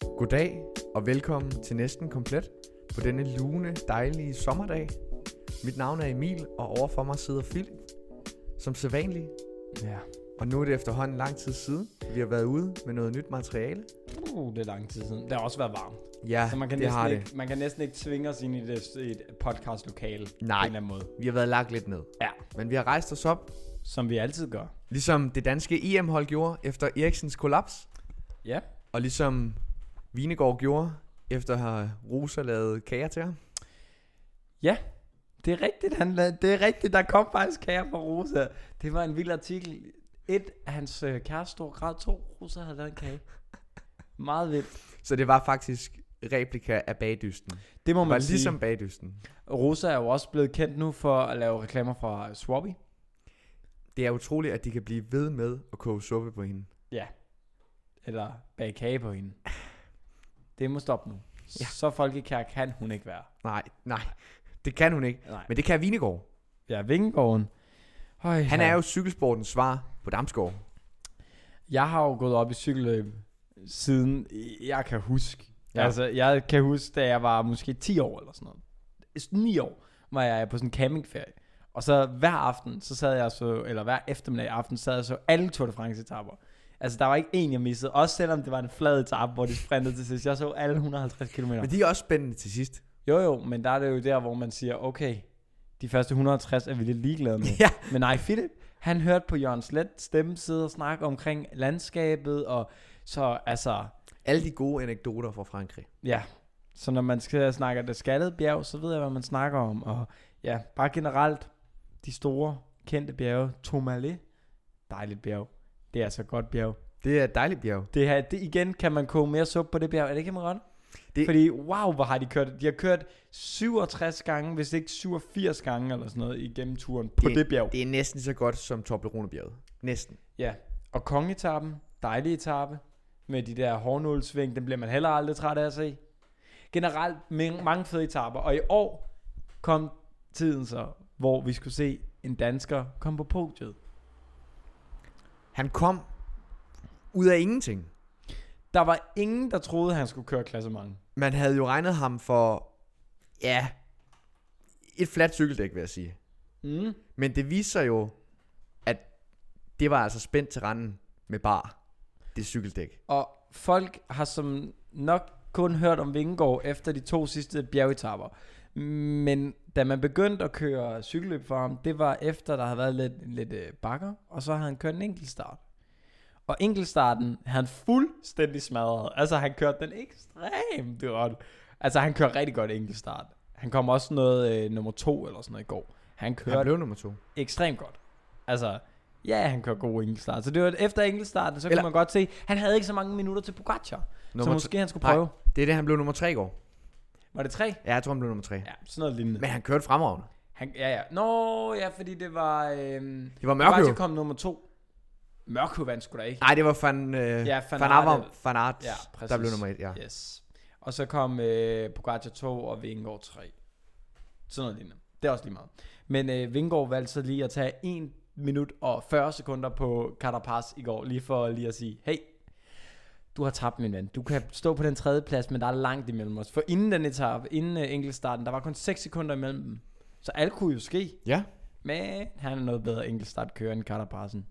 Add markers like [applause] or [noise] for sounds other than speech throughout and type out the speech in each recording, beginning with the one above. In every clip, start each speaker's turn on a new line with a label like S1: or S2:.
S1: Goddag og velkommen til Næsten Komplet på denne lune, dejlige sommerdag. Mit navn er Emil, og overfor mig sidder Philip, som sædvanlig.
S2: Ja.
S1: Og nu er det efterhånden lang tid siden, vi har været ude med noget nyt materiale.
S2: Uh, det er lang tid siden. Det har også været varmt.
S1: Ja,
S2: så man kan,
S1: det har
S2: næsten
S1: det.
S2: ikke, man kan næsten ikke tvinge os ind i det, i et podcastlokale på en
S1: Nej.
S2: eller anden måde.
S1: Vi har været lagt lidt ned.
S2: Ja.
S1: Men vi har rejst os op,
S2: Som vi altid gør.
S1: ligesom det danske EM-hold gjorde efter Eriksens kollaps.
S2: Ja.
S1: Og ligesom Vinegård gjorde efter at have Rosa lavet kager til ham.
S2: Det er rigtigt, han lavede, det er rigtigt, der kom faktisk kære fra Rosa. Det var en vild artikel. Et af hans øh, kærester grad to, Rosa havde lavet en kage. Meget vildt.
S1: Så det var faktisk replika af bagdysten.
S2: Det må
S1: Det var
S2: man sige.
S1: ligesom
S2: Ligesom...
S1: bagdysten.
S2: Rosa er jo også blevet kendt nu for at lave reklamer fra Swabi.
S1: Det er utroligt, at de kan blive ved med at koge suppe på hende.
S2: Eller bage kage på hende. Det må stoppe nu.
S1: Ja.
S2: Ja. Så folkekær kan hun ikke være.
S1: Nej, nej. Det kan hun ikke.
S2: Nej.
S1: Men det kan Vinegård.
S2: Ja, Vingegården. Høj,
S1: Han
S2: hej.
S1: er jo cykelsportens svar på Damsgaard.
S2: Jeg har jo gået op i cykelløb siden jeg kan huske.
S1: Ja.
S2: Ja. Altså, jeg kan huske, da jeg var måske 10 år eller sådan noget. 9 år var jeg på sådan en campingferie. Og så hver aften, så sad jeg så, eller hver eftermiddag aften, sad jeg så alle Tour de France etapper. Altså, der var ikke en, jeg missede. Også selvom det var en flad etape, hvor de sprintede til sidst. Jeg så alle 150 km.
S1: Men de er også spændende til
S2: [laughs]
S1: sidst.
S2: Jo, jo, men der er det jo der, hvor man siger, okay, de første 160 er vi lidt ligeglade med.
S1: Ja.
S2: Men nej, Philip, han hørte på Jørgen Slet stemme sidde og snakke omkring landskabet, og så altså,
S1: Alle de gode anekdoter fra Frankrig.
S2: ja, så når man skal snakke det skaldede bjerg, så ved jeg, hvad man snakker om, og ja, bare generelt, de store, kendte bjerge, Tomalé, dejligt bjerg, det er altså et godt bjerg.
S1: Det er et dejligt bjerg.
S2: Det her, det igen, kan man koge mere suppe på det bjerg, er det ikke Cameron?
S1: Det-
S2: Det... Fordi, wow, hvor har de kørt, de har kørt 67 gange, hvis ikke 87 gange eller sådan noget, igennem turen på det, det bjerg.
S1: Det er næsten så godt som Toblerone-bjerget. Næsten.
S2: Ja, og kongetappen, dejlig etape, med de der hårnålsving, den bliver man heller aldrig træt af at se. Generelt men- mange fede etaper, og i år kom tiden så, hvor vi skulle se en dansker komme på podiet.
S1: Han kom ud af ingenting.
S2: Der var ingen, der troede, han skulle køre klassement.
S1: Man havde jo regnet ham for, ja, et fladt cykeldæk, vil jeg sige.
S2: Mm.
S1: Men det viser jo, at det var altså spændt til randen med bar, det cykeldæk.
S2: Og folk har som nok kun hørt om Vingård efter de to sidste bjergetapper. Men da man begyndte at køre cykelløb for ham, det var efter, der havde været lidt, lidt øh, bakker, og så havde han kørt en enkeltstart. Og enkeltstarten havde han fuldstændig smadret. Altså, han kørte den ekstremt godt. Altså, han kørte rigtig godt enkeltstart. Han kom også sådan noget øh, nummer to eller sådan noget i går. Han kørte
S1: Han blev nummer to.
S2: ekstremt godt. Altså, ja, han kører god enkeltstart. Så det var efter enkeltstarten, så
S1: Eller-
S2: kunne man godt se, han havde ikke så mange minutter til Pogacar. så
S1: Nummer
S2: måske han skulle
S1: Nej.
S2: prøve.
S1: Det er det, han blev nummer tre i går.
S2: Var det tre?
S1: Ja, jeg tror, han blev nummer tre.
S2: Ja, sådan noget lignende.
S1: Men han kørte fremragende.
S2: Han, ja, ja. Nå, ja, fordi det var... Øhm,
S1: Det var mørkt
S2: Pogacar
S1: jo.
S2: kom nummer to. Mørkøv vandt sgu da ikke.
S1: Nej, det var Van, øh,
S2: Ja,
S1: van,
S2: Van
S1: van,
S2: Aert.
S1: Aver, van Aert,
S2: Ja,
S1: ja,
S2: præcis.
S1: der blev nummer et. Ja.
S2: Yes. Og så kom øh, Pogacar 2 og Vingegaard 3. Sådan noget lignende. Det er også lige meget. Men øh, Vingegaard valgte så lige at tage 1 minut og 40 sekunder på Carapaz i går, lige for lige at sige, hey, du har tabt, min ven. Du kan stå på den tredje plads, men der er langt imellem os. For inden den etape, inden øh, enkeltstarten, der var kun 6 sekunder imellem dem. Så alt kunne jo ske.
S1: ja.
S2: Men han er noget bedre enkeltstart kører end Carapacen.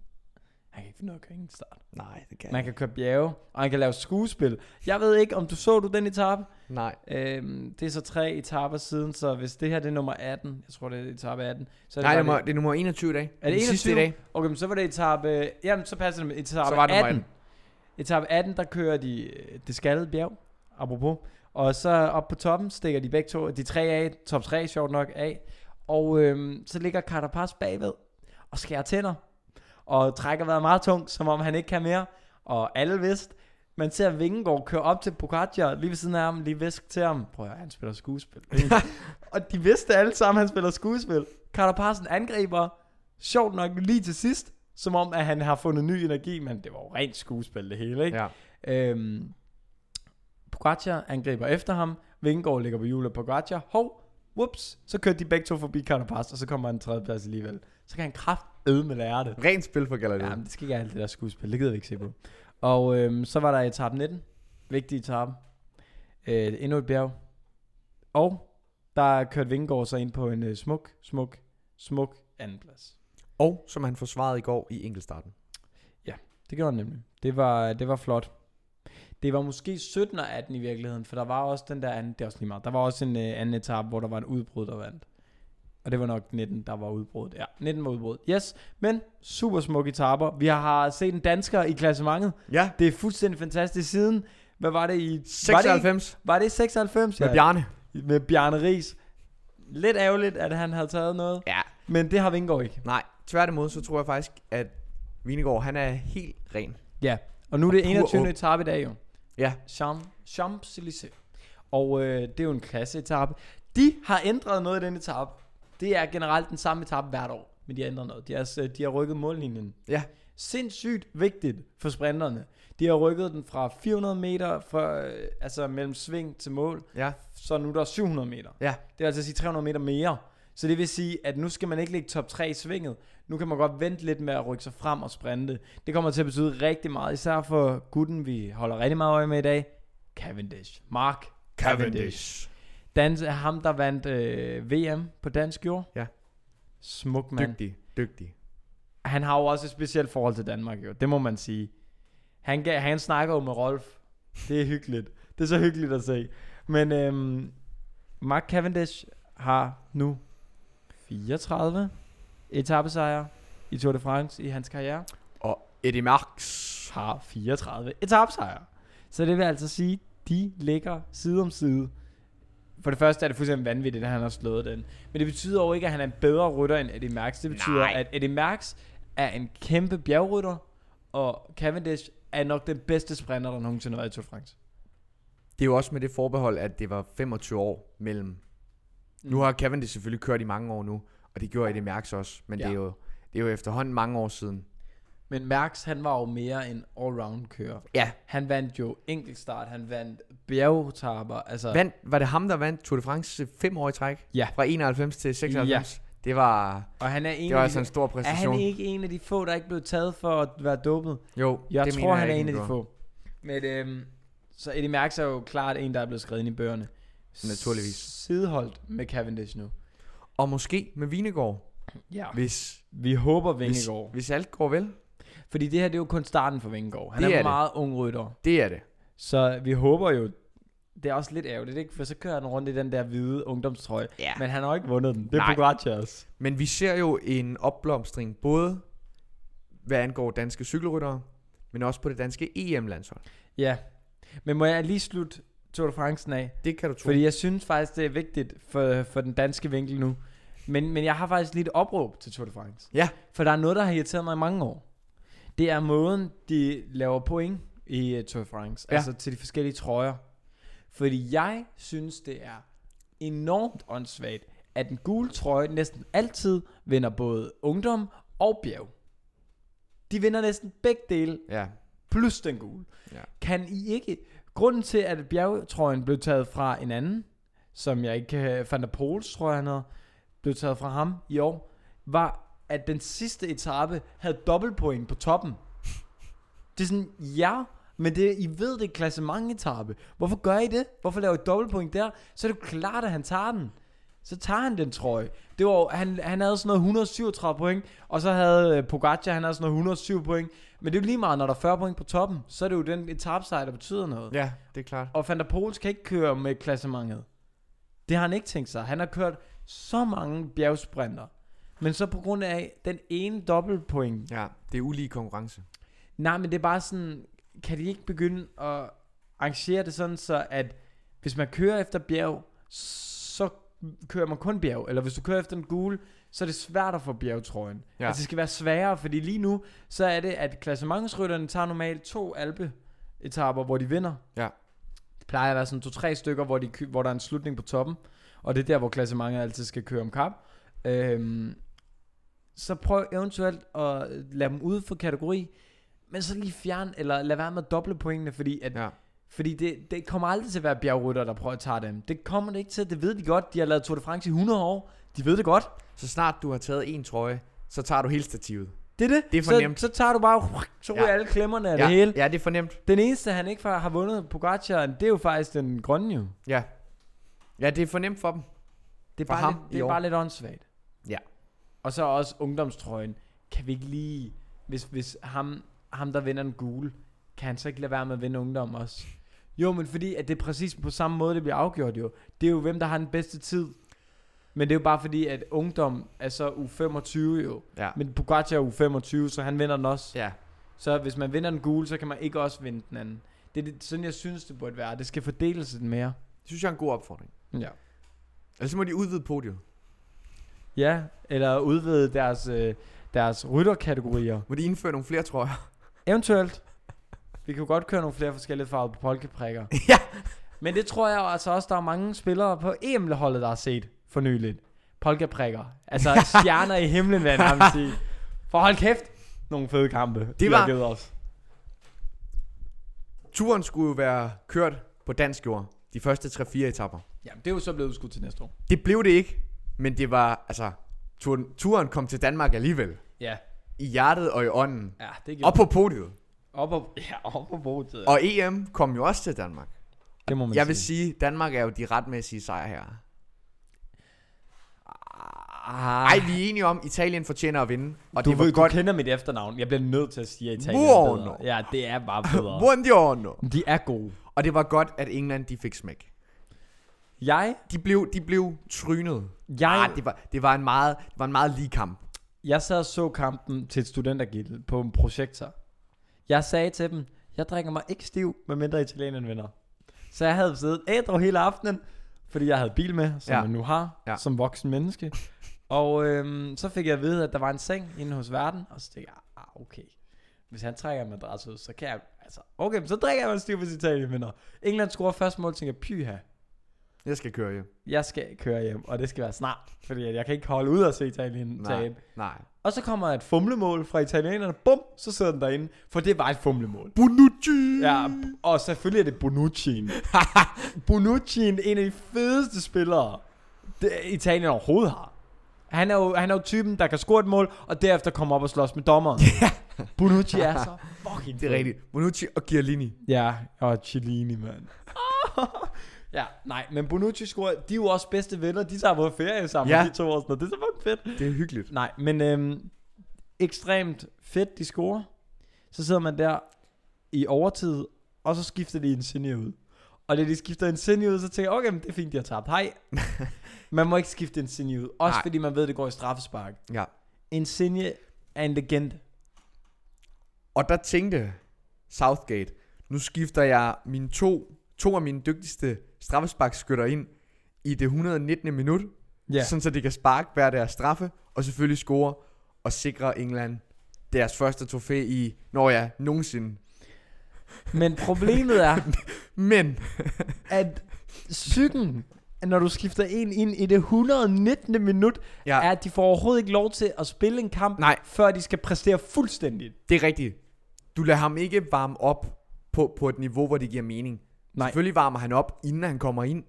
S2: Han kan ikke finde noget at køre enkeltstart.
S1: Nej, det kan
S2: Man kan køre bjerge, og han kan lave skuespil. Jeg ved ikke, om du så du den etape.
S1: Nej.
S2: Øhm, det er så tre etaper siden, så hvis det her det er nummer 18, jeg tror det er etape 18, så er
S1: Nej,
S2: det,
S1: det,
S2: bare
S1: må, det er nummer 21 i dag.
S2: Er det
S1: Den Sidste i
S2: 21?
S1: dag.
S2: Okay, men så var det etape... Jamen, så passer det med etape
S1: Så var det nummer
S2: 18.
S1: 18.
S2: Etape 18, der kører de øh, det skaldede bjerg, apropos. Og så op på toppen stikker de begge to, de tre af, top 3 sjovt nok af. Og øhm, så ligger Carapaz bagved og skærer tænder. Og trækker vejret meget tungt, som om han ikke kan mere. Og alle vidste, man ser Vingegaard køre op til Pogacar, lige ved siden af ham, lige visk til ham. Prøv at høre, han spiller skuespil. [laughs] og de vidste alle sammen, at han spiller skuespil. Carapacen angriber, sjovt nok lige til sidst, som om, at han har fundet ny energi, men det var jo rent skuespil det hele, ikke?
S1: Ja.
S2: Ja. Øhm, Pogacar angriber efter ham, Vingegaard ligger på hjulet på Pogacar, hov, whoops, så kørte de begge to forbi Carapaz, og så kommer han en tredjeplads alligevel. Så kan han kraft med lære det.
S1: Rent spil for galleriet.
S2: Ja, men det skal ikke alt det der skuespil, det gider vi ikke se på. Og øhm, så var der etape 19, vigtig etape, øh, endnu et bjerg. Og der kørte Vingegaard så ind på en øh, smuk, smuk, smuk andenplads.
S1: Og som han forsvarede i går i enkeltstarten.
S2: Det gjorde han nemlig. Det var, det var flot. Det var måske 17 og 18 i virkeligheden, for der var også den der anden, det er også lige meget, der var også en øh, anden etape, hvor der var en udbrud, der vandt. Og det var nok 19, der var udbruddet. Ja, 19 var udbruddet. Yes, men super smukke etaper. Vi har set en dansker i klassementet.
S1: Ja,
S2: Det er fuldstændig fantastisk siden. Hvad var det i... Var det,
S1: 96
S2: i- var det i 96?
S1: med Bjarne.
S2: med Bjarne Ries. Lidt ærgerligt, at han havde taget noget.
S1: Ja.
S2: Men det har Vingård ikke.
S1: Nej, tværtimod, så tror jeg faktisk, at Vingegaard, han er helt ren.
S2: Ja, og nu er det
S1: pur
S2: 21.
S1: ung.
S2: etape i dag jo.
S1: Ja.
S2: Champ- Champs-Élysées. Og øh, det er jo en klasseetape. De har ændret noget i den etape. Det er generelt den samme etape hvert år, men de har ændret noget. De har, s- øh, de har rykket mållinjen.
S1: Ja.
S2: Sindssygt vigtigt for sprinterne. De har rykket den fra 400 meter, fra, øh, altså mellem sving til mål,
S1: Ja,
S2: så nu er der 700 meter.
S1: ja.
S2: Det vil altså sige 300 meter mere. Så det vil sige, at nu skal man ikke ligge top 3 i svinget. Nu kan man godt vente lidt med at rykke sig frem og sprinte. Det kommer til at betyde rigtig meget, især for gutten, vi holder rigtig meget øje med i dag. Cavendish. Mark Dans er ham, der vandt øh, VM på dansk jord.
S1: Ja.
S2: Smuk mand.
S1: Dygtig, dygtig.
S2: Han har jo også et specielt forhold til Danmark, jo. Det må man sige. Han, gav, han snakker jo med Rolf. Det er hyggeligt. Det er så hyggeligt at se. Men øhm, Mark Cavendish har nu 34 etappesejre i Tour de France i hans karriere.
S1: Og Eddie Marx.
S2: Har 34 etappesejre. Så det vil altså sige, de ligger side om side. For det første er det fuldstændig vanvittigt, at han har slået den. Men det betyder jo ikke, at han er en bedre rytter end Eddie Merckx. Det betyder,
S1: Nej.
S2: at Eddie Merckx er en kæmpe bjergrytter, og Cavendish er nok den bedste sprinter, der nogensinde har været i Tour de France.
S1: Det er jo også med det forbehold, at det var 25 år mellem. Mm. Nu har Cavendish selvfølgelig kørt i mange år nu, og det gjorde Eddie Marx også, men ja. det,
S2: Ja.
S1: er jo, det er jo efterhånden mange år siden.
S2: Men Merckx, han var jo mere en allround kører.
S1: Ja,
S2: Han vandt jo enkeltstart, han vandt bjergetaper, altså...
S1: vandt, var det ham, der vandt Tour de France fem år i træk?
S2: Ja.
S1: Fra 91 til 96? Ja. Det var,
S2: Og han er en
S1: det var
S2: af
S1: altså en
S2: de,
S1: stor
S2: er
S1: præstation.
S2: han ikke en af de få, der ikke blev taget for at være dopet?
S1: Jo,
S2: Jeg
S1: det
S2: det tror,
S1: mener
S2: han er
S1: ikke,
S2: en af
S1: gjorde.
S2: de få. Men øhm, så Eddie Merckx er jo klart en, der er blevet skrevet ind i bøgerne.
S1: Naturligvis.
S2: Sideholdt med Cavendish nu.
S1: Og måske med Vinegård,
S2: Ja.
S1: hvis,
S2: Vi håber
S1: hvis,
S2: Vingegaard.
S1: hvis alt går vel.
S2: Fordi det her, det er jo kun starten for Vingegaard. Han
S1: Det
S2: det er,
S1: er
S2: er
S1: det.
S2: meget ung rytter.
S1: Det er det.
S2: Så vi håber jo... Det er også lidt ærgerligt, ikke? For så kører han rundt i den der hvide ungdomstrøje.
S1: Ja.
S2: Men han har jo ikke vundet den. Det er
S1: Nej.
S2: Pogacar's.
S1: Men vi ser jo en opblomstring både hvad angår danske cykelryttere, men også på det danske E EM-landshold.
S2: Ja. Men må jeg lige slutte Tour de France af?
S1: Det kan du tro.
S2: Fordi jeg synes faktisk, det er vigtigt for, for den danske vinkel nu. Men, men jeg har faktisk lidt opråb til Tour de France.
S1: Ja.
S2: For der er noget, der har irriteret mig i mange år. Det er måden, de laver point i øh, Tour de France. Ja.
S1: Ja.
S2: Altså til de forskellige trøjer. Fordi jeg synes, det er enormt åndssvagt, at den gule trøje næsten altid vinder både ungdom og bjerg. De vinder næsten begge dele
S1: Ja,
S2: plus den gule.
S1: Ja.
S2: Kan I ikke... Grunden til, at bjergetrøjen blev taget fra en anden, som jeg ikke kan... Van der Poels, tror jeg han hed, blev taget fra ham i år, var, at den sidste etape havde dobbeltpoint på toppen. Det er sådan, ja, men det, I ved, det er klassementetape. Hvorfor gør I det? Hvorfor laver I dobbeltpoint der? Så er det jo klart, at han tager den. Så tager han den trøje. Det var, jo- han, han havde sådan noget 137 point, og så havde øh, Pogacar, han havde sådan noget 107 point. Men det er jo lige meget, når der er 40 point på toppen, så er det jo den etapsejr, der betyder noget. Ja.
S1: ja det er klart.
S2: Og Van der Poels kan ikke køre med klassementet. Det har han ikke tænkt sig. Han har kørt så mange bjergsprinter. Men så på grund af den ene dobbeltpoint,
S1: Ja, det er ulige konkurrence.
S2: Nej, men det er bare sådan, kan de ikke begynde at arrangere det sådan, så at hvis man kører efter bjerg, så kører man kun bjerg, eller hvis du kører efter den gule, så er det svært at få bjergtrøjen. Ja.
S1: Ja.
S2: Altså det skal være sværere, fordi lige nu, så er det, at klassementsrytterne tager normalt to alpe etaper, hvor de vinder.
S1: Ja.
S2: Det plejer at være sådan to-tre stykker, hvor, de, kø- hvor der er en slutning på toppen, og det er der, hvor klassementet altid skal køre om kap. Øhm, så prøv eventuelt at lade dem ude for kategori, men så lige fjern, eller lad være med at doble pointene, fordi, at, ja.
S1: Ja.
S2: fordi det, det kommer aldrig til at være bjergrytter, der prøver at tage dem. Det kommer det ikke til, det ved de godt. De har lavet Tour de France i 100 år. De ved det godt.
S1: Så snart du har taget en trøje, så tager du hele stativet.
S2: Det er det.
S1: Det er for
S2: så,
S1: nemt.
S2: Så tager du bare, så ryger
S1: Ja.
S2: ja. alle klemmerne af ja.
S1: ja,
S2: det hele.
S1: ja, det er fornemt.
S2: Den eneste, han ikke har har vundet Pogacar, det er jo faktisk den grønne jo.
S1: Ja. Ja, det er fornemt for dem.
S2: Det
S1: For
S2: er, bare,
S1: ham
S2: lidt,
S1: i
S2: det er
S1: år.
S2: bare lidt åndssvagt.
S1: Ja.
S2: Og så også ungdomstrøjen. Kan vi ikke lige, hvis, hvis ham, ham, der vinder den gule, kan han så ikke lade være med at vinde ungdom også? Jo, men fordi at det er præcis på samme måde, det bliver afgjort jo. Det er jo, hvem der har den bedste tid. Men det er jo bare fordi, at ungdom er så U25 jo.
S1: Ja.
S2: Men Pogacar er U25, så han vinder den også.
S1: Ja.
S2: Så hvis man vinder den gule, så kan man ikke også vinde den anden. Det er det, sådan, jeg synes, det burde være. Det skal fordeles lidt mere.
S1: Det synes jeg er en god opfordring.
S2: Ja.
S1: Ellers så må de udvide podiet.
S2: Ja, eller udvide deres, øh, deres rytterkategorier.
S1: Må de indføre nogle flere trøjer? [laughs]
S2: Eventuelt. Vi kunne godt køre nogle flere forskellige farver på polkeprikker.
S1: ja.
S2: Men det tror jeg jo altså også, der er mange spillere på EM-holdet, der har set for nyligt. Polkeprikker. [laughs] Altså stjerner i himlen, vil jeg nærmest sige. For hold kæft, nogle fede kampe. de har
S1: var-
S2: givet os.
S1: Turen skulle jo være kørt på dansk jord. De første 3-4 etapper.
S2: Jamen, det er jo så blevet udskudt til næste år.
S1: Det blev det ikke, men det var, altså, turen, turen kom til Danmark alligevel.
S2: Ja,
S1: I hjertet og i ånden.
S2: ja det
S1: Og på podiet.
S2: Op og, [laughs] ja, op og brugt, ja.
S1: Og EM kom jo også til Danmark.
S2: Det må man
S1: Jeg vil sige, Danmark er jo de retmæssige sejrherrer.
S2: Ej,
S1: Ej, vi er enige om, Italien fortjener at vinde. Og
S2: Ah, du,
S1: det
S2: ved,
S1: var godt.
S2: du kender mit efternavn. Jeg bliver nødt til at sige, at Italien er
S1: Buono.
S2: bedre. Ja, det er [laughs] bare bedre.
S1: Buongiorno.
S2: De er gode.
S1: Og det var godt, at England de fik smæk.
S2: Jeg,
S1: De blev, de blev trynet.
S2: jeg,
S1: Ah, det, var, det, var en meget, det var en meget lige kamp.
S2: jeg sad og så kampen til et studentergilde på en projektor. Jeg sagde til dem, jeg drikker mig ikke stiv, medmindre italienerne vinder. Så jeg havde siddet ædru hele aftenen, fordi jeg havde bil med, som
S1: Ja.
S2: ja. jeg nu har,
S1: Ja.
S2: ja. som voksen menneske. Og øhm, så fik jeg at vide, at der var en seng inde hos verden, og så tænkte jeg, ah, okay. Hvis han trækker en madras ud, så kan jeg, altså, okay, men så drikker jeg mig stiv, hvis Italien vinder. England scorer første mål, tænker jeg, pyha.
S1: Jeg skal køre hjem.
S2: jeg skal køre hjem, og det skal være snart, fordi at jeg kan ikke holde ud og se Italien
S1: Nej,
S2: tabe.
S1: nej.
S2: Og så kommer et fumlemål fra italienerne, bum, så sidder den derinde, for det var et fumlemål.
S1: Bonucci!
S2: Ja, og selvfølgelig er det Bonucci'en. [laughs] Bonucci'en, en af de fedeste spillere, det, Italien overhovedet har. Han er, jo, han er jo typen, der kan score et mål, og derefter komme op og slås med dommeren. Bonucci er
S1: [laughs]
S2: så fucking
S1: Det er
S2: fed.
S1: rigtigt. Bonucci og Chiellini.
S2: Ja, og Cellini,
S1: [laughs]
S2: mand. ja, nej, men Bonucci scorer, de er jo også bedste venner, de tager på ferie sammen,
S1: Ja.
S2: ja. de to år, sådan, og det er så fucking fedt.
S1: Det er hyggeligt.
S2: Nej, men øhm, ekstremt fedt, de scorer. Så sidder man der i overtid, og så skifter de Insigne ud. Og da de skifter Insigne ud, så tænker jeg, okay, men det er fint, de har tabt.
S1: [laughs]
S2: Hej. man må ikke skifte Insigne ud, også
S1: Nej.
S2: nej. fordi man ved, det går i straffespark.
S1: Ja.
S2: Insigne er en legende.
S1: Og der tænkte Southgate, nu skifter jeg mine to, to af mine dygtigste straffesparkskytter ind i det 119. minut, ja. sådan så de kan sparke hver deres straffe, og selvfølgelig score og sikre England deres første trofæ i, når ja, nogensinde.
S2: Men problemet
S1: [laughs]
S2: er,
S1: Men [laughs]
S2: at psyken, når du skifter en ind i det 119. minut,
S1: Ja.
S2: ja. er, at de får overhovedet ikke lov til at spille en kamp,
S1: Nej.
S2: før de skal præstere fuldstændigt.
S1: det er rigtigt. Du lader ham ikke varme op på, på et niveau, hvor det giver mening.
S2: Nej.
S1: Selvfølgelig varmer han op, inden han kommer ind.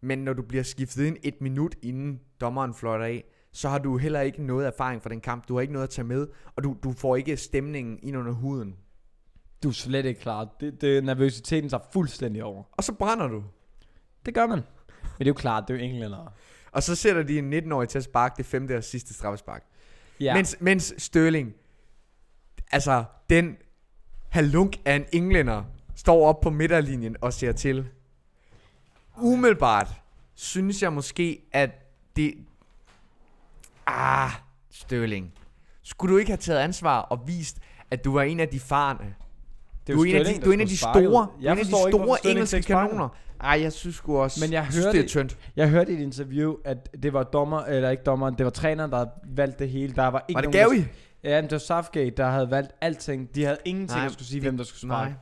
S1: Men når du bliver skiftet ind et minut, inden dommeren fløjter af, så har du heller ikke noget erfaring fra den kamp. Du har ikke noget at tage med, og du, du får ikke stemningen ind under huden.
S2: Du er slet ikke klar. Det, det, nervøsiteten tager fuldstændig over.
S1: Og så brænder du.
S2: Det gør man. Men det er jo klart, det er jo englændere.
S1: Og så sætter de en 19-årig til at sparke det femte og sidste straffespark.
S2: Ja,
S1: Ja. Mens, mens Sterling, altså den halunk af en englænder, står op på midterlinjen og ser til. Umiddelbart synes jeg måske, at det... Ah, Sterling. Skulle du ikke have taget ansvar og vist, at du var en af de farne?
S2: det
S1: du er en af
S2: Sterling,
S1: de,
S2: der
S1: du er en af de
S2: skulle
S1: store,
S2: sparke ud.
S1: du er
S2: Jeg
S1: en af de
S2: forstår ikke, hvorfor
S1: store
S2: Sterling
S1: engelske
S2: ikke sparkede.
S1: kanoner. Ej, jeg synes sgu også...
S2: Men jeg
S1: synes,
S2: hører
S1: det er
S2: det-
S1: tyndt.
S2: Jeg hørte i et interview, at det var dommer, eller ikke dommeren, det var træneren, der havde valgt det hele. Der var ikke
S1: Var det
S2: nogen,
S1: Gavi?
S2: Der, ja, men det var Southgate, der havde valgt alting. De havde ingenting,
S1: Nej,
S2: Nej, at skulle sige, hvem der skulle
S1: Nej.
S2: sparke.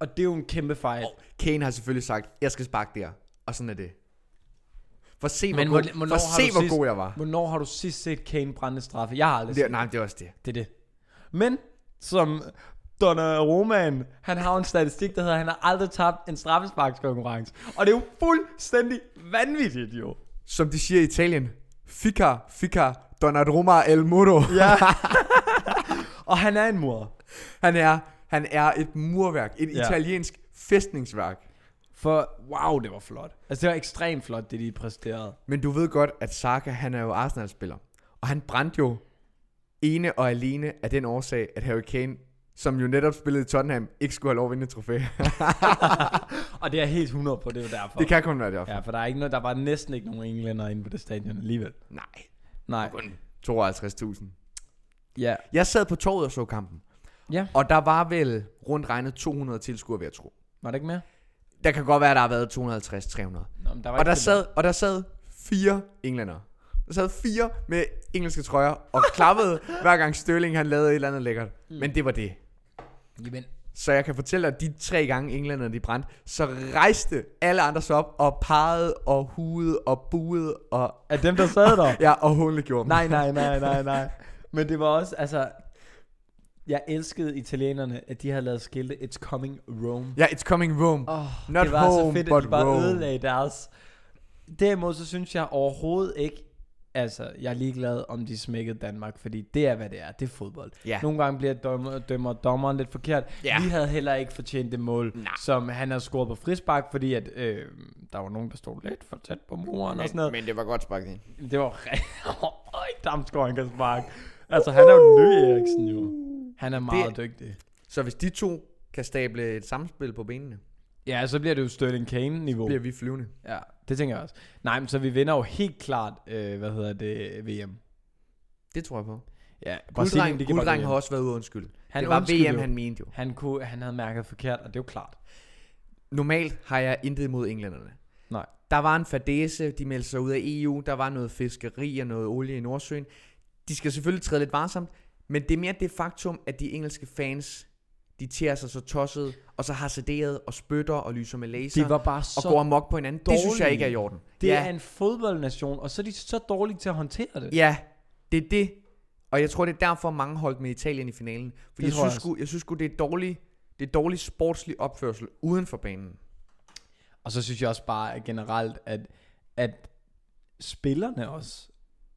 S2: Og det er jo en kæmpe fejl.
S1: Kane har selvfølgelig sagt, jeg skal sparke der, og sådan er det. For se, hvor,
S2: Men
S1: god,
S2: hvor-
S1: for
S2: hvornår har
S1: se,
S2: du
S1: hvor
S2: sidst-
S1: god jeg var.
S2: Hvornår har du sidst set Kane brænde straffe? Jeg har aldrig
S1: Det,
S2: set
S1: nej, det er også det.
S2: det. er det. Men som Donnarummaen, han har jo en statistik, der hedder, at han har aldrig tabt en straffesparkskonkurrence. Og det er jo fuldstændig vanvittigt, jo.
S1: Som de siger i Italien, Fica, Fica, Donnarumma el Muro.
S2: Ja. [laughs] Og han er en mor.
S1: Han er, han er et murværk, et
S2: Ja.
S1: ja. italiensk fæstningsværk.
S2: For wow, det var flot. Altså det var ekstremt flot, det de præsterede.
S1: Men du ved godt, at Saka, han er jo Arsenal-spiller. Og han brændte jo ene og alene af den årsag, at Harry Kane, som jo netop spillede i Tottenham, ikke skulle have lov at vinde et trofæ. [laughs]
S2: og det er jeg helt 100 på, det er jo derfor.
S1: det kan kun være derfor. Ja.
S2: Ja, for der, er ikke noget, der var næsten ikke nogen englænder inde på det stadion alligevel.
S1: Nej,
S2: Nej.
S1: kun 52.000.
S2: Ja.
S1: Jeg sad på toget og så kampen.
S2: Ja.
S1: Og der var vel rundt regnet 200 tilskuere, ved at tro.
S2: Var det ikke mere?
S1: Der kan godt være, at der har været 250-300.
S2: Nå, men der var
S1: Og
S2: ikke
S1: der,
S2: så
S1: sad, og der sad fire englænder. Der sad fire med engelske trøjer og
S2: [laughs]
S1: klappede hver gang Sterling han lavede et eller andet lækkert.
S2: Mm.
S1: Men det var det.
S2: meget. Jamen,
S1: Så jeg kan fortælle dig, at de tre gange englænderne de brændte, så rejste alle andre sig op og pegede og hudede og buede og,
S2: af dem, der sad der.
S1: ja, og hundegjorde dem.
S2: nej, nej, nej, nej, nej. Men det var også, altså... Jeg elskede italienerne, at de havde lavet skilte It's coming Rome.
S1: Ja, yeah, it's coming Rome.
S2: Oh,
S1: Not
S2: det var
S1: home,
S2: så fedt, at
S1: but
S2: de bare
S1: Rome.
S2: ødelagde deres. Derimod så synes jeg overhovedet ikke, altså jeg er ligeglad om de smækkede Danmark, fordi det er hvad det er, det er fodbold.
S1: Ja.
S2: Nogle gange bliver dømmer, dømmer dommeren lidt forkert.
S1: Ja.
S2: Vi havde heller ikke fortjent det mål,
S1: Nej.
S2: som han har scoret på frispark, fordi at, øh, der var nogen, der stod lidt for tæt på muren og sådan noget.
S1: men det var godt sparket ind.
S2: Men det var [laughs] rigtig Damsgaard, han kan sparke. Altså, han er jo den nye Eriksen jo. Han er meget det... dygtig.
S1: Så hvis de to kan stable et samspil på benene,
S2: Ja, så bliver det jo Sterling Kane-niveau.
S1: bliver vi flyvende.
S2: Ja, det tænker jeg også. Nej, men så vi vinder jo helt klart, øh, hvad hedder det, VM.
S1: Det tror jeg på.
S2: Ja, Brasilien,
S1: Gulddreng,
S2: de kan bare
S1: Gulddreng
S2: gå
S1: har
S2: hjem.
S1: også været ude undskyld.
S2: Han
S1: det var
S2: undskyldte
S1: VM,
S2: jo.
S1: han mente jo.
S2: han, kunne, han havde mærket forkert, og det er jo klart.
S1: Normalt har jeg intet imod englænderne.
S2: Nej.
S1: Der var en fadese, de meldte sig ud af EU, der var noget fiskeri og noget olie i Nordsøen. De skal selvfølgelig træde lidt varsomt, men det er mere det faktum, at de engelske fans, de tærer sig så tosset, og så har sederet og spytter og lyser med laser,
S2: De var bare
S1: og
S2: så
S1: går amok på hinanden. Det synes jeg
S2: dårlige.
S1: ikke er i orden.
S2: Det
S1: ja,
S2: er en fodboldnation, og så er de så dårlige til at håndtere det.
S1: ja, det er det. Og jeg tror, det er derfor, mange holdt med Italien i finalen. For
S2: Det
S1: jeg
S2: tror jeg
S1: synes,
S2: også.
S1: sgu, jeg synes sgu, det er dårlig, det er dårlig sportslig opførsel uden for banen.
S2: Og så synes jeg også bare at generelt, at, at spillerne også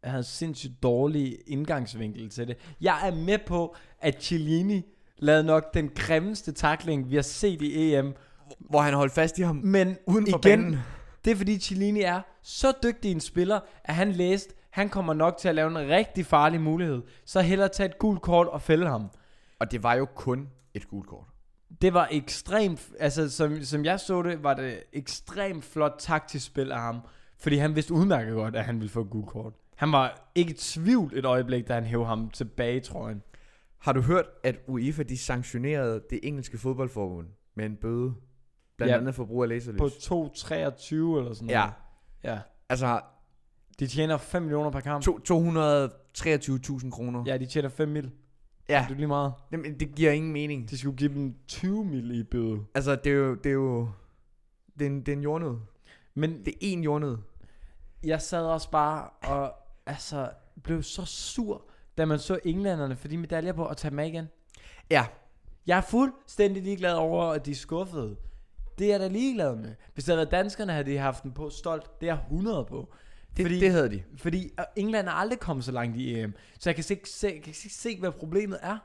S2: havde sindssygt dårlig indgangsvinkel til det. Jeg er med på, at Cellini lavede nok den grimmeste takling, vi har set i EM.
S1: Hvor han holdt fast i ham
S2: Men
S1: uden for
S2: igen,
S1: banen.
S2: det er fordi Cellini er så dygtig en spiller, at han læste, han kommer nok til at lave en rigtig farlig mulighed. Så hellere tage et gult kort og fælde ham.
S1: Og det var jo kun et gult kort.
S2: Det var ekstremt, altså som, som jeg så det, var det ekstremt flot taktisk spil af ham. Fordi han vidste udmærket godt, at han ville få et gult kort. Han var ikke i tvivl et øjeblik, da han hævde ham tilbage i trøjen.
S1: Har du hørt, at UEFA de sanktionerede det engelske fodboldforbund med en bøde? Blandt
S2: Ja.
S1: ja. andet for brug af laserlys.
S2: På 2,23 eller sådan noget.
S1: ja,
S2: ja.
S1: altså
S2: De tjener 5 millioner per kamp.
S1: to- 223.000 kroner. Ja.
S2: Ja, de tjener 5 mil.
S1: ja.
S2: Det er lige meget.
S1: Jamen, det giver ingen mening.
S2: De skulle give dem 20 mil i bøde.
S1: Altså, det er jo... Det er, jo, det er, en, det er en jordnød.
S2: Men
S1: Det er én jordnød.
S2: jeg sad også bare og altså, blev så sur, da man så englænderne for de medaljer på og tage dem af igen.
S1: Ja,
S2: Jeg er fuldstændig ligeglad over, at de er skuffede. Det er jeg da ligeglad med. Hvis det havde været danskerne, havde de haft den på stolt. Det er jeg 100 på.
S1: det,
S2: fordi,
S1: Fordi... det havde de.
S2: fordi øh, England er aldrig kommet så langt i EM. Så jeg kan ikke se, kan ikke se hvad problemet er.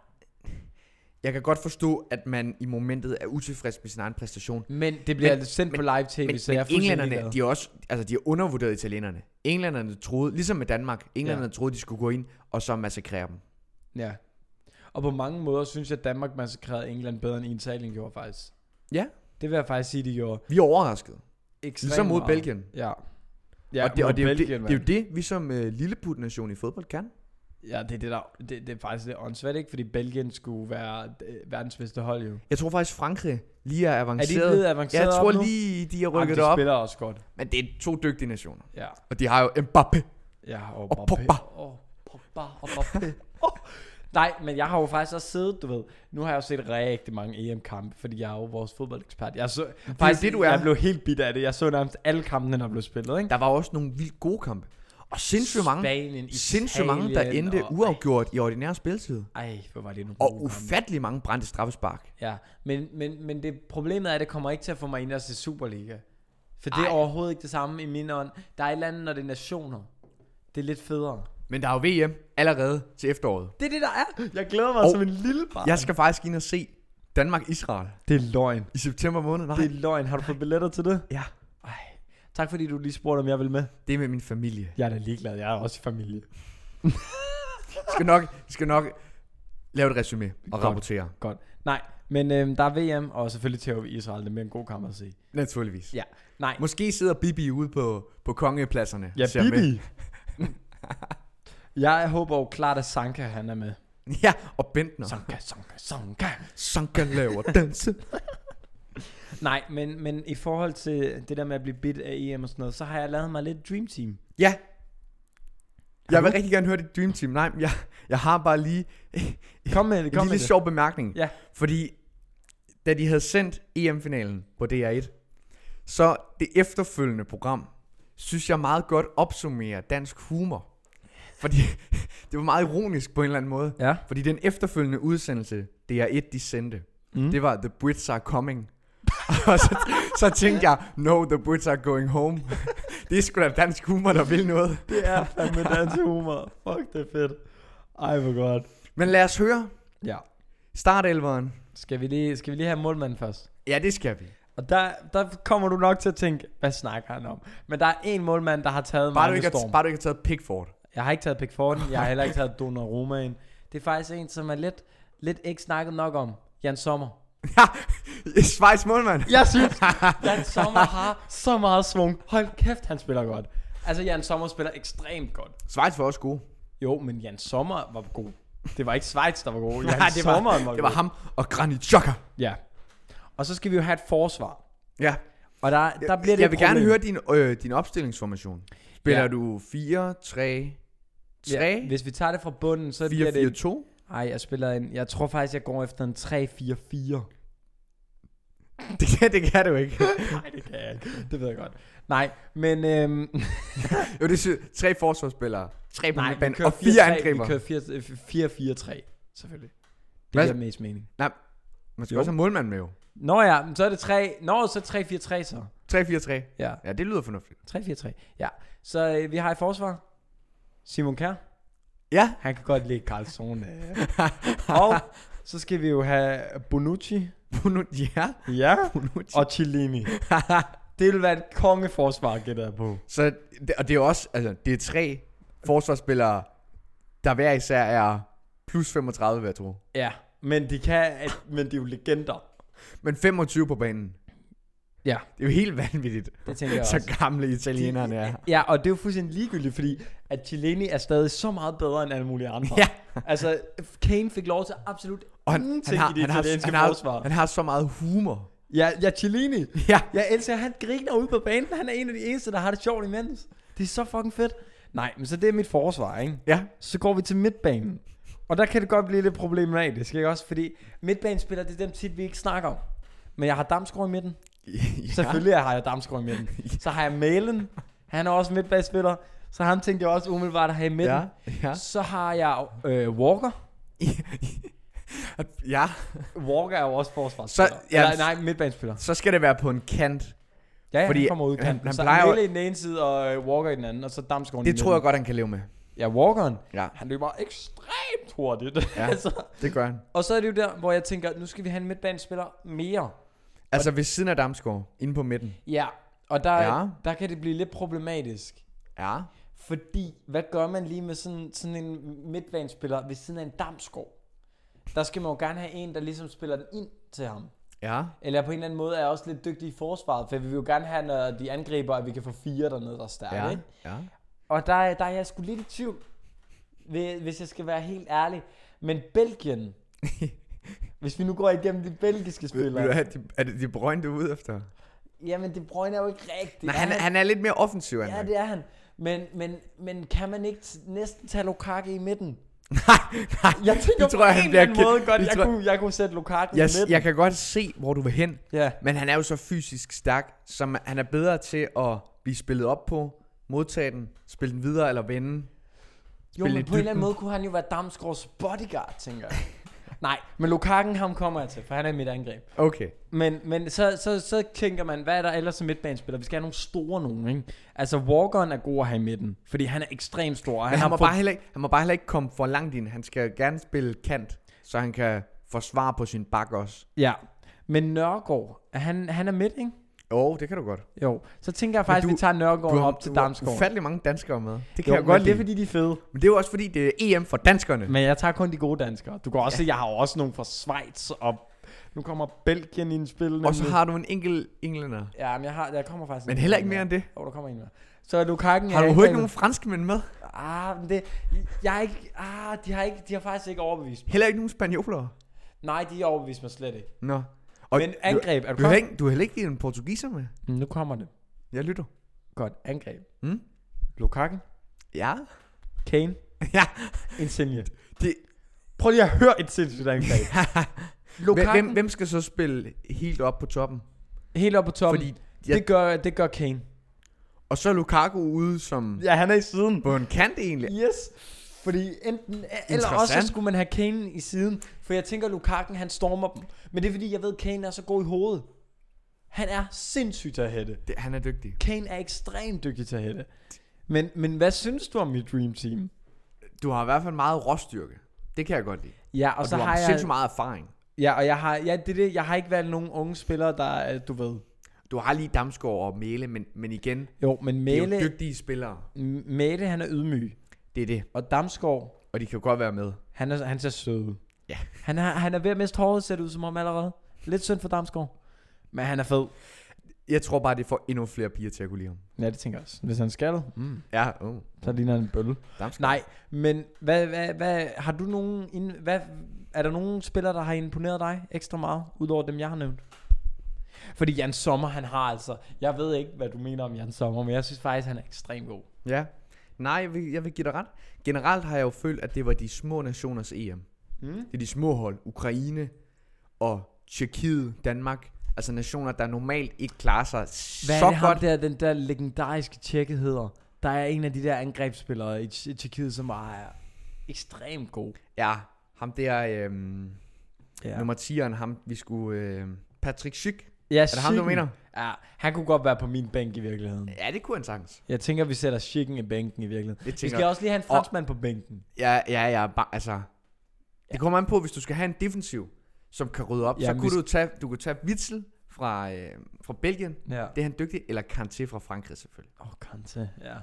S1: Jeg kan godt forstå, at man i momentet er utilfreds med sin egen præstation.
S2: Men det bliver
S1: Men-
S2: sendt
S1: men-
S2: på live tv,
S1: Men,
S2: så jeg er
S1: men
S2: fuldstændig ligeglad.
S1: englænderne, de er også, altså de har undervurderet italienerne. Englænderne troede, ligesom med Danmark, englænderne ja. troede, de skulle gå ind og så massakrere dem.
S2: Ja. Og på mange måder synes jeg, at Danmark massakrerede England bedre, end Italien gjorde faktisk.
S1: Ja.
S2: Det vil jeg faktisk sige, de gjorde.
S1: Vi er overrasket.
S2: Ekstremt
S1: Ligesom mod
S2: meget.
S1: Belgien.
S2: Ja.
S1: Ja, og det, og
S2: mod
S1: det, er jo det,
S2: Belgien,
S1: det er jo
S2: mand.
S1: det, vi som øh, lilleput-nation i fodbold kan.
S2: Ja, det er det der, det, det er faktisk lidt åndssvagt, ikke? Fordi Belgien skulle være øh, verdens bedste hold, jo.
S1: Jeg tror faktisk, Frankrig lige er
S2: Er de
S1: avanceret.
S2: blevet avanceret
S1: jeg tror
S2: op nu?
S1: lige, de har
S2: Jamen,
S1: rykket
S2: de
S1: op.
S2: spiller også godt.
S1: Men det er to dygtige nationer.
S2: Ja.
S1: Og de har jo Mbappé.
S2: Ja, og,
S1: Og
S2: Mbappé.
S1: Pogba.
S2: Og Pogba og Mbappé. [laughs] Åh. Nej, men jeg har jo faktisk også siddet, du ved. Nu har jeg jo set rigtig mange EM-kampe, fordi jeg er jo vores fodboldekspert. Jeg så, det faktisk,
S1: det, du er.
S2: Jeg blev helt bidt af det. Jeg så nærmest alle kampene, der blev spillet, ikke?
S1: Der var også nogle vildt gode kampe. Og sindssygt mange,
S2: Spanien,
S1: sindssygt mange der
S2: Italien
S1: endte
S2: og-
S1: uafgjort i ordinær spilletid.
S2: Ej, hvor var det nu?
S1: Og ufattelig mange brændte straffespark.
S2: Ja, men, men, men det, problemet er, at det kommer ikke til at få mig ind og se Superliga. For det er
S1: Ej.
S2: overhovedet ikke det samme i min ånd. Der er et eller andet, når det er nationer. Det er lidt federe.
S1: Men der er jo VM allerede til efteråret.
S2: Det er det, der er. Jeg glæder mig
S1: Og-
S2: som en lille barn.
S1: Jeg skal faktisk ind og se Danmark-Israel
S2: Det er løgn.
S1: i september måned. Nej,
S2: Det er løgn. Har du fået billetter til det?
S1: Ja.
S2: Ej. Tak fordi du lige spurgte, om jeg ville med.
S1: det er med min familie.
S2: Jeg er da ligeglad. Jeg er også i familie.
S1: Jeg skal nok, jeg skal nok lave et resume og
S2: Godt.
S1: rapportere.
S2: Godt. Nej, men øhm, der er VM, og selvfølgelig til Israel. Det er mere en god kamp at se.
S1: Naturligvis.
S2: Ja. Nej.
S1: Måske sidder Bibi ude på, på kongepladserne.
S2: Ja,
S1: og ser med.
S2: Bibi. [laughs] jeg håber jo klart, at Sanka han er med.
S1: Ja, og Bentner.
S2: Sanka, Sanka, Sanka.
S1: Sanka laver danse.
S2: Nej, men, men i forhold til det der med at blive bit af EM og sådan noget, så har jeg lavet mig lidt Dream Team.
S1: ja. Jeg
S2: du?
S1: vil rigtig gerne høre dit Dream Team. Nej, men jeg, jeg har bare lige
S2: Kom med det,
S1: en
S2: kom med
S1: lille
S2: det.
S1: sjov bemærkning.
S2: Ja.
S1: Fordi da de havde sendt EM-finalen på DR1, så det efterfølgende program, synes jeg meget godt opsummerer dansk humor. Fordi [laughs] det var meget ironisk på en eller anden måde.
S2: Ja.
S1: Fordi den efterfølgende udsendelse, DR1, de sendte,
S2: Mm.
S1: mm. det var The Brits Are Coming. [laughs] og så, så tænkte jeg, no, the Brits are going home. [laughs] det er sgu da dansk humor, der vil noget.
S2: Det er fandme dansk humor. Fuck, det er fedt. Ej, hvor godt.
S1: Men lad os høre
S2: Ja.
S1: startelveren.
S2: Skal vi lige, skal vi lige have målmanden først?
S1: Ja, det skal vi.
S2: Og der, der kommer du nok til at tænke, hvad snakker han om? Men der er en målmand, der har taget
S1: Bare
S2: mig
S1: du,
S2: med
S1: ikke
S2: storm.
S1: har, bare du ikke har taget Pickford.
S2: Jeg har ikke taget Pickforden, jeg har heller ikke taget Donnarumma ind. Det er faktisk en, som er lidt, lidt ikke snakket nok om. Jan Sommer.
S1: Ja, [laughs] Schweiz målmand.
S2: Jeg
S1: [laughs]
S2: synes, Jan Sommer har så meget svung. Hold kæft, han spiller godt. Altså, Jan Sommer spiller ekstremt godt.
S1: Schweiz var også god.
S2: Jo, men Jan Sommer var god. Det var ikke Schweiz, der var
S1: [laughs]
S2: god. Jan
S1: Nej, det var,
S2: Sommer var, god.
S1: det var ham og Granit Xhaka.
S2: Ja. Og så skal vi jo have et forsvar.
S1: Ja.
S2: Og der, der bliver det
S1: jeg
S2: et
S1: vil gerne
S2: problem.
S1: høre din, øh, din opstillingsformation. Spiller
S2: Ja.
S1: ja. du 4, 3, 3,
S2: Ja,
S1: ja,
S2: hvis vi tager det fra bunden, så
S1: 4,
S2: bliver
S1: 4,
S2: det...
S1: 2?
S2: Ej, jeg spiller en... Jeg tror faktisk, jeg går efter en
S1: [laughs]
S2: 3-4-4.
S1: [laughs] Det kan, det kan du ikke.
S2: Nej, det kan jeg ikke. Det ved jeg godt. Nej, men... Øhm,
S1: jo, det er tre forsvarsspillere, tre på
S2: nej,
S1: midtbanen og fire angriber.
S2: Vi kører 4-4-3, selvfølgelig. Det
S1: Hvad?
S2: giver mest mening.
S1: Nej, man skal
S2: Jo.
S1: jo. også have målmanden med jo.
S2: Nå ja, men så er det 3... Nå, så 3-4-3 så.
S1: 3, 4, 3.
S2: Ja,
S1: Ja, det lyder fornuftigt.
S2: 3-4-3. Ja, så øh, vi har et forsvar. Simon Kjær.
S1: [laughs] Ja.
S2: Han kan godt lide Carlsson. [laughs] og så skal vi jo have Bonucci.
S1: Bunu, ja.
S2: Ja.
S1: Bonucci.
S2: Og [laughs] Cellini. det ville være et kongeforsvar, gætter jeg på.
S1: Så, det, og det er jo også, altså, det er tre forsvarsspillere, der hver især er plus 35, vil jeg tro.
S2: Ja, men de kan, at, men de er jo legender.
S1: Men 25 på banen.
S2: Ja.
S1: Det er jo helt vanvittigt,
S2: Det tænker jeg også.
S1: så gamle italienerne er.
S2: Ja, og det er jo fuldstændig ligegyldigt, fordi at Cellini er stadig så meget bedre end alle mulige andre.
S1: Ja.
S2: Altså, Kane fik lov til absolut
S1: Og han, han,
S2: ingenting
S1: har,
S2: i det
S1: han, har,
S2: italienske
S1: han,
S2: forsvar.
S1: har, han har så meget humor. [laughs]
S2: ja, ja, Cellini.
S1: Ja.
S2: Jeg elsker, at han griner ude på banen. Han er en af de eneste, der har det sjovt imens. Det er så fucking fedt. Nej, men så det er mit forsvar, ikke?
S1: Ja.
S2: Så går vi til midtbanen. Og der kan det godt blive lidt problematisk, ikke også? Fordi midtbanespillere, det er dem tit, vi ikke snakker om. Men jeg har Damsgaard i midten.
S1: ja.
S2: Selvfølgelig har jeg Damsgaard i midten. [laughs] Så har jeg Malen. Han er også midtbanespiller. Så ham tænkte jeg også umiddelbart at have i midten.
S1: Ja.
S2: Ja.
S1: Ja.
S2: Så har jeg øh, Walker.
S1: ja.
S2: Walker er jo også forsvarsspiller.
S1: Så- ja,
S2: Eller, nej, midtbanespiller.
S1: Så skal det være på en kant.
S2: Ja, ja, Fordi
S1: Fordi
S2: han kommer ud i
S1: han-
S2: kanten.
S1: han
S2: Så
S1: plejer
S2: han
S1: jo-
S2: Malen i den ene side, og øh, Walker i den anden, og så Damsgaard i
S1: Det
S2: midten.
S1: tror jeg godt, han kan leve med.
S2: Ja, Walkeren.
S1: Ja.
S2: Han løber ekstremt hurtigt. Ja.
S1: Ja.
S2: [laughs] altså.
S1: Det gør han.
S2: Og så er det jo der, hvor jeg tænker, nu skal vi have en midtbanespiller mere.
S1: Altså ved siden af Damsgaard, inde på midten.
S2: Ja, og der, ja.
S1: Ja.
S2: der kan det blive lidt problematisk.
S1: Ja.
S2: Fordi, hvad gør man lige med sådan, sådan en midtbanespiller ved siden af en damskov? Der skal man jo gerne have en, der ligesom spiller den ind til ham.
S1: Ja.
S2: Eller på en eller anden måde er også lidt dygtig i forsvaret, for vi vil jo gerne have, når de angriber, at vi kan få fire dernede, der er stærke.
S1: Ja.
S2: Ja. Ikke?
S1: Ja.
S2: Og der, er- der er jeg sgu lidt i tvivl, ved- hvis jeg skal være helt ærlig. Men Belgien, hvis vi nu går igennem de belgiske
S1: Vil, vil du
S2: spillere,
S1: have, de- er det de brønte ude efter?
S2: jamen det Bruyne er jo ikke rigtigt.
S1: Nej,
S2: Er
S1: han, han er lidt mere offensiv, end
S2: Ja,
S1: ja,
S2: det er han. Men, men, men kan man ikke t- næsten tage Lukaku i midten?
S1: Nej, nej.
S2: Jeg tænker
S1: Det tror
S2: på
S1: jeg,
S2: en
S1: han
S2: eller
S1: bliver
S2: anden
S1: ked-
S2: måde godt,
S1: det
S2: jeg
S1: tror-
S2: kunne, jeg kunne sætte Lukaku
S1: Jeg,
S2: i midten.
S1: jeg kan godt se, hvor du vil hen,
S2: Ja.
S1: men han er jo så fysisk stærk, så man- han er bedre til at blive spillet op på, modtage den, spille den videre eller vende.
S2: Jo,
S1: spille
S2: men
S1: i
S2: på en eller anden
S1: dybden.
S2: måde kunne han jo være Damsgaards bodyguard, tænker jeg. Nej, men Lukaku, ham kommer jeg til, for han er i mit angreb.
S1: Okay.
S2: Men, men så, så, så tænker man, hvad er der ellers som midtbanespiller? Vi skal have nogle store nogen, ikke? Altså, Walkeren er god at have i midten, fordi han er ekstremt stor.
S1: Men
S2: og
S1: han,
S2: har
S1: han, må
S2: fået-
S1: bare heller ikke, han må bare heller ikke komme for langt ind. Han skal gerne spille kant, så han kan forsvare på sin bak også.
S2: Ja, men Nørgaard, er han, han er midt, ikke?
S1: Jo, oh, det kan du godt.
S2: Jo, så tænker jeg faktisk,
S1: du-
S2: du, vi tager Nørgaard
S1: du har,
S2: op til
S1: du har
S2: Damsgaard.
S1: ufattelig mange danskere med. Det kan
S2: Jo,
S1: jo, jeg godt
S2: men det
S1: lide.
S2: er, fordi de er fede.
S1: Men det er jo også fordi, det er EM for danskerne.
S2: Men jeg tager kun de gode danskere. Du kan også se, jeg har også nogle fra Schweiz, og nu kommer Belgien ind i spil.
S1: Og så
S2: nemlig.
S1: har du en enkelt englænder.
S2: Ja, men jeg, har, jeg kommer faktisk...
S1: Men heller ikke mere end det.
S2: Jo, der kommer en mere. Så Lukaku...
S1: Har du overhovedet ikke nogen franskmænd med?
S2: Ah, men det... Jeg er ikke... Ah, de har, ikke, de har faktisk ikke overbevist mig.
S1: Heller ikke nogen spanioler?
S2: Nej, de overbeviste mig slet ikke.
S1: Nå.
S2: Og
S1: Og
S2: men
S1: du-
S2: angreb, er
S1: Du
S2: du,
S1: har,
S2: klar?
S1: heller ikke, du har heller ikke en portugiser med.
S2: Mm, Nu kommer det.
S1: Jeg lytter.
S2: Godt, angreb.
S1: Mm?
S2: Lukaku,
S1: Ja.
S2: Kane,
S1: [laughs] Ja.
S2: [laughs] Insigne.
S1: Det,
S2: Prøv lige at høre et sindssygt angreb.
S1: hvem,
S2: [laughs] Lukaku,
S1: hvem, hvem skal så spille helt op på toppen?
S2: helt op på toppen.
S1: Fordi
S2: jeg...
S1: jeg-
S2: det, gør, det gør Kane.
S1: Og så er Lukaku ude som...
S2: Ja, han er i siden.
S1: På en kant egentlig.
S2: Yes. Fordi enten, eller også så
S1: Interessant.
S2: skulle man have Kane i siden. For jeg tænker, Lukaku, han stormer dem. Men det er fordi, jeg ved, Kane er så god i hovedet. Han er sindssygt til at hætte.
S1: Det, han er dygtig.
S2: Kane er ekstremt dygtig til at hætte. Men, men hvad synes du om mit Dream Team?
S1: Du har i hvert fald meget råstyrke. Det kan jeg godt lide.
S2: Ja, og,
S1: Og, og
S2: så
S1: du har,
S2: har jeg...
S1: sindssygt meget erfaring.
S2: Ja, og jeg har, ja, det er det, jeg har ikke valgt nogen unge spillere, der, er, du ved...
S1: Du har lige Damsgaard og Mæle, men, men igen,
S2: Jo, men
S1: det er
S2: Mæle,
S1: jo dygtige spillere.
S2: M- Mæle han er ydmyg.
S1: Det er det.
S2: Og Damsgaard,
S1: Og de kan jo godt være med.
S2: han, er, han ser sød. ud.
S1: Ja.
S2: Han er, han er ved at miste håret, ser det ud som om allerede. Lidt synd for Damsgaard. Men han er fed.
S1: Jeg tror bare, det får endnu flere piger til at kunne lide ham.
S2: Ja, det tænker jeg også. Hvis han skal,
S1: Mm. Ja, oh.
S2: så ligner han en bølle.
S1: Damsgaard.
S2: Nej, men hvad, hvad, hvad, har du nogen... ind- Hvad, er der nogen spillere, der har imponeret dig ekstra meget, udover dem, jeg har nævnt? Fordi Jan Sommer, han har altså... Jeg ved ikke, hvad du mener om Jan Sommer, men jeg synes faktisk, han er ekstremt god.
S1: Ja. Nej, jeg vil, jeg vil give dig ret. Generelt har jeg jo følt, at det var de små nationers EM.
S2: Mm.
S1: Det er de små hold. Ukraine og Tjekkiet, Danmark. Altså nationer, der normalt ikke klarer sig
S2: Hvad
S1: så
S2: er det ham
S1: godt.
S2: der, den der legendariske tjekke hedder? Der er en af de der angrebsspillere i Tj- i Tjekkiet, som bare er ekstremt god.
S1: Ja, ham der, øhm,
S2: Ja,
S1: ja. nummer 10'eren, ham vi skulle... Øhm, Patrick Schick.
S2: ja
S1: Er det ham, du
S2: Schicken.
S1: mener?
S2: Ja, han kunne godt være på min bænk i virkeligheden.
S1: Ja, det kunne han sagtens.
S2: Jeg tænker, vi sætter Chicken i bænken i virkeligheden.
S1: Det
S2: Vi
S1: tænker
S2: skal
S1: jeg.
S2: også lige have en franskmand på bænken.
S1: Ja, ja, ja, bare, altså... Det kommer an på, hvis du skal have en defensiv, som kan rydde op,
S2: Jamen,
S1: så kunne
S2: hvis-
S1: du tage, du kunne tage Witzel fra, øh, fra Belgien.
S2: Ja.
S1: Det er han dygtig. Eller Kanté fra Frankrig selvfølgelig.
S2: Åh, oh, Kante. Ja.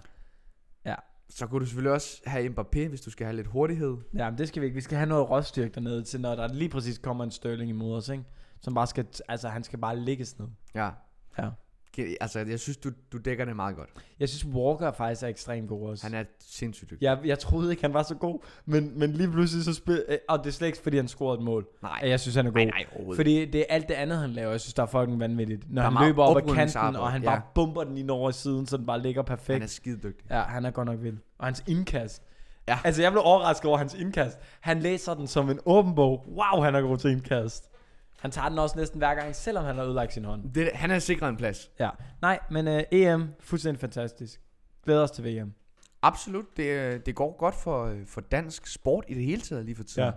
S1: Så kunne du selvfølgelig også have Mbappé, hvis du skal have lidt hurtighed.
S2: ja, men det skal vi ikke. Vi skal have noget råstyrke dernede til, når der lige præcis kommer en Sterling imod os, ikke? Som bare skal, altså han skal bare ligges ned.
S1: Ja.
S2: Ja.
S1: Ge- Altså, jeg synes, du, du dækker det meget godt.
S2: Jeg synes, Walker faktisk er ekstremt god også.
S1: Han er sindssygt dygtig.
S2: Jeg, jeg troede ikke, han var så god, men, men lige pludselig så spil... øh, Og det er slet ikke, fordi han scorede et mål.
S1: Nej,
S2: Ej, jeg synes, han er god.
S1: nej, nej, overhovedet. Fordi...
S2: Fordi det er alt det andet, han laver. Jeg synes, der er fucking vanvittigt. Når
S1: Der er
S2: han
S1: meget
S2: løber op ad kanten,
S1: oprydningsarbejde,
S2: og han
S1: ja.
S2: bare bomber den ind over siden, så den bare ligger
S1: Han
S2: perfekt.
S1: er skide dygtig.
S2: Ja, han er godt nok vild. Og hans indkast.
S1: Ja.
S2: Altså, jeg blev overrasket over hans indkast. Han læser den som en åben bog. Wow, han er god til indkast. Han tager den også næsten hver gang, selvom han har ødelagt sin hånd.
S1: Det, han er sikret en plads.
S2: Ja. Nej, men øh, EM, fuldstændig fantastisk. Glæder os til VM.
S1: Absolut. Det, øh, det går godt for, øh, for dansk sport i det hele taget lige for tiden.
S2: Ja.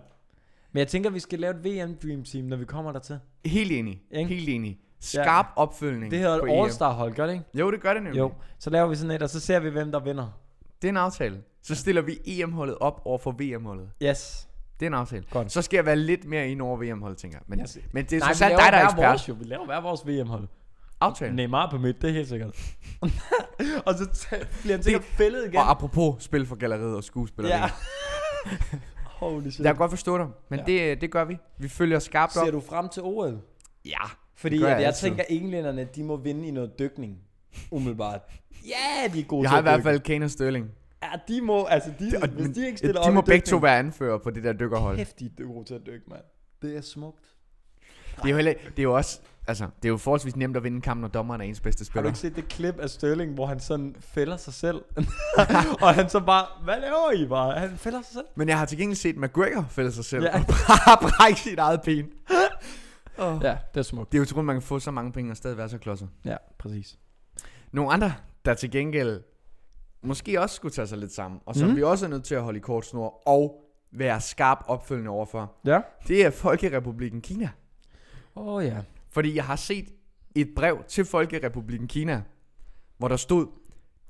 S2: Men jeg tænker, vi skal lave et VM Dream Team, når vi kommer dertil.
S1: Helt enig.
S2: Ikke?
S1: Helt enig. Skarp ja. opfølgning.
S2: Det hedder
S1: på E
S2: et
S1: EM.
S2: All-Star hold, gør det ikke?
S1: Jo, det gør det nemlig.
S2: Jo. Så laver vi sådan et, og så ser vi, hvem der vinder.
S1: Det er en aftale. Så stiller vi EM-holdet op over for VM-holdet.
S2: Yes.
S1: Det er en aftale.
S2: Godt.
S1: Så skal jeg være lidt mere ind over VM-holdet, tænker jeg. Men,
S2: Yes.
S1: men det er
S2: Nej,
S1: så
S2: vi
S1: sandt
S2: laver
S1: dig, der er
S2: hver
S1: ekspert.
S2: vores, jo. Vi laver hver vores VM-hold.
S1: Aftale.
S2: Neymar på midt, det er helt
S1: [laughs]
S2: sikkert. og så t- bliver han sikkert fældet igen.
S1: Og apropos spil for galleriet og skuespillere.
S2: ja. [laughs] Holy shit.
S1: Jeg kan godt forstå dig, men
S2: Ja.
S1: ja. det, det gør vi. Vi følger skarpt op.
S2: Ser du frem til OL?
S1: Ja.
S2: Fordi
S1: Det gør
S2: jeg,
S1: jeg
S2: jeg
S1: altid.
S2: tænker, englænderne, de må vinde i noget dykning. Umiddelbart. Ja, de er gode
S1: Jeg
S2: til
S1: har i
S2: at
S1: hvert
S2: dykke.
S1: fald Kane og Sterling.
S2: Ja, de må, altså de,
S1: Og-
S2: hvis
S1: men
S2: de ikke stiller
S1: de
S2: op
S1: må
S2: i
S1: begge to
S2: dykning,
S1: være anfører på det der dykkerhold.
S2: Kæft, de er gode til at dykke, mand. Det er smukt.
S1: Det er jo, heller, ikke- det er jo også... Altså, det er jo forholdsvis nemt at vinde en kamp, når dommeren er ens bedste
S2: Har du
S1: spiller.
S2: ikke set det klip af Sterling, hvor han sådan fælder sig selv? [laughs] og han så bare, hvad laver I bare? Han fælder sig selv.
S1: Men jeg har til gengæld set McGregor fælde sig selv
S2: Ja.
S1: ja. og bare [laughs] brække sit eget ben. oh.
S2: Ja, det er smukt.
S1: Det er jo troligt, man kan få så mange penge og stadig være så klodset.
S2: Ja, præcis.
S1: Nogle andre, der til gengæld måske også skulle tage sig lidt sammen, og som
S2: Mhm.
S1: mm. vi også er nødt til at holde i kort snor, og være skarp opfølgende overfor,
S2: Ja.
S1: det er Folkerepubliken Kina.
S2: Åh oh, ja.
S1: Fordi jeg har set et brev til Folkerepubliken Kina, hvor der stod,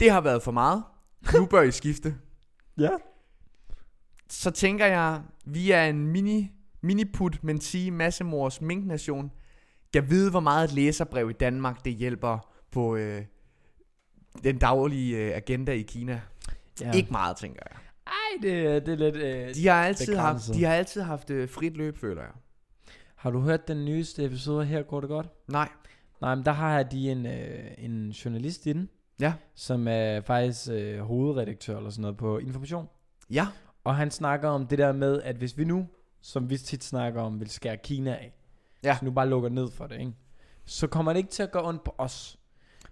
S1: det har været for meget, nu bør I skifte. [laughs]
S2: Ja.
S1: Så tænker jeg, vi er en mini, miniput, men sige massemors minknation. Jeg ved, hvor meget et læserbrev i Danmark, det hjælper på øh, den daglige øh, agenda i Kina.
S2: ja.
S1: Ja. Ikke meget, tænker jeg.
S2: Ej, det, det er lidt... Øh,
S1: De har altid haft,
S2: begrænset.
S1: de har altid haft øh, frit løb, føler jeg.
S2: Har du hørt den nyeste episode af her går det godt?
S1: Nej.
S2: Nej, men der har de en, øh, en journalist inde,
S1: Ja.
S2: som er faktisk øh, hovedredaktør eller sådan noget på Information.
S1: Ja.
S2: Og han snakker om det der med, at hvis vi nu, som vi tit snakker om, vil skære Kina af,
S1: Ja.
S2: så nu bare lukker ned for det, ikke? så kommer det ikke til at gå ondt på os.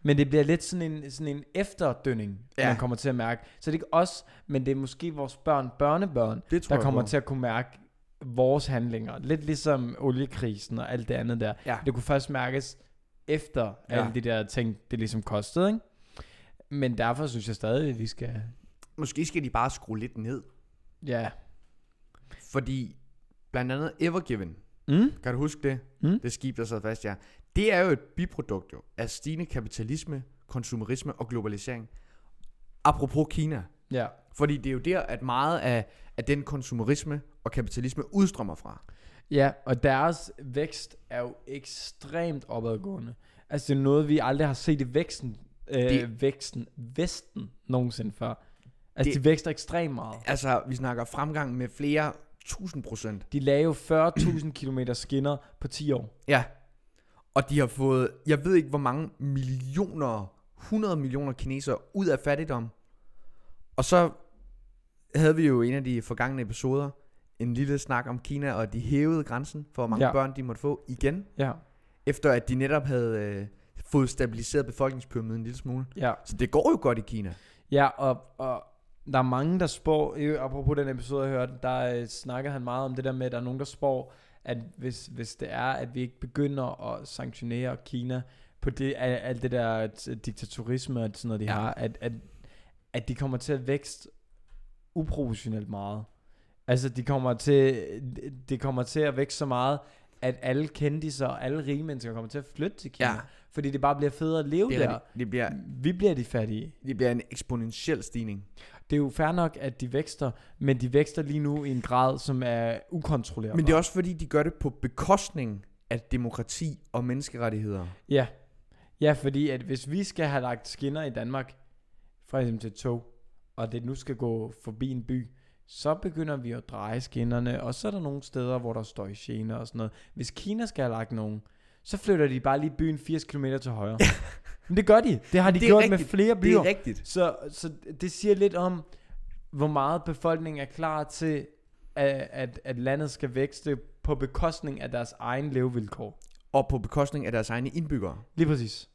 S2: Men det bliver lidt sådan en, sådan en efterdønning,
S1: Ja.
S2: ja. man kommer til at mærke. Så det er ikke os, men det er måske vores børn, børnebørn,
S1: Det tror
S2: der
S1: jeg
S2: kommer
S1: på.
S2: til at kunne mærke vores handlinger. Lidt ligesom oliekrisen og alt det andet der.
S1: Ja.
S2: Det kunne først mærkes efter ja.
S1: Ja.
S2: alle de der ting, det ligesom kostede. Ikke? Men derfor synes jeg stadig, at vi skal...
S1: Måske skal de bare skrue lidt ned.
S2: Ja.
S1: Fordi blandt andet Evergiven,
S2: Mm?
S1: kan du huske det?
S2: Mm.
S1: Det skib, der sad fast, ja. Det er jo et biprodukt jo, af stigende kapitalisme, konsumerisme og globalisering. Apropos Kina.
S2: Ja.
S1: Fordi det er jo der, at meget af, af den konsumerisme og kapitalisme udstrømmer fra.
S2: Ja, og deres vækst er jo ekstremt opadgående. Altså, det er noget, vi aldrig har set i væksten, øh,
S1: Det-
S2: væksten Vesten nogensinde før. Altså,
S1: Det-
S2: det... de vækster ekstremt meget.
S1: Altså, vi snakker fremgang med flere tusind procent.
S2: De lagde jo 40.000 km skinner på 10 år.
S1: Ja. Og de har fået, jeg ved ikke hvor mange millioner, 100 millioner kinesere ud af fattigdom. Og så havde vi jo i en af de forgangne episoder en lille snak om Kina, og de hævede grænsen for, hvor mange ja.
S2: Ja.
S1: børn de måtte få igen,
S2: Ja,
S1: efter at de netop havde øh, fået stabiliseret befolkningspyramiden en lille smule.
S2: ja.
S1: Så det går jo godt i Kina.
S2: Ja, og, og der er mange, der spår, øh, apropos den episode, jeg hørte, der øh, snakkede han meget om det der med, at der er nogen, der spår, at hvis, hvis det er, at vi ikke begynder at sanktionere Kina på det, al- alt det der t- diktatorisme og sådan noget, de
S1: Ja.
S2: ja. har, at, at, at de kommer til at vækste uproportionelt meget. Altså, de kommer til, de kommer til at vækste så meget, at alle kendtiser og alle rige mennesker kommer til at flytte til Kina.
S1: Ja.
S2: Ja. Fordi det bare bliver federe at leve
S1: Det, er,
S2: der.
S1: rigtigt. det, bliver,
S2: Vi bliver de fattige.
S1: det bliver en eksponentiel stigning.
S2: Det er jo fair nok, at de vækster, men de vækster lige nu i en grad, som er ukontrollerbar.
S1: Men det er også fordi, de gør det på bekostning af demokrati og menneskerettigheder.
S2: Ja. ja, fordi at hvis vi skal have lagt skinner i Danmark, for eksempel til et tog, og det nu skal gå forbi en by, så begynder vi at dreje skinnerne, og så er der nogle steder, hvor der står gener og sådan noget. Hvis Kina skal have lagt nogen, så flytter de bare lige byen 80 km til
S1: [laughs]
S2: højre. men det gør de. Det har de
S1: Det
S2: det
S1: er
S2: gjort med
S1: rigtigt.
S2: flere byer.
S1: Det er rigtigt.
S2: Så, så det siger lidt om, hvor meget befolkningen er klar til, at, at, at landet skal vækste på bekostning af deres egen levevilkår.
S1: og på bekostning af deres egne indbyggere.
S2: Lige præcis.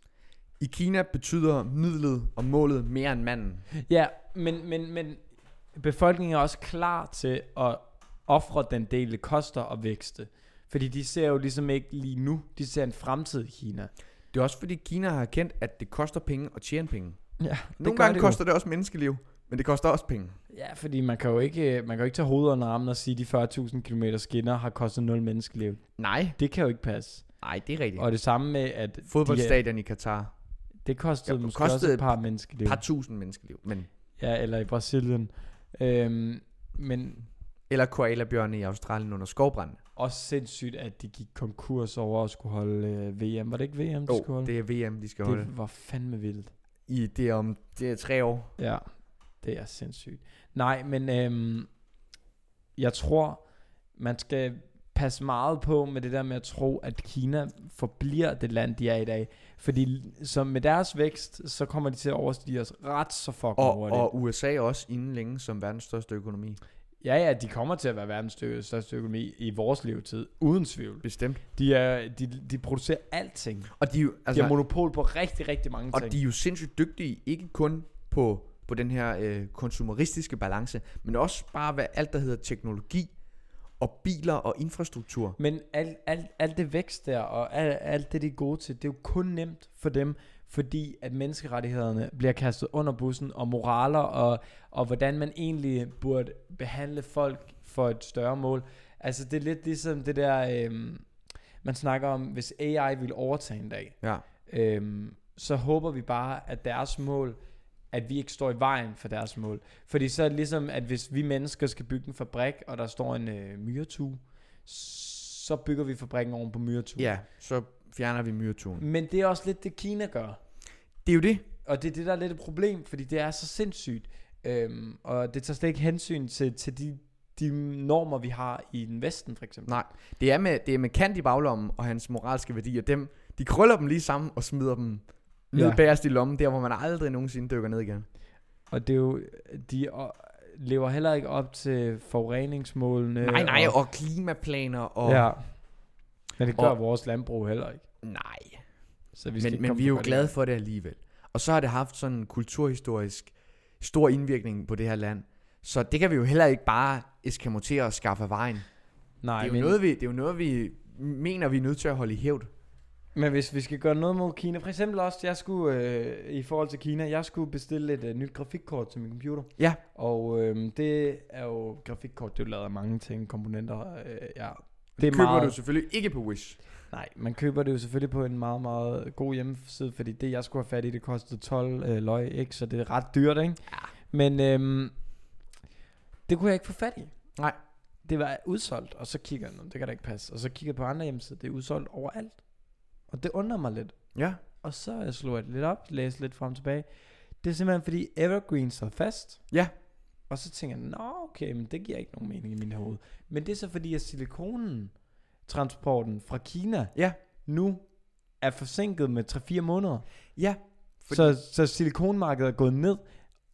S1: I Kina betyder midlet og målet mere end manden.
S2: Ja, men, men, men befolkningen er også klar til at ofre den del, det koster at vækste. Fordi de ser jo ligesom ikke lige nu, de ser en fremtid i Kina.
S1: Det er også fordi Kina har erkendt, at det koster penge at tjene penge.
S2: Ja,
S1: Nogle gange det koster det også menneskeliv, men det koster også penge.
S2: Ja, fordi man kan jo ikke, øh, man kan jo ikke tage hovedet under armen og sige, at de 40.000 km skinner har kostet 0 menneskeliv.
S1: Nej,
S2: Det kan jo ikke passe.
S1: nej, det er rigtigt. Og
S2: Og det samme med, at... de er-
S1: Fodboldstadion i Katar.
S2: Det kostede
S1: Ja,
S2: ja, måske
S1: kostede
S2: kostede også
S1: et
S2: et par menneskeliv.
S1: Par tusind menneskeliv. Men,
S2: Ja, eller i Brasilien. Øhm, men
S1: eller koalabjørne i Australien under skovbrand.
S2: også sindssygt, at de gik konkurs over at skulle holde øh, VM. Var det ikke VM, de skulle
S1: Jo,
S2: holde?
S1: det er VM, de skal holde.
S2: det var fandme vildt.
S1: I, det, er om, det er tre år.
S2: Ja, det er sindssygt. Nej, men øhm, jeg tror, man skal passe meget på med det der med at tro, at Kina forbliver det land, de er i dag. Fordi som med deres vækst, så kommer de til at overstige os ret så fucking
S1: Og,
S2: hurtigt.
S1: og USA også inden længe som verdens største økonomi.
S2: Ja, ja, de kommer til at være verdens stø- største økonomi i vores levetid, uden tvivl.
S1: Bestemt.
S2: De, er, de, de producerer alting. De
S1: Og de, er jo- altså,
S2: altså, har monopol på rigtig, rigtig mange
S1: Og
S2: ting.
S1: de er jo sindssygt dygtige, ikke kun på, på den her øh, konsumeristiske balance, men også bare hvad alt, der hedder teknologi og biler og infrastruktur.
S2: Men alt, alt, alt det vækst der, og alt, alt det, de er gode til, det er jo kun nemt for dem, fordi at menneskerettighederne bliver kastet under bussen, og moraler, og, og hvordan man egentlig burde behandle folk for et større mål. Altså, det er lidt ligesom det der, øhm, man snakker om, hvis AI ville overtage en dag,
S1: Ja.
S2: øhm, så håber vi bare, at deres mål, at vi ikke står i vejen for deres mål. Fordi så er det ligesom, at hvis vi mennesker skal bygge en fabrik, og der står en øh, myretue, så bygger vi fabrikken oven på myretuen.
S1: ja, så fjerner vi myretuen.
S2: Men det er også lidt det, Kina gør.
S1: Det er jo det.
S2: Og det er det, der er lidt et problem, fordi det er så sindssygt. Øhm, og det tager slet ikke hensyn til, til de, de normer, vi har i den Vesten, for eksempel.
S1: Nej, det er med, det er med Kant i baglommen og hans moralske værdier. Dem, de krøller dem lige sammen og smider dem ned
S2: Ja.
S1: ja. bagerst i lommen, der hvor man aldrig nogensinde dykker ned igen.
S2: Og det er jo, de øh, lever heller ikke op til forureningsmålene.
S1: Nej, nej,
S2: Øh, og,
S1: og klimaplaner og...
S2: Ja. Men det gør
S1: Og-
S2: vores landbrug heller ikke.
S1: Nej,
S2: Så vi skal
S1: men,
S2: ikke
S1: men
S2: komme
S1: vi er jo
S2: for godt i
S1: glade
S2: gang.
S1: for det alligevel. Og så har det haft sådan en kulturhistorisk stor indvirkning på det her land. Så det kan vi jo heller ikke bare eskamotere og skaffe af vejen.
S2: Nej,
S1: det, er jo
S2: men,
S1: noget, vi, det er jo noget, vi mener, vi er nødt til at holde i hævd.
S2: men hvis vi skal gøre noget mod Kina, for eksempel også, jeg skulle, øh, i forhold til Kina, jeg skulle bestille et øh, nyt grafikkort til min computer.
S1: Ja.
S2: Og øh, det er jo, grafikkort, det er jo lavet af mange ting, komponenter, øh, ja.
S1: Det køber du selvfølgelig ikke på Wish.
S2: Nej, man køber det jo selvfølgelig på en meget, meget god hjemmeside, fordi det, jeg skulle have fat i, det kostede 12 øh, løg, ikke? Så det er ret dyrt, ikke?
S1: Ja.
S2: Men øhm, det kunne jeg ikke få fat i.
S1: Nej.
S2: Det var udsolgt, og så kigger jeg, "Nå, det kan da ikke passe. Og så kigger jeg på andre hjemmesider, det er udsolgt overalt. Og det undrer mig lidt.
S1: Ja,
S2: Og så øh, slog jeg det lidt op, læste lidt frem og tilbage. Det er simpelthen, fordi Evergreen sad fast.
S1: Ja.
S2: Og så tænker jeg, nå okay, men det giver ikke nogen mening i min hoved. Men det er så fordi, at silikonen, transporten fra Kina,
S1: Ja.
S2: nu er forsinket med 3-4 måneder.
S1: ja. Fordi-
S2: Så, så silikonmarkedet er gået ned,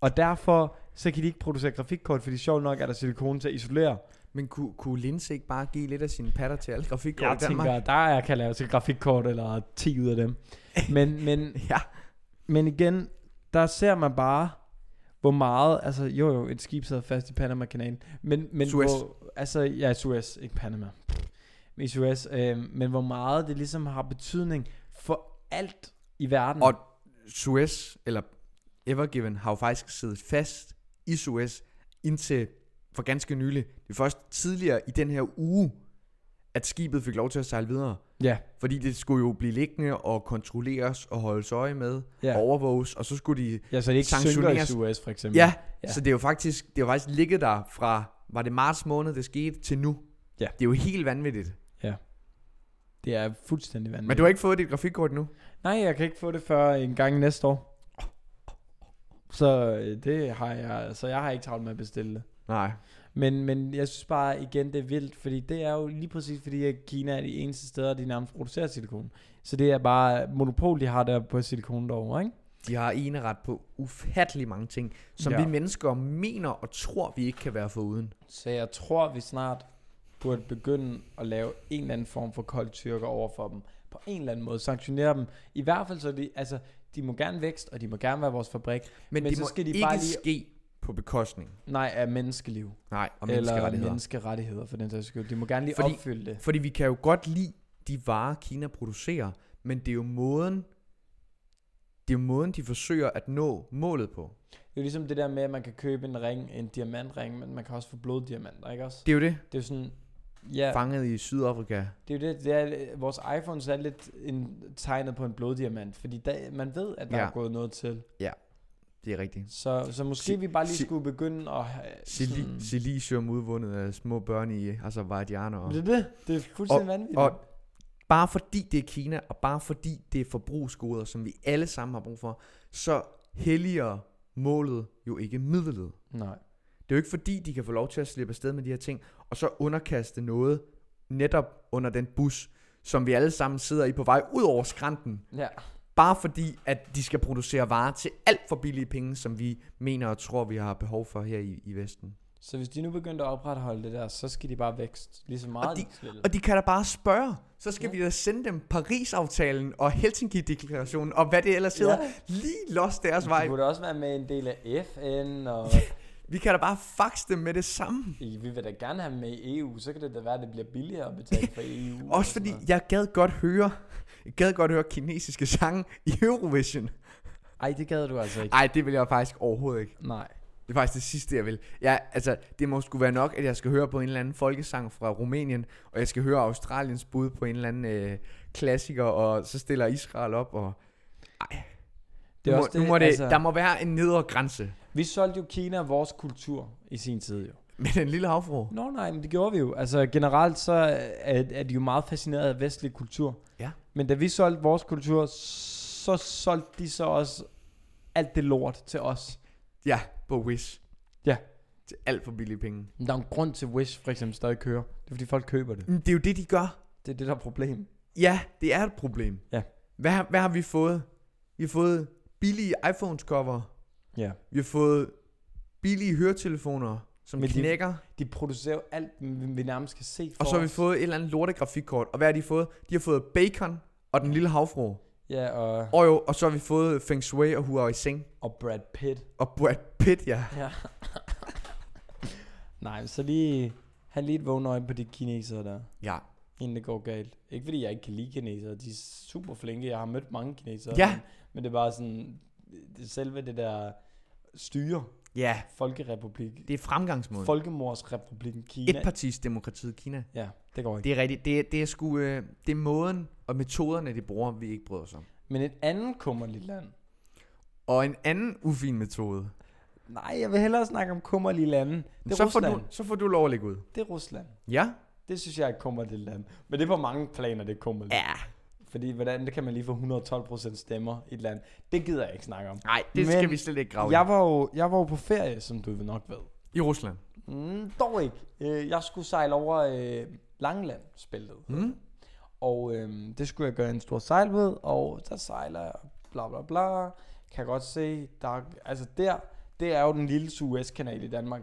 S2: og derfor så kan de ikke producere grafikkort, fordi sjovt nok er der silikon til at isolere.
S1: Men kunne, kunne Linse ikke bare give lidt af sine patter til alle grafikkort
S2: Jeg
S1: i Danmark?
S2: tænker, der er, jeg kan lave til grafikkort, eller 10 ud af dem. Men, men,
S1: Ja.
S2: Men igen, der ser man bare, hvor meget, altså jo jo, et skib sidder fast i Panama-kanalen, men, men
S1: Suez.
S2: hvor, altså ja, Suez, ikke Panama, men Suez, øh, men hvor meget det ligesom har betydning for alt i verden.
S1: Og- Suez, eller Evergiven, har jo faktisk siddet fast i Suez indtil for ganske nylig. Det er først tidligere i den her uge, at skibet fik lov til at sejle videre.
S2: ja,
S1: Fordi det skulle jo blive liggende og kontrolleres og holdes øje med, ja.
S2: ja.
S1: overvåges, og så skulle de...
S2: ja, så det ikke synker i
S1: sanktioneres.
S2: Suez for eksempel.
S1: Ja,
S2: Ja.
S1: ja. så det er jo faktisk, det er jo faktisk ligget der fra, var det marts måned, det skete, til nu.
S2: Ja.
S1: Det er jo helt vanvittigt.
S2: Det er fuldstændig vanvittigt.
S1: Men du har ikke fået dit grafikkort nu?
S2: Nej, jeg kan ikke få det før en gang næste år. Så øh, det har jeg, så jeg har ikke travlt med at bestille det.
S1: Nej.
S2: Men, men jeg synes bare igen, det er vildt, fordi det er jo lige præcis fordi, at Kina er de eneste steder, de nærmest producerer silikon. Så det er bare monopol, de har der på silikon derovre, ikke?
S1: De har eneret på ufattelig mange ting, som
S2: Ja.
S1: ja. vi mennesker mener og tror, vi ikke kan være foruden.
S2: Så jeg tror, vi snart burde begynde at lave en eller anden form for kold tyrker over for dem. På en eller anden måde. Sanktionere dem. I hvert fald så de, altså, de må gerne vækste, og de må gerne være vores fabrik.
S1: Men,
S2: Men
S1: Men det
S2: så
S1: må
S2: skal de
S1: ikke
S2: bare lige-
S1: lige... ske på bekostning.
S2: Nej, af menneskeliv.
S1: Nej, og
S2: eller
S1: menneskerettigheder. Menneske...
S2: menneskerettigheder, for den sags skyld. De må gerne lige fordi...
S1: Fordi-
S2: opfylde det.
S1: Fordi vi kan jo godt lide de varer, Kina producerer, men det er jo måden, det er jo måden, de forsøger at nå målet på.
S2: Det er jo ligesom det der med, at man kan købe en ring, en diamantring, men man kan også få bloddiamanter, ikke også?
S1: Det er jo det,
S2: Det er jo sådan, ja,
S1: ja. fanget i Sydafrika.
S2: det er jo det, det er, vores iPhones er lidt en, tegnet på en bloddiamant, fordi der, man ved, at der ja.
S1: Ja.
S2: er gået noget til.
S1: Det er rigtigt.
S2: Så, så måske
S1: Si-
S2: vi bare lige
S1: si-
S2: skulle begynde at have
S1: Sili-
S2: sådan-
S1: Silicium udvundet af små børn i Azerbaijan. Og...
S2: Det er det, det er fuldstændig vanvittigt.
S1: og- bare fordi det er Kina, og bare fordi det er forbrugsgoder, som vi alle sammen har brug for, så helliger målet jo ikke midlet.
S2: Nej,
S1: Det er jo ikke fordi, de kan få lov til at slippe afsted med de her ting, og så underkaste noget netop under den bus, som vi alle sammen sidder i på vej ud over skrænten.
S2: ja,
S1: Bare fordi, at de skal producere varer til alt for billige penge, som vi mener og tror, vi har behov for her i, i Vesten.
S2: så hvis de nu begyndte at opretholde det der, så skal de bare vækst lige så meget.
S1: de-
S2: de,
S1: Og de kan da bare spørge. Så skal
S2: Ja.
S1: ja. vi da sende dem Paris-aftalen og Helsinki-deklarationen og hvad det ellers hedder. lige lost deres
S2: de
S1: vej.
S2: burde også være med i en del af FN, og
S1: Vi kan da bare faxe dem med det samme.
S2: I- Vi vil da gerne have dem med i EU, så kan det da være, at det bliver billigere at betale for EU. og
S1: Også
S2: sådan
S1: fordi
S2: noget.
S1: jeg gad godt høre, jeg gad godt høre kinesiske sange i Eurovision.
S2: Ej, det gad du altså ikke.
S1: Nej, det vil jeg faktisk overhovedet ikke.
S2: Nej.
S1: Det er faktisk det sidste, jeg vil. Jeg, altså, det må sgu være nok, at jeg skal høre på en eller anden folkesang fra Rumænien, og jeg skal høre Australiens bud på en eller anden øh, klassiker, og så stiller Israel op, og
S2: Det
S1: det
S2: er
S1: må,
S2: også det,
S1: nu må det,
S2: altså,
S1: der må være en nedre grænse.
S2: Vi solgte jo Kina vores kultur i sin tid jo.
S1: Men den lille havfru.
S2: Nå nej, men det gjorde vi jo. Altså generelt så er, er de jo meget fascineret af vestlig kultur.
S1: Ja.
S2: Men da vi solgte vores kultur, så solgte de så også alt det lort til os.
S1: Ja, på Wish.
S2: Ja.
S1: Til alt for billige penge.
S2: Men Der er jo en grund til Wish for eksempel stadig kører. Det er fordi folk køber det.
S1: Men det er jo det, de gør.
S2: Det er det der er problemet.
S1: Ja, det er et problem.
S2: Ja.
S1: Hvad, har- hvad har vi fået? Vi har fået billige iPhones cover.
S2: Ja.
S1: Vi har fået billige høretelefoner, som
S2: Men
S1: Men
S2: de-
S1: knækker. De,
S2: De producerer jo alt, vi vi nærmest kan se for
S1: og så har vi
S2: os.
S1: fået et eller andet lortegrafikkort. Og hvad har de fået? De har fået bacon og den lille havfru.
S2: Ja, og,
S1: Og jo, og så har vi fået Feng Shui og Hua Sing.
S2: og Brad Pitt.
S1: Og Brad Pitt, ja.
S2: Ja. Nej, så lige... Han lige et vågne øje på de kinesere der,
S1: Ja,
S2: inden det går galt. Ikke fordi jeg ikke kan lide kinesere, de er super flinke. Jeg har mødt mange kinesere.
S1: Ja.
S2: Men, men det er bare sådan, det- selve det der styre,
S1: ja
S2: folkerepublik,
S1: det er fremgangsmåden. For
S2: folkemordsrepublikken Kina.
S1: et partis demokratiet Kina.
S2: ja, det går ikke.
S1: Det er rigtigt. Det er, det er sgu, øh, det er måden og metoderne, de bruger, vi ikke bryder os om.
S2: Men et andet kummerligt land.
S1: Og en anden ufin metode.
S2: Nej, jeg vil hellere snakke om kummerlige lande. Det er
S1: så, får
S2: Rusland.
S1: du, så får du lov at lægge ud.
S2: Det er Rusland.
S1: Ja.
S2: Det synes jeg er et kummerligt land. Men det er på mange planer, det er kummerligt.
S1: Ja.
S2: Fordi hvordan det kan man lige få 112% stemmer i et land? Det gider jeg ikke snakke om.
S1: Nej, det
S2: Men
S1: Men skal vi slet ikke grave
S2: Jeg var, jo, jeg var jo på ferie, som du nok ved.
S1: i. I Rusland.
S2: Mm, dog ikke. Øh, Jeg skulle sejle over øh, Langeland, spillet.
S1: Mm?
S2: Og øh, det skulle jeg gøre en stor sejl ved, og der sejler jeg, bla bla bla. Kan godt se, der, er- altså der, det er jo den lille Suezkanal i
S1: [laughs]
S2: Danmark.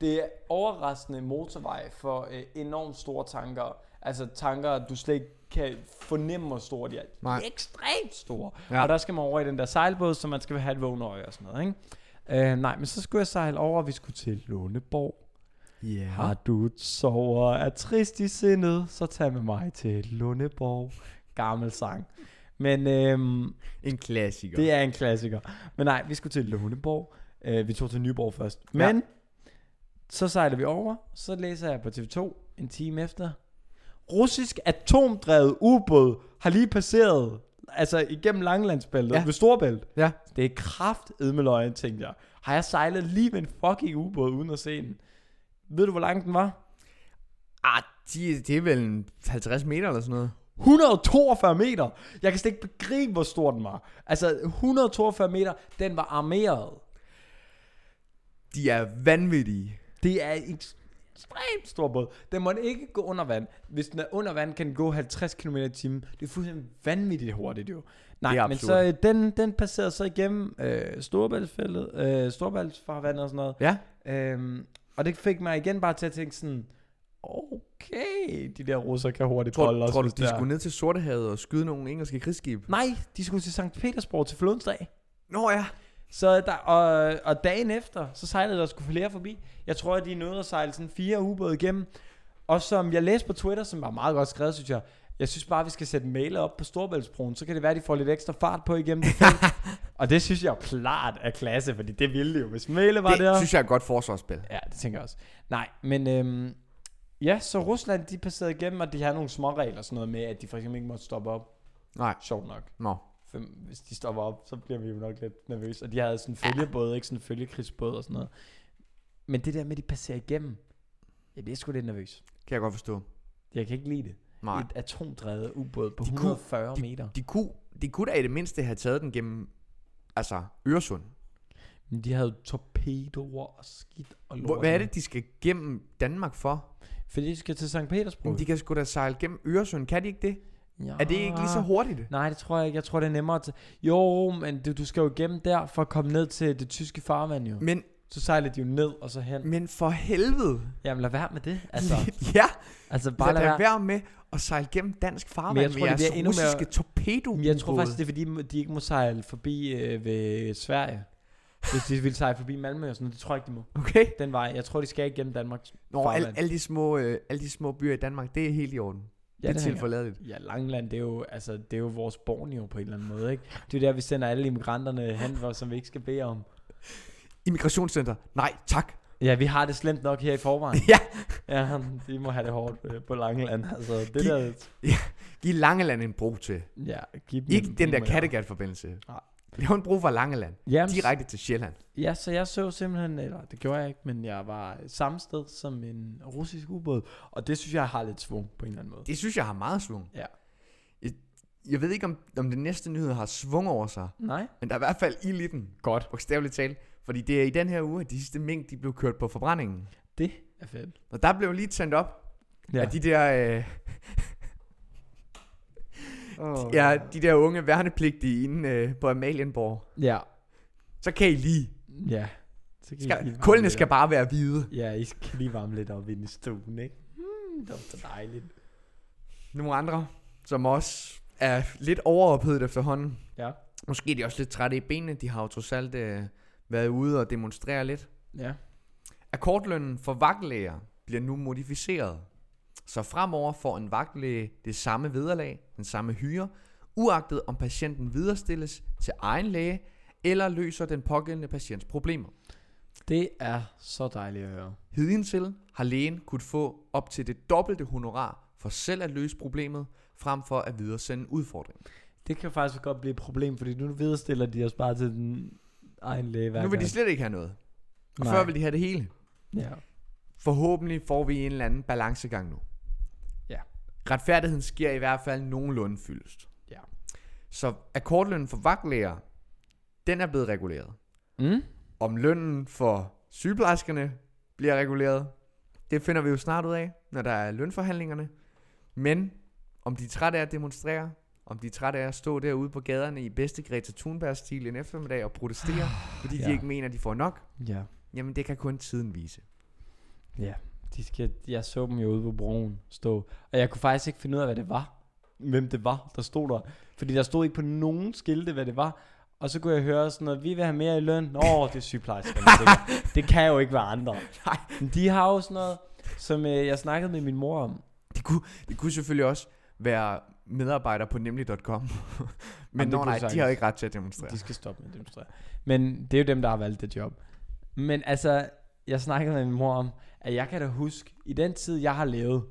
S2: Det er overraskende motorvej for øh, enormt store tanker. Altså tanker, du slet ikke kan fornemme, hvor store de er. De er
S1: Nej.
S2: ekstremt store. Ja.
S1: Ja.
S2: Og der skal man over i den der sejlbåd, så man skal have et vågne øje og sådan noget, ikke? Øh, nej, men så skulle jeg sejle over, og vi skulle til Låneborg.
S1: Ja.
S2: Har du sover er trist i sindet, så tag med mig til Lundeborg. Gammel sang. Men øhm,
S1: En klassiker.
S2: det er en klassiker. Men nej, vi skulle til Lundeborg. Øh, vi tog til Nyborg først. Men ja. så sejler vi over. Så læser jeg på TV2 en time efter. Russisk atomdrevet ubåd har lige passeret altså igennem Langelandsbæltet ja.
S1: Ja.
S2: ved Storbælt.
S1: Ja.
S2: Det er kraftedmeløjen, tænkte jeg. Har jeg sejlet lige med en fucking ubåd uden at se den? Ved du, hvor lang den var?
S1: Ah, de, det er vel en 50 meter eller sådan noget.
S2: 142 meter. Jeg kan slet ikke begribe, hvor stor den var. Altså, 142 meter, den var armeret.
S1: De er vanvittige.
S2: Det er en ekstremt stor båd. Den må ikke gå under vand. Hvis den er under vand, kan den gå 50 km i timen. Det er fuldstændig vanvittigt hurtigt jo. Nej,
S1: Det er
S2: men
S1: absurd.
S2: så øh, den, den passerede så igennem øh, Storebæltsfældet, øh, Storebæltsfarvandet og sådan noget.
S1: Ja.
S2: Øhm, og det fik mig igen bare til at tænke sådan, okay, de der russer kan hurtigt bolle
S1: Tror,
S2: os,
S1: tror du,
S2: hvis det
S1: de
S2: er.
S1: skulle ned til Sortehavet og skyde nogle engelske krigsskib?
S2: Nej, de skulle til Sankt Petersborg til Flådsdag.
S1: Nå ja.
S2: Så der, og, og dagen efter, så sejlede der sgu flere forbi. Jeg tror, at de nåede at sejle sådan fire ubåde igennem. Og som jeg læste på Twitter, som var meget godt skrevet, synes jeg, jeg synes bare, at vi skal sætte mailer op på Storbæltsbroen, så kan det være, at de får lidt ekstra fart på igennem det
S1: [laughs]
S2: felt. og det synes jeg jo klart er klasse, fordi det ville de jo, hvis mailet var
S1: Det
S2: der.
S1: synes jeg er et godt forsvarsspil.
S2: Ja, det tænker jeg også. Nej, men øhm, ja, så Rusland, de passerede igennem, og de har nogle små regler, sådan noget med, at de for eksempel ikke måtte stoppe op.
S1: Nej.
S2: Sjovt nok.
S1: Nå.
S2: Fem, hvis de stopper op, så bliver vi jo nok lidt nervøse. Og de havde sådan en følgebåd, ikke sådan en følgekrigsbåd og sådan noget. Men det der med, at de passerer igennem, jeg bliver sgu lidt nervøs.
S1: Kan jeg godt forstå.
S2: Jeg kan ikke lide det.
S1: Nej.
S2: Et atomdrevet ubåd på
S1: De kunne-
S2: 140 meter.
S1: De kunne, de kunne da i det mindste have taget den gennem altså Øresund.
S2: Men de havde jo torpedoer og skidt og lort.
S1: Hvor, hvad er det, de skal gennem Danmark for?
S2: Fordi de skal til Sankt Petersburg.
S1: Jamen, de kan sgu da sejle gennem Øresund. Kan de ikke det?
S2: ja.
S1: Er det ikke lige så hurtigt?
S2: Nej, det tror jeg ikke. Jeg tror, det er nemmere at tage- Jo, men du, du skal jo igennem der for at komme ned til det tyske farvand jo.
S1: Men,
S2: Så sejler de jo ned og så hen.
S1: men for helvede.
S2: Jamen lad være med det.
S1: [laughs]
S2: Altså,
S1: ja,
S2: altså bare
S1: bare
S2: lad
S1: lad
S2: være.
S1: være med at sejle gennem dansk
S2: Men jeg
S1: farvand med
S2: tror, det
S1: jeres
S2: bliver endnu mere-
S1: russiske torpedo
S2: Jeg tror faktisk, det er fordi, de ikke må sejle forbi øh, ved Sverige. hvis de ville sejle forbi Malmø og sådan noget. Det tror jeg ikke, de må.
S1: Okay.
S2: Den vej. Jeg tror, de skal igennem Danmark.
S1: Nå, alle,
S2: farvand.
S1: alle, de små, øh, alle de små byer i Danmark, det er helt i orden. Ja, det er
S2: hænger-
S1: tilforladeligt.
S2: Ja, Langland, det er jo, altså, det er jo vores Borneo på en eller anden måde, ikke? Det er jo der, vi sender alle immigranterne hen, hvor, som vi ikke skal bede om.
S1: Immigrationscenter. Nej, tak.
S2: Ja, vi har det slemt nok her i forvejen.
S1: [laughs] Ja.
S2: Ja, de må have det hårdt øh, på Langland. Altså, det
S1: Giv-
S2: der...
S1: Giv Langeland en bro til.
S2: Ja, giv dem
S1: Ikke
S2: en
S1: den der
S2: boomerang.
S1: Kattegat-forbindelse.
S2: Nej.
S1: Lav en bro fra Langeland.
S2: Jamen,
S1: Direkte til Sjælland.
S2: Ja, så jeg så simpelthen, eller det gjorde jeg ikke, men jeg var samme sted som en russisk ubåd, og det synes jeg har lidt svung på en eller anden måde.
S1: Det synes jeg har meget svung.
S2: Ja.
S1: Jeg, jeg ved ikke, om, om den næste nyhed har svung over sig,
S2: Nej.
S1: men der er i hvert fald ild i den,
S2: Godt.
S1: bogstaveligt talt. Fordi det er i den her uge, at de sidste mink, de blev kørt på forbrændingen.
S2: Det er fedt.
S1: Og der blev lige tændt op ja.
S2: Ja.
S1: af de der,
S2: [laughs]
S1: øh,
S2: oh,
S1: ja, de der unge værnepligtige inde øh, på Amalienborg.
S2: ja.
S1: Så kan I lige.
S2: Ja. Så kan I lige
S1: Skal,
S2: varme
S1: kullene
S2: lidt
S1: skal
S2: op.
S1: bare være hvide.
S2: Ja, I skal lige varme lidt op inde i stuen, ikke? Mm, det var så dejligt.
S1: Nogle andre, som også er lidt overophedet efterhånden.
S2: Ja.
S1: Måske er de også lidt trætte i benene. De har jo trods alt øh, været ude og demonstrere lidt.
S2: Ja.
S1: Akkordlønnen for vagtlæger bliver nu modificeret, så fremover får en vagtlæge det samme vederlag, den samme hyre, uagtet om patienten viderestilles til egen læge eller løser den pågældende patients problemer.
S2: Det er så dejligt at høre.
S1: Hidindtil har lægen kunnet få op til det dobbelte honorar for selv at løse problemet, frem for at videresende udfordringen.
S2: Det kan faktisk godt blive et problem, fordi nu viderestiller de os bare til den egen læge hver
S1: Nu vil de
S2: gang.
S1: slet ikke have noget, og
S2: Nej.
S1: før vil de have det hele.
S2: Ja.
S1: Forhåbentlig får vi en eller anden balancegang nu.
S2: Ja.
S1: Retfærdigheden sker i hvert fald nogenlunde fyldest.
S2: Ja.
S1: Så akkordlønnen for vagtlæger, den er blevet reguleret.
S2: Mm?
S1: Om lønnen for sygeplejerskerne bliver reguleret, det finder vi jo snart ud af, når der er lønforhandlingerne. Men om de er trætte af at demonstrere, om de er trætte af at stå derude på gaderne i bedste Greta Thunberg-stil en eftermiddag og protestere, fordi de
S2: Ah, Ja.
S1: ikke mener, de får nok,
S2: Ja.
S1: jamen det kan kun tiden vise.
S2: Ja, de skal, jeg så dem jo ude på broen stå, og jeg kunne faktisk ikke finde ud af, hvad det var. Hvem det var, der stod der. Fordi der stod ikke på nogen skilte, hvad det var. Og så kunne jeg høre sådan noget, vi vil have mere i løn. Åh, det er sygeplejerskerne. sikkert. det kan jo ikke være andre.
S1: Nej.
S2: Men de har jo sådan noget, som øh, jeg snakkede med min mor om.
S1: Det kunne, det kunne selvfølgelig også være medarbejdere på nemlig.com. [laughs] Men
S2: det
S1: nå,
S2: kunne
S1: nej, de
S2: sagtens.
S1: har jo ikke ret til at demonstrere.
S2: De skal stoppe med at demonstrere. Men det er jo dem, der har valgt det job. Men altså, jeg snakkede med min mor om, at jeg kan da huske, i den tid, jeg har levet,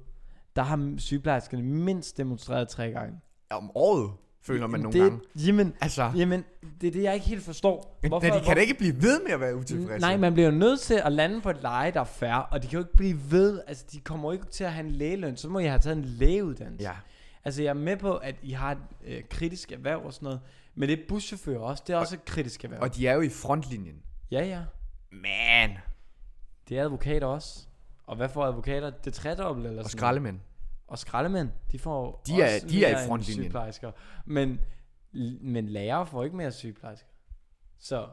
S2: der har sygeplejerskerne mindst demonstreret tre gange.
S1: Om året, føler man
S2: Jamen,
S1: nogle
S2: det,
S1: gange.
S2: Jamen,
S1: Altså,
S2: Jamen, det er det, jeg ikke helt forstår.
S1: Hvorfor, de kan da ikke blive ved med at være utilfredse.
S2: Nej, man bliver jo nødt til at lande på et leje, der er færre, og de kan jo ikke blive ved. Altså, de kommer jo ikke til at have en lægeløn, så må I have taget en lægeuddannelse.
S1: Ja,
S2: Altså, jeg er med på, at I har et øh, kritisk erhverv og sådan noget, men det er buschauffører også, det er også et kritisk erhverv.
S1: og de er jo i frontlinjen.
S2: ja, ja,
S1: Man.
S2: det er advokater også. Og hvad får advokater? Det er tredobbelt eller
S1: Og
S2: sådan noget.
S1: skraldemænd.
S2: Og skraldemænd, de får
S1: De er-
S2: også
S1: de er i
S2: mere end
S1: frontlinjen.
S2: sygeplejersker. Men, men lærere får ikke mere sygeplejersker. Så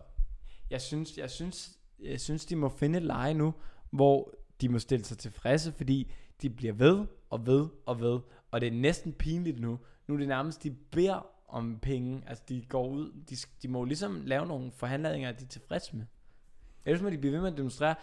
S2: jeg synes, jeg synes, jeg synes de må finde et leje nu, hvor de må stille sig tilfredse, fordi de bliver ved og ved og ved. Og det er næsten pinligt nu. Nu er det nærmest, de beder om penge. Altså de går ud, de, sk- de må jo ligesom lave nogle forhandlinger, de er tilfredse med. Ellers må de blive ved med at demonstrere.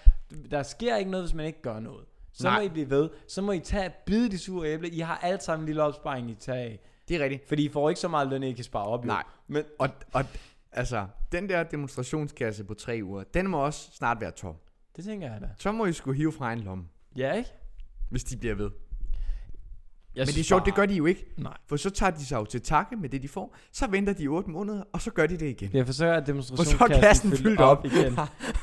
S2: Der sker ikke noget, hvis man ikke gør noget. Så
S1: Nej.
S2: Nej. må I blive ved. Så må I tage bide de sure æble. I har alt sammen en lille opsparing, I tager af.
S1: Det er rigtigt.
S2: Fordi I får ikke så meget løn, I kan spare op. jo.
S1: Nej.
S2: Men
S1: Og, og altså, den der demonstrationskasse på tre uger, den må også snart være tom.
S2: det tænker jeg da.
S1: Så må I skulle hive fra en lomme,
S2: Ja, ikke?
S1: hvis de bliver ved.
S2: Jeg
S1: Men det er sjovt, det gør de jo ikke.
S2: Nej.
S1: For så tager de sig jo til takke med det, de får. Så venter de 8 måneder, og så gør de det igen.
S2: Jeg forsøger at
S1: Hvor så er kassen
S2: demonstrationskassen fyldt
S1: fyldt
S2: op,
S1: op. [laughs]
S2: igen.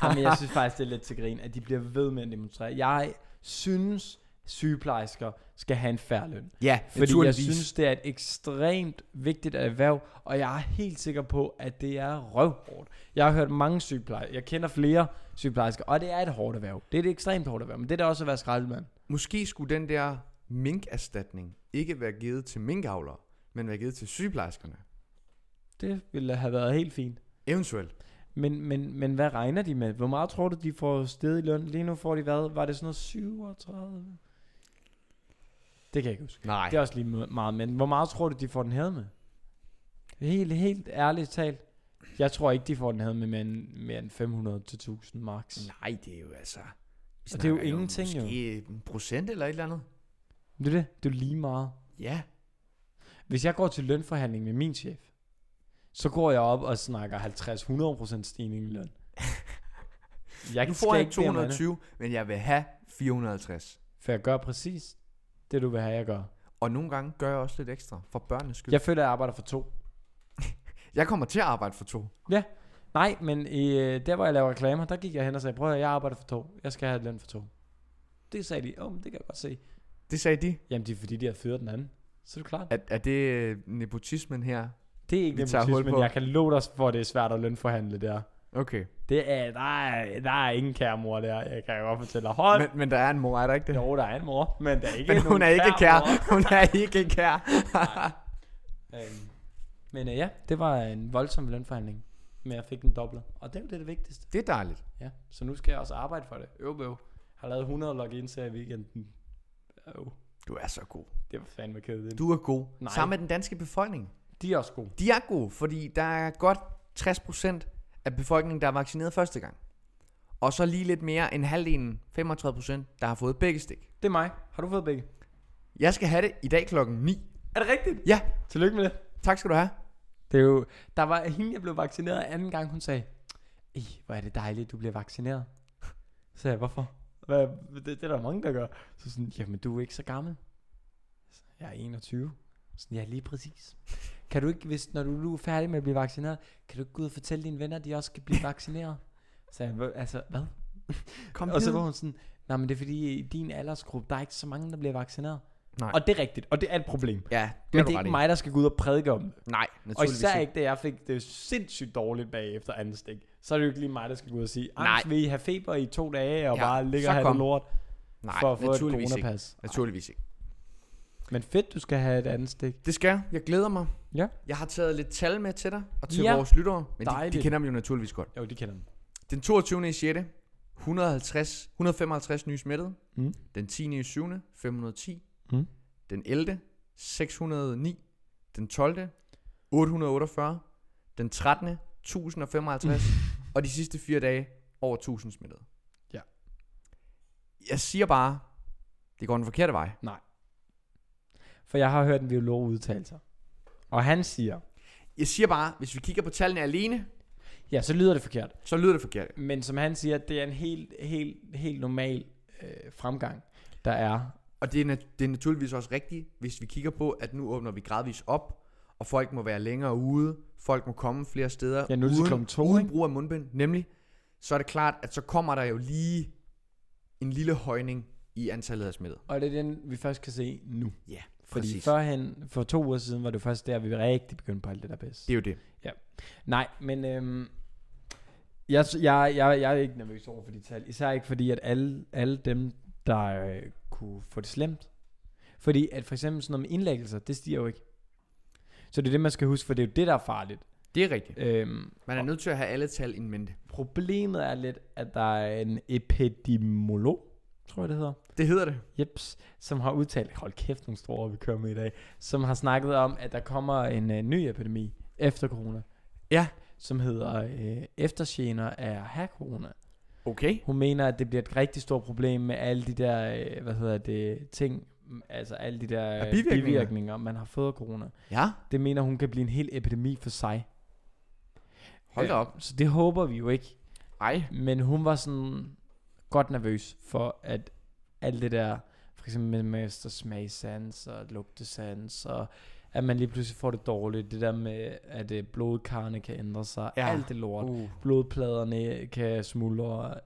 S2: Jamen, jeg synes faktisk, det er lidt til grin, at de bliver ved med at demonstrere. Jeg synes, sygeplejersker skal have en færre løn.
S1: Ja,
S2: Fordi jeg synes, det er et ekstremt vigtigt erhverv, og jeg er helt sikker på, at det er røvhårdt. Jeg har hørt mange sygeplejersker, jeg kender flere sygeplejersker, og det er et hårdt erhverv. Det er et ekstremt hårdt erhverv, men det er da også at være skraldemand.
S1: Måske skulle den der minkerstatning ikke være givet til minkavlere, men være givet til sygeplejerskerne.
S2: Det ville have været helt fint.
S1: Eventuelt.
S2: Men, men, men hvad regner de med? Hvor meget tror du, de får sted i løn? Lige nu får de hvad? Var det sådan noget 37? Det kan jeg ikke huske.
S1: Nej.
S2: Det er også lige meget, men hvor meget tror du, de får den hævet med? Helt, helt ærligt talt. Jeg tror ikke, de får den her med mere end, mere end 500 til 1000 max.
S1: Nej, det er jo altså... Vi
S2: Og det er jo
S1: snakker
S2: ingenting, jo.
S1: Måske en procent eller et eller andet.
S2: Det er det. Det er jo lige meget.
S1: Ja.
S2: Hvis jeg går til lønforhandling med min chef, så går jeg op og snakker 50-100% stigning i
S1: [laughs]
S2: løn.
S1: Nu
S2: Jeg
S1: får
S2: kan skal
S1: jeg
S2: ikke
S1: ikke
S2: bede om andet,
S1: 220, men jeg vil have 450.
S2: For jeg gør præcis det, du vil have, jeg gør.
S1: Og nogle gange gør jeg også lidt ekstra, for børnenes skyld.
S2: Jeg føler, jeg arbejder for to.
S1: Jeg kommer til at arbejde for to.
S2: Nej, men øh, der, hvor jeg laver reklamer, der gik jeg hen og sagde, prøv at høre, jeg arbejder for to. Jeg skal have løn for to. Det sagde de, åh, men det kan jeg godt se.
S1: Det sagde de.
S2: Jamen, det er fordi, de har fyret den anden. Så er det klart.
S1: Er, er det øh, nepotismen her?
S2: Det er ikke
S1: Vi tager
S2: nepotisme,
S1: hul på.
S2: men jeg kan love dig for, at det er svært at lønforhandle der.
S1: Okay.
S2: Det er, der er, der er ingen kære mor der, jeg kan godt fortælle dig. Hold
S1: Men, men der er en mor, er der ikke det?
S2: Jo, der er en mor, men der er ikke
S1: Men hun
S2: nogen
S1: er ikke kær. [laughs]
S2: mor.
S1: Hun er ikke kær.
S2: Øhm, men øh, ja, det var en voldsom lønforhandling, men jeg fik den dobblet. Og det er jo det, det vigtigste.
S1: Det er dejligt.
S2: Ja, så nu skal jeg også arbejde for det. Øv, øv. Har lavet 100 logins her i weekenden. Øv.
S1: Du er så god.
S2: Det var fandme kedeligt. Du.
S1: Du er god.
S2: Nej.
S1: Sammen med den danske befolkning.
S2: De er også gode.
S1: De er gode, fordi der er godt 60% af befolkningen, der er vaccineret første gang. Og så lige lidt mere end halvdelen, 35%, der har fået begge stik.
S2: Det er mig. Har du fået begge?
S1: Jeg skal have det i dag klokken 9.
S2: Er det rigtigt?
S1: Ja,
S2: Tillykke med det.
S1: tak skal du have.
S2: Det er jo, der var hende, jeg blev vaccineret anden gang, hun sagde, Ej, hvor er det dejligt, du bliver vaccineret. Så sagde jeg, hvorfor? Hvad, det, det, er der mange, der gør. Så sådan, jamen du er ikke så gammel. Så, Jeg er 21. Sådan, ja, lige præcis. Kan du ikke, hvis, når du nu er færdig med at blive vaccineret, kan du ikke gå ud og fortælle dine venner, at de også skal blive vaccineret? Så sagde jeg, "Hvad- altså, hvad?
S1: Kom
S2: [laughs] Og så
S1: hid.
S2: var hun sådan, nej, men det er fordi i din aldersgruppe, der er ikke så mange, der bliver vaccineret.
S1: Nej.
S2: Og det er rigtigt, og det er et problem. Det
S1: Ja, det
S2: men
S1: er
S2: det
S1: du
S2: er
S1: ret
S2: ikke
S1: i.
S2: mig, der skal gå ud og prædike om det.
S1: Nej,
S2: Og
S1: naturligvis
S2: især ikke, da jeg fik det sindssygt dårligt bagefter anden stik. Så er det jo ikke lige mig, der skal gå ud og sige,
S1: Nej.
S2: Nej. vil I have feber i to dage, og
S1: Ja,
S2: ja, bare ligge
S1: så
S2: og have
S1: kom.
S2: det lort,
S1: Nej,
S2: for at få et
S1: naturligvis ikke.
S2: coronapas.
S1: Naturligvis ikke.
S2: Men fedt, du skal have et andet stik.
S1: Det skal jeg. Jeg glæder mig.
S2: Ja.
S1: Jeg har taget lidt tal med til dig og til
S2: Ja.
S1: vores lyttere. Men de, de
S2: Dejligt.
S1: kender dem jo naturligvis godt.
S2: Jo, de kender dem.
S1: Den 22. i 6. 150, 155 nye smittede.
S2: Mm.
S1: Den 10. i 7. 510.
S2: Mm.
S1: Den 11. 609. Den 12. 848. Den 13.
S2: [laughs]
S1: 1055. og de sidste fire dage over 1000 smittede.
S2: Ja.
S1: Jeg siger bare, det går den forkerte vej.
S2: For jeg har hørt en biolog udtale sig. Og han siger,
S1: Jeg siger bare, hvis vi kigger på tallene alene,
S2: ja, så lyder det forkert.
S1: så lyder det forkert.
S2: Men som han siger, det er en helt, helt, helt normal øh, fremgang, der er.
S1: Og det er, nat- det er naturligvis også rigtigt, hvis vi kigger på, at nu åbner vi gradvist op, og folk må være længere ude, folk må komme flere steder,
S2: Ja, nu er det til klokken
S1: uden,
S2: to,
S1: uden
S2: ikke?
S1: brug af mundbind, nemlig, så er det klart, at så kommer der jo lige en lille højning i antallet af smittede.
S2: Og det er den, vi først kan se nu.
S1: Ja,
S2: Fordi
S1: præcis.
S2: førhen, for to uger siden, var det først der, vi rigtig begyndte på alt det der bedst.
S1: Det er jo det.
S2: Nej, men øhm, jeg, jeg, jeg, jeg er ikke nervøs over for de tal. Især ikke fordi, at alle, alle dem, der øh, kunne få det slemt. Fordi at for eksempel sådan noget med indlæggelser, det stiger jo ikke. Så det er det, man skal huske, for det er jo det, der er farligt.
S1: Det er rigtigt.
S2: Øhm,
S1: Man er nødt til at have alle tal in mente.
S2: problemet er lidt, at der er en epidemiolog, tror jeg det hedder,
S1: Det hedder det.
S2: Jeps, som har udtalt, hold kæft, nogle store ord, vi kører med i dag, som har snakket om, at der kommer en øh, ny epidemi efter corona.
S1: Ja.
S2: Som hedder øh, eftersgener af at have corona.
S1: Okay.
S2: Hun mener, at det bliver et rigtig stort problem med alle de der, øh, hvad hedder det, ting, m, altså alle de der
S1: Ja,
S2: øh,
S1: bivirkninger.
S2: bivirkninger, man har fået af corona.
S1: Ja,
S2: Det mener hun kan blive en hel epidemi for sig.
S1: hold da
S2: Øh,
S1: op.
S2: Så det håber vi jo ikke.
S1: Ej.
S2: Men hun var sådan godt nervøs for, at alt det der, for eksempel med mester smagsans og lugtesans, og at man lige pludselig får det dårligt, det der med, at øh, blodkarrene kan ændre sig,
S1: Ja.
S2: ja. alt det lort, uh.
S1: Uh.
S2: blodpladerne kan smuldre, og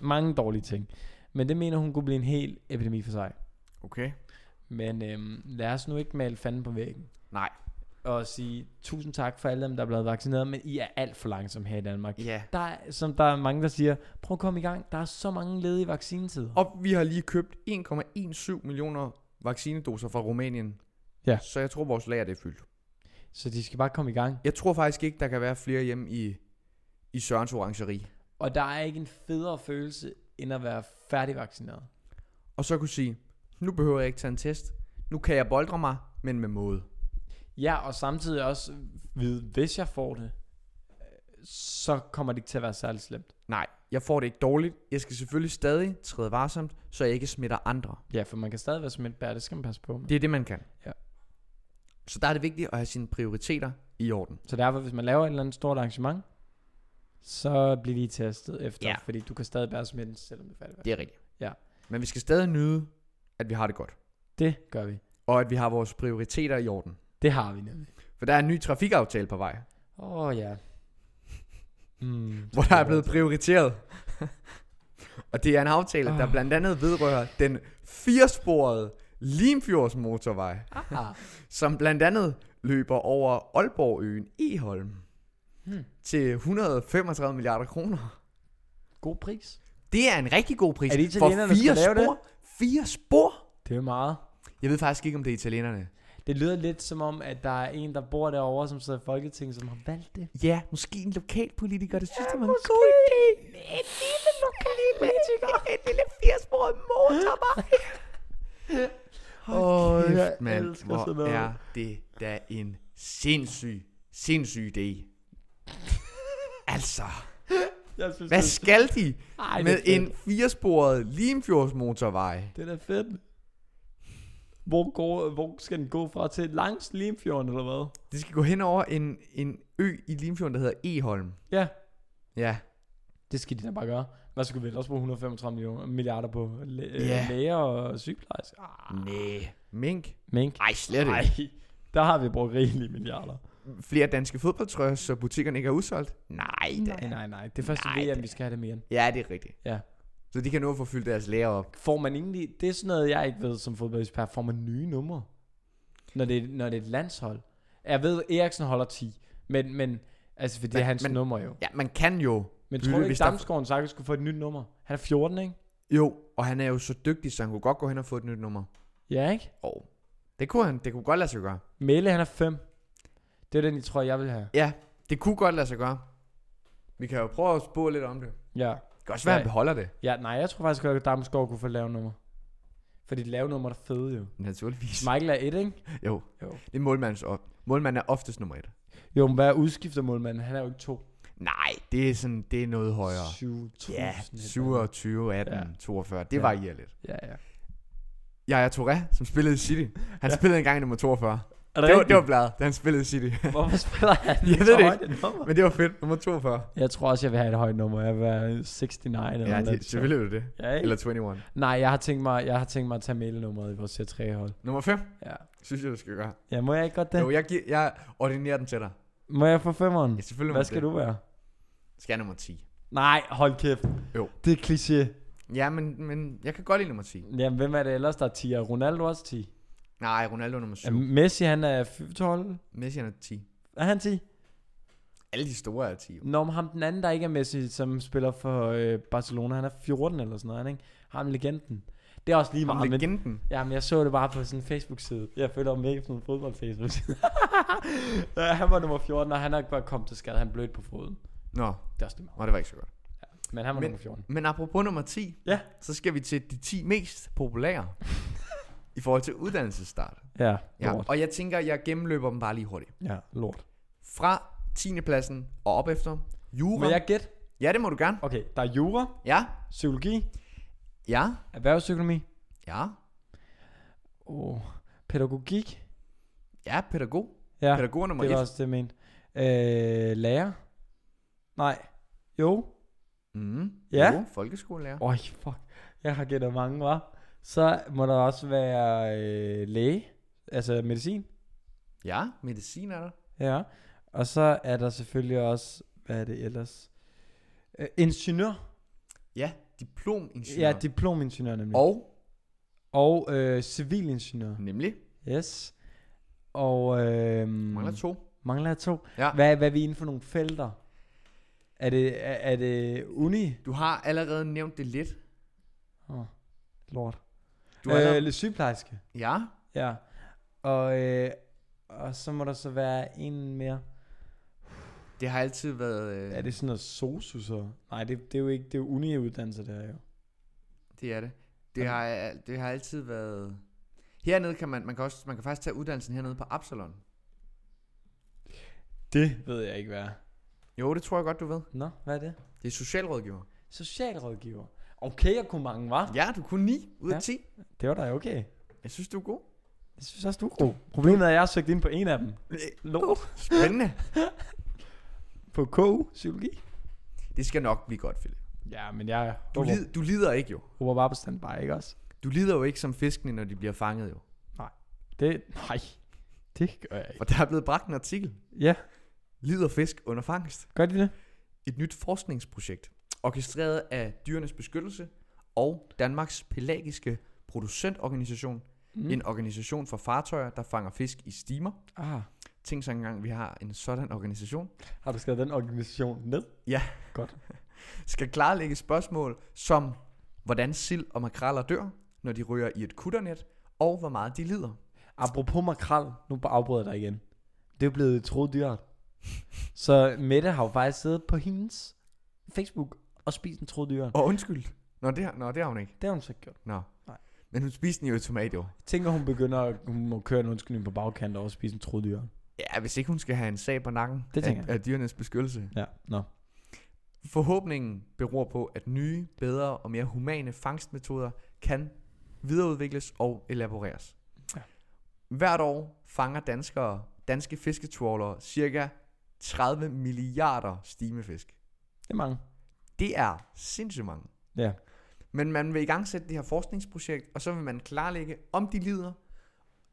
S2: mange dårlige ting. Men det mener hun kunne blive en hel epidemi for sig.
S1: Okay.
S2: Men øhm, lad os nu ikke male fanden på væggen.
S1: Nej.
S2: Og sige tusind tak for alle dem, der er blevet vaccineret, men I er alt for langsomme her i Danmark
S1: Ja.
S2: der er, som der er mange, der siger, prøv at komme i gang, der er så mange ledige vaccinetider.
S1: Og vi har lige købt 1,17 millioner vaccinedoser fra Rumænien.
S2: Ja.
S1: Så jeg tror, vores lager det er fyldt.
S2: Så de skal bare komme i gang.
S1: Jeg tror faktisk ikke, der kan være flere hjemme i, i Sørens Orangeri.
S2: Og der er ikke en federe følelse, end at være færdigvaccineret.
S1: Og så kunne sige, nu behøver jeg ikke tage en test. Nu kan jeg boldre mig, men med måde.
S2: Ja, og samtidig også vide, hvis jeg får det, så kommer det ikke til at være særlig slemt.
S1: Nej, jeg får det ikke dårligt. Jeg skal selvfølgelig stadig træde varsomt, så jeg ikke smitter andre.
S2: Ja, for man kan stadig være smitbær, det skal man passe på med.
S1: Det er det, man kan.
S2: Ja.
S1: Så der er det vigtigt at have sine prioriteter i orden.
S2: Så derfor, hvis man laver et eller andet stort arrangement, så bliver lige testet efter,
S1: Ja.
S2: fordi du kan stadig bære smitten, selvom det er færdigt.
S1: Det er rigtigt.
S2: Ja.
S1: Men vi skal stadig nyde, at vi har det godt.
S2: Det gør vi.
S1: Og at vi har vores prioriteter i orden.
S2: Det har vi nemlig.
S1: For der er en ny trafikaftale på vej,
S2: Åh oh, ja. Mm,
S1: hvor der er blevet
S2: [laughs]
S1: prioriteret. og det er en aftale, der
S2: Ah.
S1: blandt andet vedrører den firesporede Limfjords motorvej,
S2: Ah,
S1: som blandt andet løber over Aalborgøen Eholm
S2: Hmm.
S1: til 135 milliarder kroner.
S2: god pris.
S1: Det er en rigtig god pris.
S2: Er det italienerne, der
S1: fire
S2: skal lave
S1: spor? Fire spor?
S2: Det er meget.
S1: Jeg ved faktisk ikke, om det er italienerne.
S2: Det lyder lidt som om, at der er en, der bor derovre, som sidder i Folketinget, som har valgt det.
S1: Ja, måske en lokalpolitiker, det synes, ja, det var en god idé. En lille lokalpolitiker. [laughs] en lille firesporet motorvej. [laughs]
S2: Åh,
S1: Åh, kæft,
S2: jeg
S1: mand.
S2: elsker
S1: Hvor
S2: sådan noget.
S1: er det da en sindssyg, sindssyg [laughs] idé. altså,
S2: Jeg synes,
S1: hvad skal de
S2: Ej,
S1: med
S2: det er fedt.
S1: en firesporet Limfjords motorvej?
S2: Det er da fedt. Hvor, går, hvor skal den gå fra til? Langs Limfjorden, eller hvad?
S1: Det skal gå hen over en, en ø i Limfjorden, der hedder Eholm.
S2: Ja,
S1: Ja,
S2: det skal de da bare gøre. Hvad skulle vi ellers bruge 135 millioner, milliarder på? Læ-
S1: Ja.
S2: yeah. Læger og sygeplejersker? Ah,
S1: Næh. Mink?
S2: mink?
S1: Nej, slet
S2: Ej,
S1: ikke.
S2: der har vi brugt rigelige milliarder.
S1: Flere danske fodboldtrøjer, så butikkerne ikke er udsolgt? Nej,
S2: Nej, nej, nej. Det første
S1: Nej,
S2: nej, VM,
S1: da.
S2: vi skal have det mere end.
S1: Ja, det er rigtigt.
S2: Ja.
S1: Så de kan nå at få fyldt deres lærer op.
S2: Får man egentlig, det er sådan noget, jeg ikke ved som fodboldekspert, får man nye numre? Når det, når det er et landshold. Jeg ved, Eriksen holder 10, men, men altså, for det
S1: Men-
S2: er hans
S1: men-
S2: nummer jo.
S1: Ja, man kan jo.
S2: Men
S1: Bytte,
S2: tror du ikke,
S1: hvis der-
S2: Damsgaard sagtens skulle få et nyt nummer? Han er 14, ikke?
S1: Jo, og han er jo så dygtig, så han kunne godt gå hen og få et nyt nummer.
S2: Ja, ikke?
S1: Og det kunne han. Det kunne godt lade sig gøre.
S2: Melle, han er 5. Det er den, jeg tror, jeg vil have.
S1: Ja, det kunne godt lade sig gøre. Vi kan jo prøve at spå lidt om det.
S2: Ja.
S1: Det kan også være, at han
S2: Ja.
S1: beholder det.
S2: ja nej, jeg tror faktisk godt, at Damsgaard kunne få et lave nummer. Fordi et lave nummer er fede jo.
S1: Naturligvis.
S2: Michael er et, ikke?
S1: Jo,
S2: Jo.
S1: det er målmandens op. Målmanden er oftest nummer et.
S2: Jo, men hvad er udskifter målmanden? Han er jo ikke 2.
S1: Nej, det er sådan, det er noget højere.
S2: 7,
S1: Ja, 27, 18,
S2: Ja.
S1: 42. Det
S2: Ja.
S1: varierer lidt.
S2: Ja, ja.
S1: Jeg er Touré, som spillede i City. Han ja. spillede engang i nummer 42.
S2: Er
S1: Det var, det var bladet, da han spillede i City.
S2: [laughs] Hvorfor spiller han
S1: Jeg ved
S2: så
S1: det
S2: højt et nummer?
S1: Men det var fedt. Nummer 42.
S2: Jeg tror også, jeg vil have et højt nummer. Jeg vil være 69 eller
S1: Ja,
S2: noget.
S1: det, selvfølgelig er det det.
S2: Ja, ikke?
S1: Eller 21.
S2: Nej, jeg har tænkt mig, jeg har tænkt mig at tage male nummeret i vores C3-hold.
S1: Nummer 5,
S2: Ja.
S1: synes jeg, du skal gøre.
S2: ja, må jeg ikke godt det?
S1: Jo, jeg, giver, jeg ordinerer den til dig.
S2: Må jeg få femmeren?
S1: Ja, selvfølgelig må
S2: Mm. Hvad skal
S1: det.
S2: du være?
S1: Skal jeg nummer 10?
S2: Nej, hold kæft.
S1: Jo.
S2: Det er kliché.
S1: Ja, men, men jeg kan godt lide nummer 10.
S2: Jamen, hvem er det ellers, der er 10? Er Ronaldo også 10?
S1: Nej, Ronaldo er nummer 7.
S2: Er Messi, han er f- 12?
S1: Messi han er 10.
S2: Er han 10?
S1: Alle de store er 10. jo.
S2: Nå, men ham den anden, der ikke er Messi, som spiller for øh, Barcelona, han er 14 eller sådan noget, er han, ikke? Ham legenden. Det er også lige
S1: Ham
S2: meget, men,
S1: legenden.
S2: jamen, jeg så det bare på sådan en Facebook-side. Jeg følger om ikke sådan en [laughs] fodbold-Facebook-side. Ja, han var nummer 14, og han er ikke bare kommet til skade. Han blødt på foden.
S1: Nå,
S2: Det er også lige meget.
S1: nå, det var ikke så godt.
S2: Men han
S1: Men-
S2: var men, nummer 14.
S1: Men apropos nummer 10,
S2: Ja.
S1: så skal vi til de 10 mest
S2: [laughs]
S1: populære i forhold til uddannelsesstart.
S2: Ja,
S1: Ja,
S2: lort.
S1: og jeg tænker, jeg gennemløber dem bare lige hurtigt.
S2: Ja, lort.
S1: Fra 10. pladsen og op efter. Jura.
S2: Må jeg gætte?
S1: Ja, det må du gerne.
S2: Okay, der er jura,
S1: Ja,
S2: psykologi,
S1: ja,
S2: erhvervsøkonomi,
S1: ja,
S2: oh, pædagogik,
S1: ja, pædagog.
S2: ja,
S1: Ja, pædagog er nummer
S2: det var
S1: 1.
S2: også det, jeg mente. Øh, lærer? Nej. Jo.
S1: Mm,
S2: Ja.
S1: Jo, folkeskolelærer.
S2: Øj, fuck. Jeg har gættet mange, var. Så må der også være øh, læge, altså medicin.
S1: Ja, medicin er der.
S2: Ja. Og så er der selvfølgelig også, hvad er det ellers? Øh, ingeniør.
S1: Ja, diplomingeniør.
S2: Ja, diplomingeniør nemlig.
S1: Og
S2: Og øh, civilingeniør.
S1: nemlig,
S2: Yes. Og øh,
S1: mangler to.
S2: Mangler jeg to?
S1: Ja.
S2: Hvad, hvad er vi inden for nogle felter? Er det, er, er det uni?
S1: Du har allerede nævnt det lidt.
S2: Åh, oh, lort.
S1: Du
S2: Du
S1: har
S2: er
S1: allerede-
S2: øh, sygeplejerske.
S1: Ja,
S2: Ja. Og, øh, og så må der så være en mere.
S1: det har altid været... Øh,
S2: Er det sådan noget sosu så? Nej, det, det er jo ikke, det er jo uni-uddannelse det her jo.
S1: Det er det. Det
S2: Okay.
S1: har, al- det har altid været... Hernede kan man, man kan, også, man kan faktisk tage uddannelsen hernede på Absalon.
S2: Det ved jeg ikke hvad er.
S1: Jo, det tror jeg godt, du ved.
S2: Nå, hvad er det?
S1: Det er socialrådgiver.
S2: Socialrådgiver. Okay, jeg kunne mange, var.
S1: Ja, du kunne 9 ud af
S2: Ja.
S1: 10.
S2: Det var da okay.
S1: Jeg synes, du er god.
S2: Jeg synes også, du er god. Problemet er, at jeg har søgt ind på en af dem. Lort.
S1: Spændende.
S2: På KU, psykologi.
S1: Det skal nok blive godt, Philip.
S2: Ja, men jeg
S1: Du,
S2: håber,
S1: lid, du lider ikke jo.
S2: håber bare på standby, ikke også?
S1: Du lider jo ikke som fiskene, når de bliver fanget jo.
S2: Det, nej, det gør jeg ikke.
S1: Og der er blevet bragt en artikel.
S2: Ja,
S1: Lider fisk under fangst.
S2: gør de det?
S1: Et nyt forskningsprojekt, orkestreret af Dyrenes Beskyttelse og Danmarks Pelagiske Producentorganisation. Mm. En organisation for fartøjer, der fanger fisk i stimer.
S2: Ah,
S1: Tænk så engang, vi har en sådan organisation.
S2: har du skrevet den organisation ned?
S1: Skal klarlægge spørgsmål som, hvordan sild og makraller dør, når de rører i et kutternet, og hvor meget de lider.
S2: Apropos makrel, nu bare afbryder jeg dig igen. Det er jo blevet troet dyrt. Så Mette har jo faktisk siddet på hendes Facebook og spist en troet dyrt.
S1: Og undskyld. Nå, det har, nå, det har hun ikke.
S2: Det har hun så gjort.
S1: Nå.
S2: Nej.
S1: Men hun spiste den jo i tomat, jo.
S2: Jeg tænker, hun begynder at hun må køre en undskyldning på bagkant og også spise en troet dyrt.
S1: Ja, hvis ikke hun skal have en sag på nakken
S2: Det tænker
S1: af,
S2: jeg.
S1: af dyrenes beskyttelse.
S2: Ja, nå.
S1: Forhåbningen beror på, at nye, bedre og mere humane fangstmetoder kan videreudvikles og elaboreres.
S2: Ja.
S1: Hvert år fanger danskere, danske fisketrawlere cirka 30 milliarder stimefisk.
S2: Det er mange.
S1: Det er sindssygt mange.
S2: Ja.
S1: Men man vil i gang sætte det her forskningsprojekt, og så vil man klarlægge, om de lider.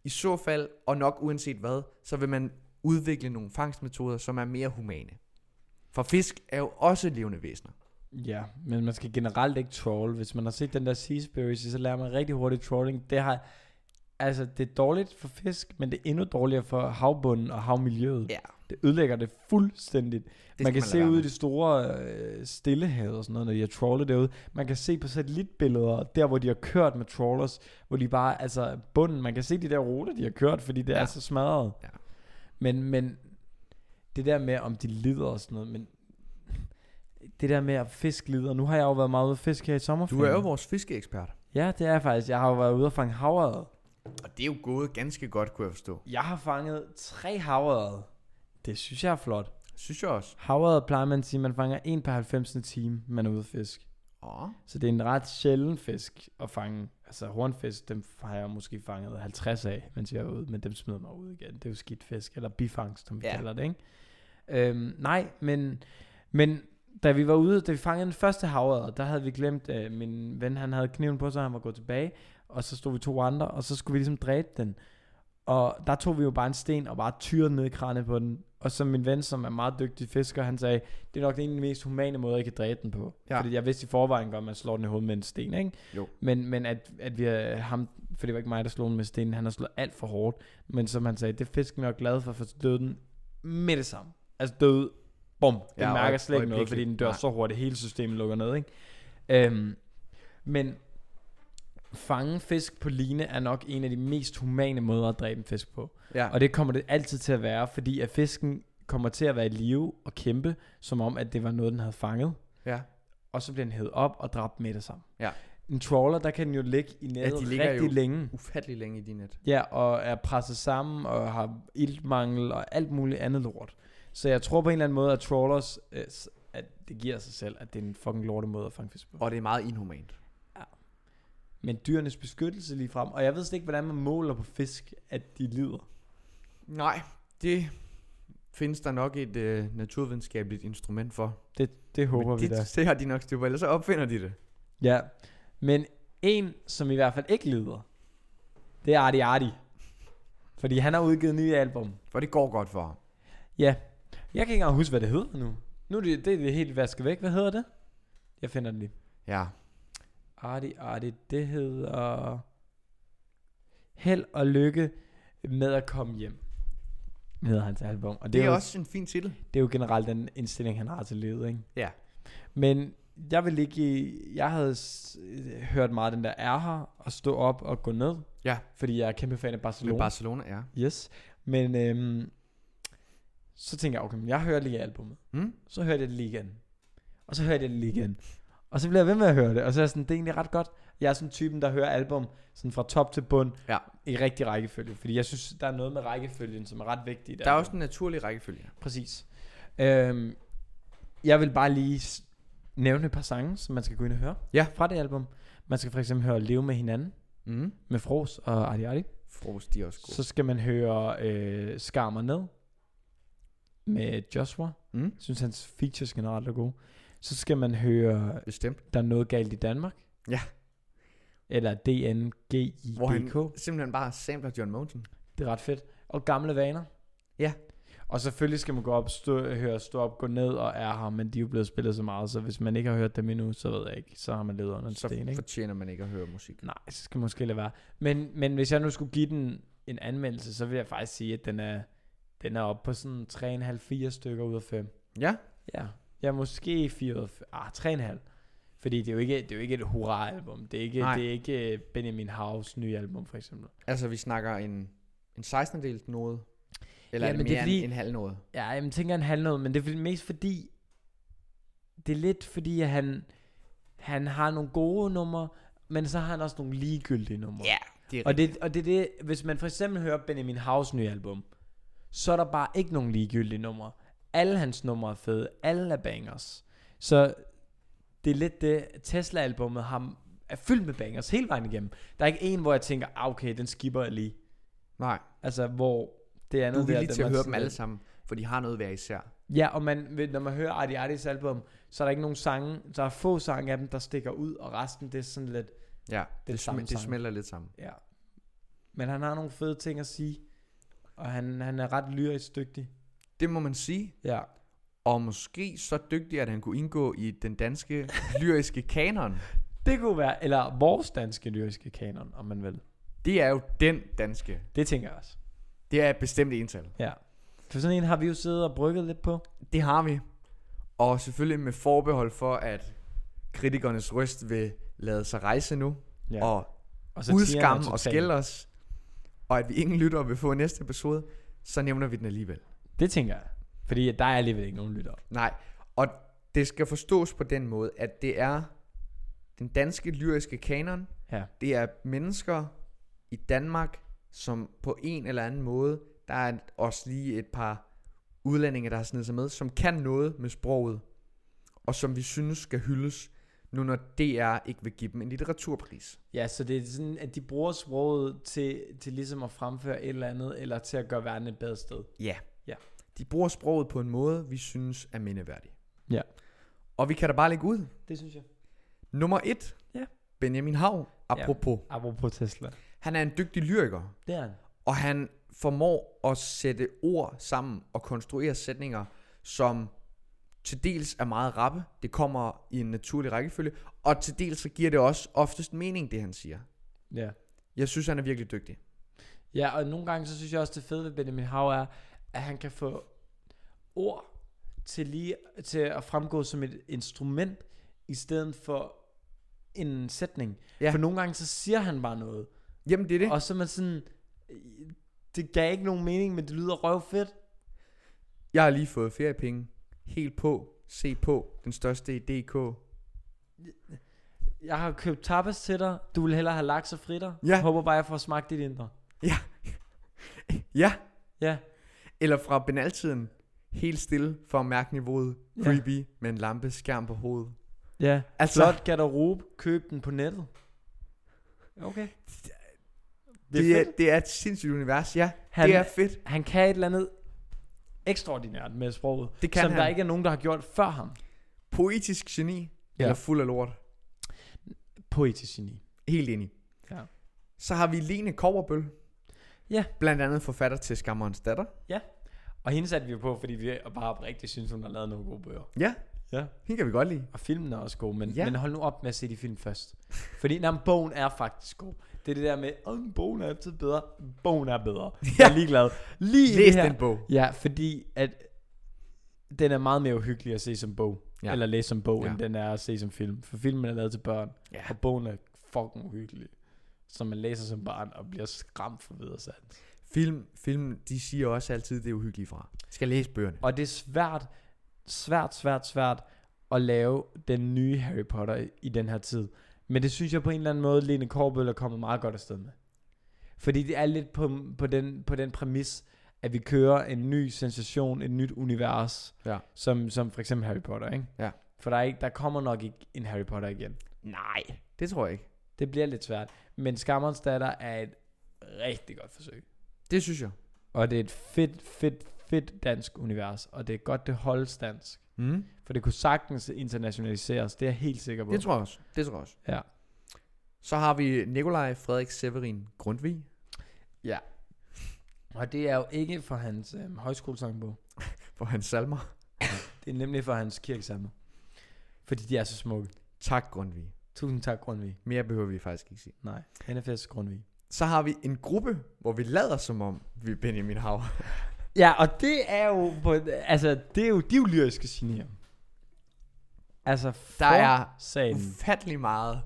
S1: I så fald, og nok uanset hvad, så vil man udvikle nogle fangstmetoder, som er mere humane. For fisk er jo også levende væsener.
S2: Ja, men man skal generelt ikke troll. Hvis man har set den der Seaspiracy, så lærer man rigtig hurtigt trawling. Det har, altså, det er dårligt for fisk, men det er endnu dårligere for havbunden og havmiljøet.
S1: Ja,
S2: Det ødelægger det fuldstændigt.
S1: det
S2: man kan
S1: skal lade være
S2: se ud i
S1: med.
S2: det store øh, stillehav og sådan noget, når de har trawlet derude. Man kan se på satellitbilleder, der hvor de har kørt med trawlers, hvor de bare, altså bunden, man kan se de der ruter, de har kørt, fordi det ja.
S1: Ja.
S2: er så smadret.
S1: Ja.
S2: Men, men det der med, om de lider og sådan noget, men det der med, at fisk lider, nu har jeg jo været meget ude at fiske her i sommerferien.
S1: Du er jo vores fiskeekspert.
S2: Ja, det er jeg faktisk. Jeg har jo været ude og fange havørred.
S1: Og det er jo gået ganske godt, kunne jeg forstå.
S2: Jeg har fanget tre havørred. Det synes jeg er flot.
S1: Synes jeg også.
S2: Havørred plejer man at sige, at man fanger 1 per 90. time, man er ude at fisk.
S1: Åh,
S2: Så det er en ret sjælden fisk at fange. Altså hornfisk, dem har jeg måske fanget 50 af, mens jeg er ude, men dem smider mig ud igen. Det er jo skidt fisk, eller bifangst, som vi
S1: Ja.
S2: ja. kalder det, ikke? Øhm, nej, men, men da vi var ude, da vi fangede den første havørred, der havde vi glemt, øh, min ven han havde kniven på sig, han var gået tilbage, og så stod vi to andre, og så skulle vi ligesom dræbe den. Og der tog vi jo bare en sten og bare tyrede ned i kranet på den. Og så min ven, som er meget dygtig fisker, han sagde, det er nok den ene af de mest humane måde, jeg kan dræbe den på.
S1: Ja.
S2: Ja. Fordi jeg vidste i forvejen godt, at man slår den i hovedet med en sten, ikke?
S1: Jo.
S2: Men, men at, at vi øh, ham, for det var ikke mig, der slog den med stenen, han har slået alt for hårdt. Men som han sagde, det er fisken var glad for, for så døde den med det samme. Altså døde, bum, den
S1: Ja,
S2: ja,
S1: og-
S2: mærker slet ikke noget,
S1: øjeblikkeligt.
S2: fordi den dør
S1: Nej.
S2: så hurtigt, hele systemet lukker ned, ikke? Øhm, men fange fisk på line er nok en af de mest humane måder at dræbe en fisk på.
S1: ja.
S2: Og det kommer det altid til at være, fordi at fisken kommer til at være i live og kæmpe, som om at det var noget, den havde fanget.
S1: ja.
S2: Og så bliver den hævet op og dræbt med det samme.
S1: Ja.
S2: En trawler, der kan den jo ligge i nettet
S1: de
S2: ja,
S1: ligger
S2: rigtig
S1: jo-
S2: jo. længe.
S1: Ufattelig længe i din net.
S2: Ja, og er presset sammen og har iltmangel og alt muligt andet lort. Så jeg tror på en eller anden måde, at trawlers, øh, s- at det giver sig selv, at det er en fucking lorte måde at fange fisk på.
S1: Og det er meget inhumant.
S2: Men dyrenes beskyttelse lige frem. Og jeg ved slet ikke, hvordan man måler på fisk, at de lider.
S1: Nej, det findes der nok et øh, naturvidenskabeligt instrument for.
S2: Det, det håber
S1: Men
S2: vi
S1: det,
S2: da.
S1: [laughs] det har de nok styr på, ellers så opfinder de det.
S2: Ja, men en, som i hvert fald ikke lider, det er Arti Arti. Fordi han har udgivet nye album.
S1: For det går godt for ham.
S2: Ja, jeg kan ikke engang huske, hvad det hedder nu. Nu er det, det, er det helt vasket væk. Hvad hedder det? Jeg finder det lige.
S1: Ja.
S2: Arti Arti, det hedder... Held og lykke med at komme hjem. Hedder hans album. Og
S1: Det er
S2: jo-
S1: også en fin titel.
S2: det er jo generelt den indstilling, han har til livet, ikke?
S1: Ja.
S2: Men jeg vil ikke... i- Jeg havde s- øh, hørt meget den der er her, og stå op og gå ned.
S1: Ja.
S2: Fordi jeg er kæmpe fan af
S1: Med
S2: Barcelona.
S1: Barcelona, ja.
S2: yes. Men øhm, så tænker jeg, okay, men jeg hører lige albumet.
S1: Mm?
S2: Så hørte jeg det lige igen. Og så hørte jeg det lige igen. Og så bliver jeg ved med at høre det. Og så er jeg sådan, det er egentlig ret godt. Jeg er sådan typen, der hører album sådan fra top til bund.
S1: Ja.
S2: I rigtig rækkefølge. Fordi jeg synes, der er noget med rækkefølgen, som er ret vigtigt.
S1: Der er også en naturlig rækkefølge.
S2: Præcis. Øhm, Jeg vil bare lige s- nævne et par sange, som man skal gå ind og høre
S1: Ja.
S2: fra det album. Man skal for eksempel høre Leve med hinanden
S1: Mm.
S2: med Fros og Adi Adi.
S1: Frost, de er også gode.
S2: Så skal man høre øh, Skar mig ned med Joshua.
S1: Mm.
S2: Jeg synes, hans features generelt er gode. Så skal man høre
S1: Bestemt.
S2: Der er noget galt i Danmark.
S1: Ja.
S2: Eller DNGIDK.
S1: Hvor han simpelthen bare sampler John Monsen.
S2: Det er ret fedt. Og gamle vaner.
S1: Ja.
S2: Og selvfølgelig skal man gå op, stå, høre stå op, gå ned og er her, men de er jo blevet spillet så meget, så hvis man ikke har hørt dem endnu, så ved jeg ikke, så har man levet under en
S1: Så
S2: sten, ikke?
S1: fortjener man ikke at høre musik.
S2: Nej, så skal man måske lade være. Men, men hvis jeg nu skulle give den en anmeldelse, så vil jeg faktisk sige, at den er, den er oppe på sådan 3,5-4 stykker ud af 5.
S1: Ja,
S2: Ja, ja måske 4 ud af f- ah, 3,5. Fordi det er jo ikke, det er jo ikke et hurra-album. Det er ikke,
S1: Nej.
S2: det er ikke øh, Benjamin House nye album, for eksempel.
S1: altså vi snakker en, en 16. del noget. Eller
S2: Ja,
S1: er det
S2: men
S1: mere
S2: det er
S1: det
S2: fordi-
S1: en, en halv noget?
S2: Ja, jeg tænker, han handler noget, men det er fordi- mest fordi... Det er lidt fordi, at han, han har nogle gode numre, men så har han også nogle ligegyldige numre.
S1: det er
S2: Og det, og det er det, hvis man for eksempel hører Benjamin House nye album, så er der bare ikke nogen ligegyldige numre. Alle hans numre er fede, alle er bangers. Så det er lidt det, Tesla-albummet har, er fyldt med bangers hele vejen igennem. Der er ikke en, hvor jeg tænker, ah, okay, den skipper jeg lige.
S1: Nej,
S2: Altså, hvor det
S1: du
S2: andet
S1: er
S2: der,
S1: villig
S2: den
S1: til at
S2: var
S1: høre
S2: sådan
S1: dem alle
S2: lidt-
S1: sammen, for de har noget hver især.
S2: Ja, og man, ved- når man hører Artie Artie's album, så er der ikke nogen sange, så er få sange af dem, der stikker ud, og resten det er sådan lidt,
S1: Ja, det, det,
S2: samme
S1: sm- det
S2: sang.
S1: smelter lidt sammen.
S2: Ja. Men han har nogle fede ting at sige. Og han, han er ret lyrisk dygtig.
S1: Det må man sige.
S2: Ja.
S1: Og måske så dygtig, at han kunne indgå i den danske lyriske kanon.
S2: Det kunne være, eller vores danske lyriske kanon, om man vil.
S1: Det er jo den danske.
S2: Det tænker jeg også.
S1: Det er et bestemt ental.
S2: Ja. For sådan en har vi jo siddet og brygget lidt på.
S1: Det har vi. Og selvfølgelig med forbehold for, at kritikernes røst vil lade sig rejse nu. Ja. Og
S2: og
S1: udskamme og skælde os, og at vi ingen lytter vil få i næste episode, så nævner vi den alligevel.
S2: Det tænker jeg. Fordi at der er alligevel ikke nogen lytter.
S1: Nej, og det skal forstås på den måde, at det er den danske lyriske kanon,
S2: Ja.
S1: det er mennesker i Danmark, som på en eller anden måde, der er også lige et par udlændinge, der har snedet sig med, som kan noget med sproget, og som vi synes skal hyldes, nu når DR ikke vil give dem en litteraturpris.
S2: Ja, så det er sådan, at de bruger sproget til, til ligesom at fremføre et eller andet, eller til at gøre verden et bedre sted.
S1: Ja.
S2: Ja.
S1: De bruger sproget på en måde, vi synes er mindeværdig.
S2: Ja.
S1: Og vi kan da bare lægge ud.
S2: Det synes jeg.
S1: Nummer et.
S2: Ja.
S1: Benjamin Hav, apropos. Ja.
S2: Apropos Tesla.
S1: Han er en dygtig lyriker,
S2: Det er han.
S1: og han formår at sætte ord sammen og konstruere sætninger, som til dels er meget rappe, det kommer i en naturlig rækkefølge, og til dels så giver det også oftest mening, det han siger.
S2: Ja.
S1: Jeg synes, han er virkelig dygtig.
S2: Ja, og nogle gange, så synes jeg også, det fede ved Benjamin Hav er, at han kan få ord til lige til at fremgå som et instrument, i stedet for en sætning.
S1: Ja.
S2: Ja. For nogle gange, så siger han bare noget.
S1: Jamen, det er det.
S2: Og så er man sådan, øh, det gav ikke nogen mening, men det lyder røvfedt.
S1: Jeg har lige fået feriepenge. Helt på. Se på. Den største i DK.
S2: Jeg har købt tapas til dig, du vil hellere have laks og fritter.
S1: Ja.
S2: Jeg håber bare, jeg får smagt dit indre.
S1: Ja,
S2: Ja,
S1: Eller fra benaltiden, helt stille for at mærke niveauet.
S2: Ja.
S1: Creepy med en lampe, skærm på hovedet.
S2: ja.
S1: Altså,
S2: Flot garderobe, køb den på nettet. Okay.
S1: det, er, det er et sindssygt univers, ja. Han,
S2: Han-
S1: det er fedt.
S2: han kan et eller andet ekstraordinært med sproget,
S1: Det kan
S2: som
S1: han.
S2: der ikke er nogen, der har gjort før ham.
S1: Poetisk geni, ja.
S2: Ja.
S1: eller fuld af lort.
S2: Poetisk geni.
S1: Helt enig.
S2: Ja.
S1: Så har vi Lene Koverbøl.
S2: Ja.
S1: Blandt andet forfatter til Skammerens datter.
S2: Og hende satte vi jo på, fordi vi bare oprigtigt synes, hun har lavet nogle gode bøger.
S1: Ja,
S2: Ja.
S1: hende kan vi godt lide.
S2: Og filmen er også god, men,
S1: Ja.
S2: ja. men hold nu op med at se de film først. Fordi nej, men bogen er faktisk god. Det er det der med, at bogen er altid bedre. Bogen er bedre.
S1: [laughs]
S2: Jeg er ligeglad. Lige i
S1: Læs
S2: det her.
S1: den bog.
S2: Ja, fordi at den er meget mere uhyggelig at se som bog.
S1: Ja.
S2: Ja. Eller læse som bog,
S1: Ja.
S2: ja. end den er at se som film. For filmen er lavet til børn.
S1: Ja.
S2: Og bogen er fucking uhyggelig. Så man læser som barn og bliver skræmt for videre sandt.
S1: Film, film, de siger også altid, det er uhyggeligt fra. Skal læse bøgerne.
S2: Og det er svært, svært, svært, svært at lave den nye Harry Potter i, i den her tid. Men det synes jeg på en eller anden måde, Lene Korbøl er kommet meget godt afsted med. Fordi det er lidt på, på, den, på den præmis, at vi kører en ny sensation, et nyt univers,
S1: Ja.
S2: som, som for eksempel Harry Potter, ikke?
S1: Ja.
S2: For der, er ikke, der kommer nok ikke en Harry Potter igen.
S1: Nej. Det tror jeg ikke.
S2: Det bliver lidt svært. Men Skammerens Datter er et rigtig godt forsøg.
S1: Det synes jeg.
S2: Og det er et fedt, fedt, fedt dansk univers. Og det er godt, det holdes dansk.
S1: Mm.
S2: For det kunne sagtens internationaliseres. Det er jeg helt sikker på.
S1: Det tror jeg også. Det tror jeg også.
S2: Ja.
S1: Så har vi Nikolaj Frederik Severin Grundtvig.
S2: Og det er jo ikke for hans øhm, højskolesangbog.
S1: For hans salmer.
S2: Det er nemlig for hans kirkesalmer. Fordi de er så smukke.
S1: Tak, Grundtvig.
S2: Tusind tak, Grundtvig.
S1: Mere behøver vi faktisk ikke sige.
S2: Nej, NFS Grundtvig.
S1: Så har vi en gruppe, hvor vi lader som om, vi er Benjamin Hav.
S2: Ja, og det er jo... På, altså, det er jo, de er jo lyriske genier. Altså, for
S1: Der er
S2: sagen.
S1: ufattelig meget.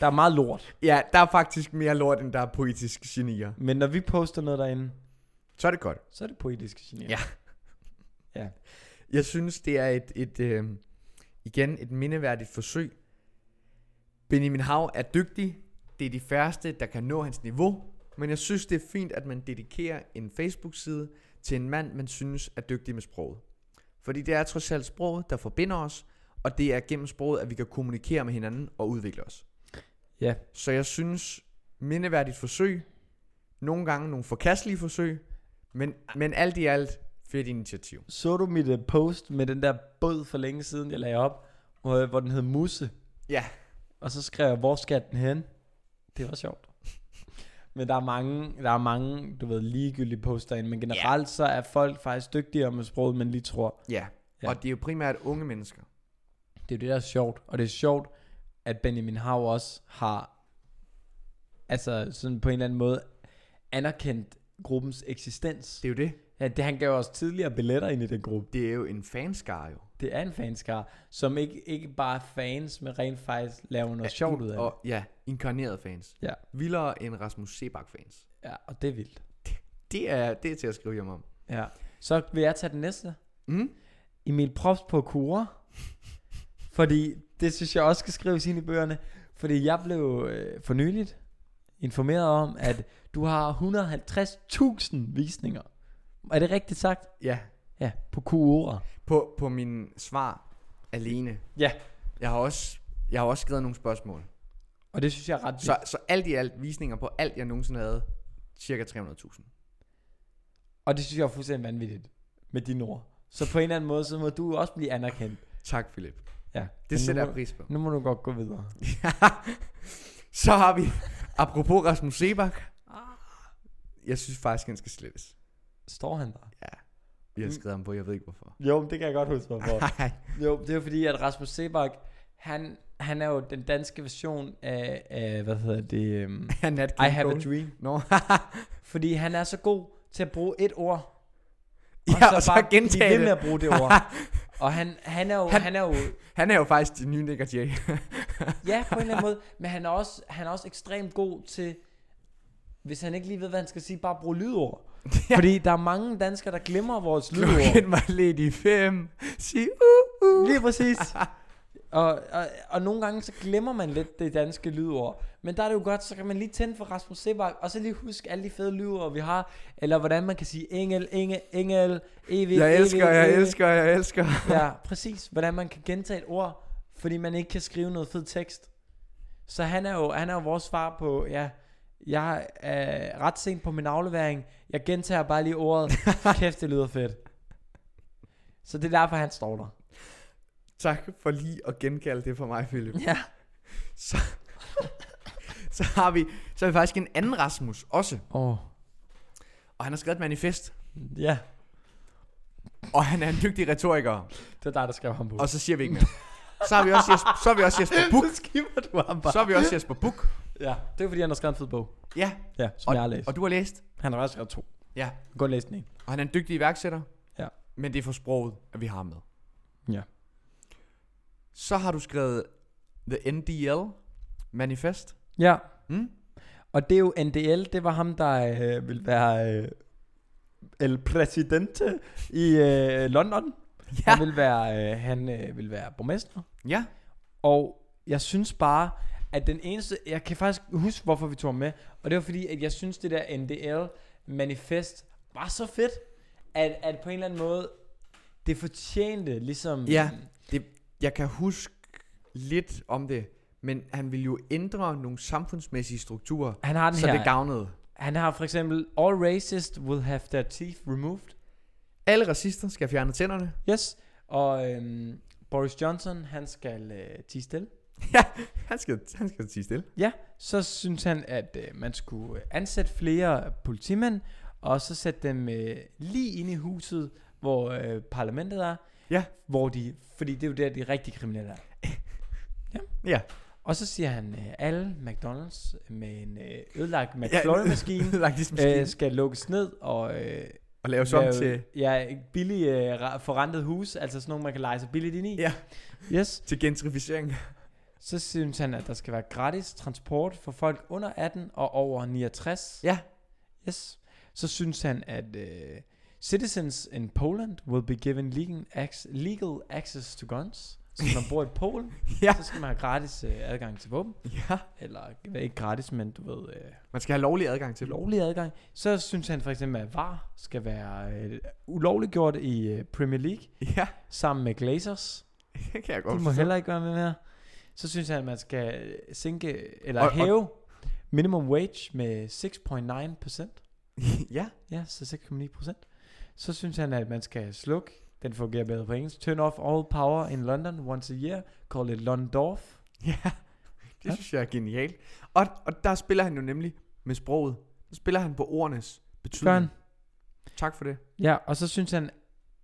S2: Der er meget lort.
S1: Ja, der er faktisk mere lort, end der er poetiske genier.
S2: Men når vi poster noget derinde,
S1: Så er det godt.
S2: så er det poetiske genier.
S1: Ja. Jeg synes, det er et, et øh, igen et mindeværdigt forsøg. Benjamin Hav er dygtig. Det er de færreste, der kan nå hans niveau. Men jeg synes, det er fint, at man dedikerer en Facebook-side til en mand, man synes er dygtig med sproget. Fordi det er trods alt sproget, der forbinder os, og det er gennem sproget, at vi kan kommunikere med hinanden og udvikle os.
S2: Ja.
S1: Så jeg synes, mindeværdigt forsøg, nogle gange nogle forkastelige forsøg, men, men alt i alt fedt initiativ.
S2: Så du mit øh, post med den der båd for længe siden, jeg lagde op, hvor, hvor den hed Musse?
S1: Ja.
S2: Og så skrev jeg, hvor skal den hen? Det var sjovt. Men der er mange, der er mange du ved, ligegyldige poster ind, men generelt så er folk faktisk dygtigere med sproget, man lige tror.
S1: Ja.
S2: Ja.
S1: ja, og det er jo primært unge mennesker.
S2: Det er jo det, der er sjovt. Og det er sjovt, at Benjamin Hav også har, altså sådan på en eller anden måde, anerkendt gruppens eksistens.
S1: Det er jo det.
S2: Ja, det, han gav os tidligere billetter ind i den gruppe.
S1: Det er jo en fanskare jo.
S2: Det er en fanskar, som ikke, ikke bare er fans, men rent faktisk laver noget sjovt ud af det.
S1: Og ja, inkarnerede fans.
S2: Ja.
S1: Vildere end Rasmus Sebak fans.
S2: Ja, og det er vildt.
S1: Det er, det er til at skrive hjem om.
S2: Ja. Så vil jeg tage den næste.
S1: Mm?
S2: Emil Props på kure. Fordi det synes jeg også skal skrives ind i bøgerne. Fordi jeg blev øh, for nyligt informeret om, at du har 150.000 visninger. Er det rigtigt sagt?
S1: Ja.
S2: Ja, på Quora.
S1: På, på min svar alene.
S2: Ja.
S1: Jeg har også, jeg har også skrevet nogle spørgsmål.
S2: Og det synes jeg er ret
S1: Så, så alt i alt visninger på alt, jeg nogensinde havde, cirka 300.000.
S2: Og det synes jeg er fuldstændig vanvittigt med dine ord. Så på en eller anden måde, så må du også blive anerkendt.
S1: Tak, Philip. Det
S2: Ja, men
S1: Men sætter
S2: nu,
S1: jeg
S2: må,
S1: pris på. [laughs]
S2: nu må du godt gå videre.
S1: så har vi, apropos Rasmus Sebak. Jeg synes faktisk, han skal slettes.
S2: Står han der?
S1: Vi
S2: Mm.
S1: har skrevet ham på, jeg ved ikke hvorfor.
S2: Jo, men det kan jeg godt huske, hvorfor.
S1: Nej.
S2: jo, det er jo fordi, at Rasmus Sebak, han, han er jo den danske version af, af hvad hedder det, um,
S1: Han er
S2: I Have a Dream.
S1: Nå, [laughs]
S2: Fordi han er så god til at bruge et ord.
S1: [laughs] ja, og så
S2: blive
S1: gentage
S2: ved med
S1: det.
S2: at bruge det
S1: [laughs]
S2: ord. og han, han er jo, han,
S1: Han-
S2: han er jo
S1: Han er jo faktisk den nye Nick og Jay.
S2: ja, på en eller anden måde, men han er også, han er også ekstremt god til, hvis han ikke lige ved, hvad han skal sige, bare bruge
S1: [laughs]
S2: lydord.
S1: Ja.
S2: Fordi der er mange danskere, der glemmer vores lydord.
S1: Klokken var lidt i fem. Sig uh, uh.
S2: Lige præcis. [laughs] og, og, og nogle gange, så glemmer man lidt det danske lydord. Men der er det jo godt, så kan man lige tænde for Rasmus Sebak, og så lige huske alle de fede lydord, vi har. Eller hvordan man kan sige engel, engel, engel, evig,
S1: Jeg elsker,
S2: evig,
S1: jeg
S2: evig.
S1: elsker, jeg elsker.
S2: Ja, præcis. Hvordan man kan gentage et ord, fordi man ikke kan skrive noget fed tekst. Så han er jo, han er jo vores svar på, ja, jeg er ret sent på min aflevering. Jeg gentager bare lige
S1: [laughs]
S2: ordet. Kæft, det lyder fedt. Så det er derfor, han står der.
S1: Tak for lige at genkalde det for mig, Philip.
S2: Ja.
S1: Så, [laughs] så, har vi, så har vi faktisk en anden Rasmus også.
S2: Åh, oh,
S1: Og han har skrevet et manifest.
S2: ja.
S1: Og han er en dygtig retoriker.
S2: Det er dig, der skrev ham på.
S1: Og så siger vi ikke mere. Så har vi også Jesper, så har vi også Jesper Buk.
S2: så skipper du ham
S1: Så har vi også Jesper Buk.
S2: Ja, det er fordi, han har skrevet en fed bog.
S1: Ja,
S2: Ja, som jeg har læst.
S1: og du har læst.
S2: han har også skrevet to.
S1: Ja,
S2: Jeg kan Godt læse den ene.
S1: Og han er en dygtig iværksætter.
S2: Ja.
S1: Men det er for sproget, at vi har ham med.
S2: Ja.
S1: Så har du skrevet The NDL Manifest.
S2: Ja,
S1: Mm?
S2: og det er jo NDL, det var ham, der øh, ville være øh, el presidente i øh, London.
S1: Ja.
S2: Han ville være, øh, han, øh, ville være borgmester.
S1: Ja.
S2: Og jeg synes bare, at den eneste... Jeg kan faktisk huske, hvorfor vi tog ham med. Og det var fordi, at jeg synes, det der NDL-manifest var så fedt, at, at på en eller anden måde, det fortjente ligesom...
S1: Ja. Jeg kan huske lidt om det, men han ville jo ændre nogle samfundsmæssige strukturer,
S2: Han har den
S1: så
S2: her.
S1: det gavnede.
S2: han har for eksempel, all racists will have their teeth removed.
S1: Alle racister skal fjerne
S2: [laughs]
S1: tænderne.
S2: Yes. Og øhm, Boris Johnson, han skal øh, tige stille.
S1: Han skal, han skal sige stille.
S2: Så synes han, at øh, man skulle øh, ansætte flere politimænd, og så sætte dem øh, lige inde i huset, hvor øh, parlamentet er.
S1: Ja.
S2: Hvor de, fordi det er jo der, de rigtige kriminelle er. ja.
S1: Ja.
S2: Og så siger han, øh, alle McDonald's med en øh, ødelagt
S1: [laughs]
S2: McFlurry-maskine
S1: Lagt ligesom
S2: øh,
S1: øh,
S2: skal lukkes ned, og øh,
S1: og lave sådan
S2: lave-
S1: til,
S2: Ja, billige øh, ra- forrentet hus, altså sådan nogle, man kan lege sig billigt ind i.
S1: Ja.
S2: Yes.
S1: til gentrificering.
S2: Så synes han, at der skal være gratis transport for folk under 18 og over 69.
S1: Ja.
S2: Yes. Så synes han, at øh, citizens in Poland will be given legal, ac- legal access to guns. Så når man bor i Polen,
S1: [laughs] Ja.
S2: så skal man have gratis øh, adgang til våben.
S1: Ja.
S2: Eller ikke gratis, men du ved, øh,
S1: Man skal have lovlig adgang til
S2: til
S1: dem.
S2: lovlig adgang. Så synes han for eksempel, at VAR skal være øh, ulovliggjort i øh, Premier League
S1: Ja, [laughs]
S2: sammen med Glazers.
S1: det kan jeg godt
S2: De må
S1: forstå.
S2: heller ikke være med mere. Så synes han, at man skal øh, sænke, eller
S1: Og-
S2: og,
S1: og-
S2: hæve minimum wage med 6,9 procent.
S1: [laughs] ja.
S2: Ja, så 6,9 procent. Så synes han, at man skal slukke, den fungerer bedre på engelsk, turn off all power in London once a year, call it Londorf.
S1: [laughs] Ja, det
S2: Ja.
S1: synes jeg er genialt. Og, og der spiller han jo nemlig med sproget. Der spiller han på ordenes betydning.
S2: Gør han.
S1: Tak for det.
S2: Ja, og så synes han,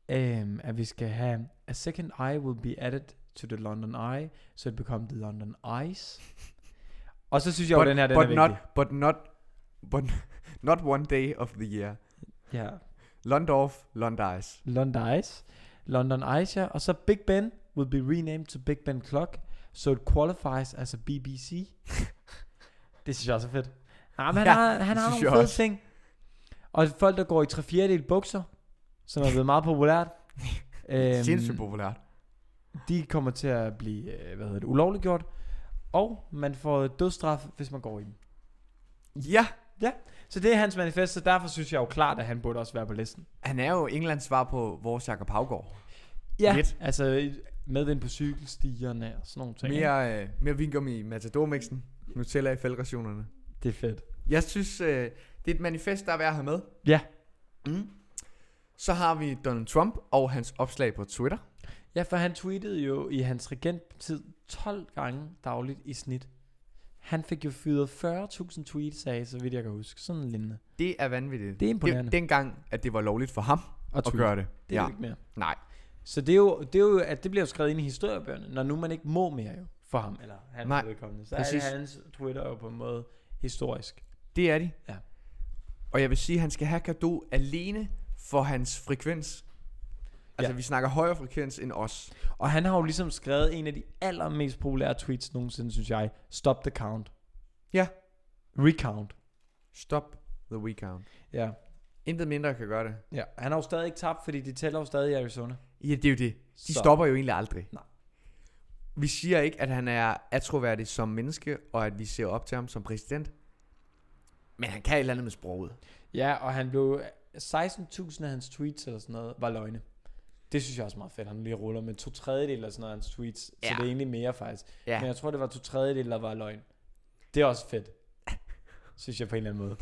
S2: øhm, at vi skal have A second eye will be added to the London eye, so it become the London eyes. Og så synes jeg jo, den her, den
S1: but
S2: er
S1: not,
S2: vigtig.
S1: But not, but [laughs] not one day of the year.
S2: Ja,
S1: Londorf, Londijs.
S2: London eyes. London eyes, ja. Og så Big Ben will be renamed to Big Ben Clock, so it qualifies as a
S1: [laughs]
S2: BBC. det synes jeg også er fedt. Ja, men han
S1: Ja,
S2: ja, har, han
S1: det
S2: har
S1: synes
S2: nogle
S1: jeg
S2: fede
S1: også.
S2: ting. Og folk, der går i 3 4 bukser, som er blevet meget populært. Øhm,
S1: [laughs] Sindssygt populært.
S2: de kommer til at blive, øh, hvad hedder det, ulovliggjort, og man får dødsstraf, hvis man går i dem.
S1: Ja,
S2: Så det er hans manifest, så derfor synes jeg jo klart, at han burde også være på listen.
S1: han er jo Englands svar på vores Jakob Havgård.
S2: Ja.
S1: Lidt.
S2: Altså medvind på cykelstierne og sådan nogle ting. ikke?
S1: Mere, øh, mere vingum i matadormixen. Nutella i fældrationerne.
S2: Det er fedt.
S1: Jeg synes, øh, det er et manifest, der er værd at have med.
S2: Ja.
S1: Mm. Så har vi Donald Trump og hans opslag på Twitter.
S2: Ja, for han tweetede jo i hans regenttid 12 gange dagligt i snit. Han fik jo fyret 40.000 tweets af, så vidt jeg kan huske. Sådan en lignende.
S1: Det er vanvittigt.
S2: Det er imponerende.
S1: Det, dengang, at det var lovligt for ham
S2: Og
S1: at
S2: tweet.
S1: gøre det.
S2: Det er ja. ikke mere.
S1: Nej.
S2: Så det er jo, det er jo at det bliver jo skrevet ind i historiebøgerne, når nu man ikke må mere jo for ham, eller hans
S1: Nej,
S2: Nej, vedkommende. Så
S1: præcis.
S2: er det hans Twitter jo på en måde historisk.
S1: Det er de.
S2: Ja.
S1: Og jeg vil sige, at han skal have kado alene for hans frekvens. Altså,
S2: Ja.
S1: vi snakker højere frekvens end os.
S2: Og han har jo ligesom skrevet en af de allermest populære tweets nogensinde, synes jeg. Stop the count.
S1: Ja.
S2: Recount.
S1: Stop the recount.
S2: Ja.
S1: Intet mindre kan gøre det.
S2: ja. Han har jo stadig ikke tabt, fordi de tæller jo stadig i Arizona.
S1: Ja, det er jo det. De
S2: Så-
S1: stopper jo egentlig aldrig.
S2: Nej.
S1: Vi siger ikke, at han er atroværdig som menneske, og at vi ser op til ham som præsident. Men han kan et eller andet med sproget.
S2: Ja, og han blev... 16.000 af hans tweets eller sådan noget var løgne. Det synes jeg også er meget fedt. Han lige ruller med to tredjedel eller sådan noget af hans tweets.
S1: Ja.
S2: Ja. Så det er egentlig mere faktisk.
S1: Ja.
S2: Ja. Men jeg tror, det var to tredjedel, der var løgn. Det er
S1: [laughs]
S2: også fedt. Synes jeg på en eller anden måde.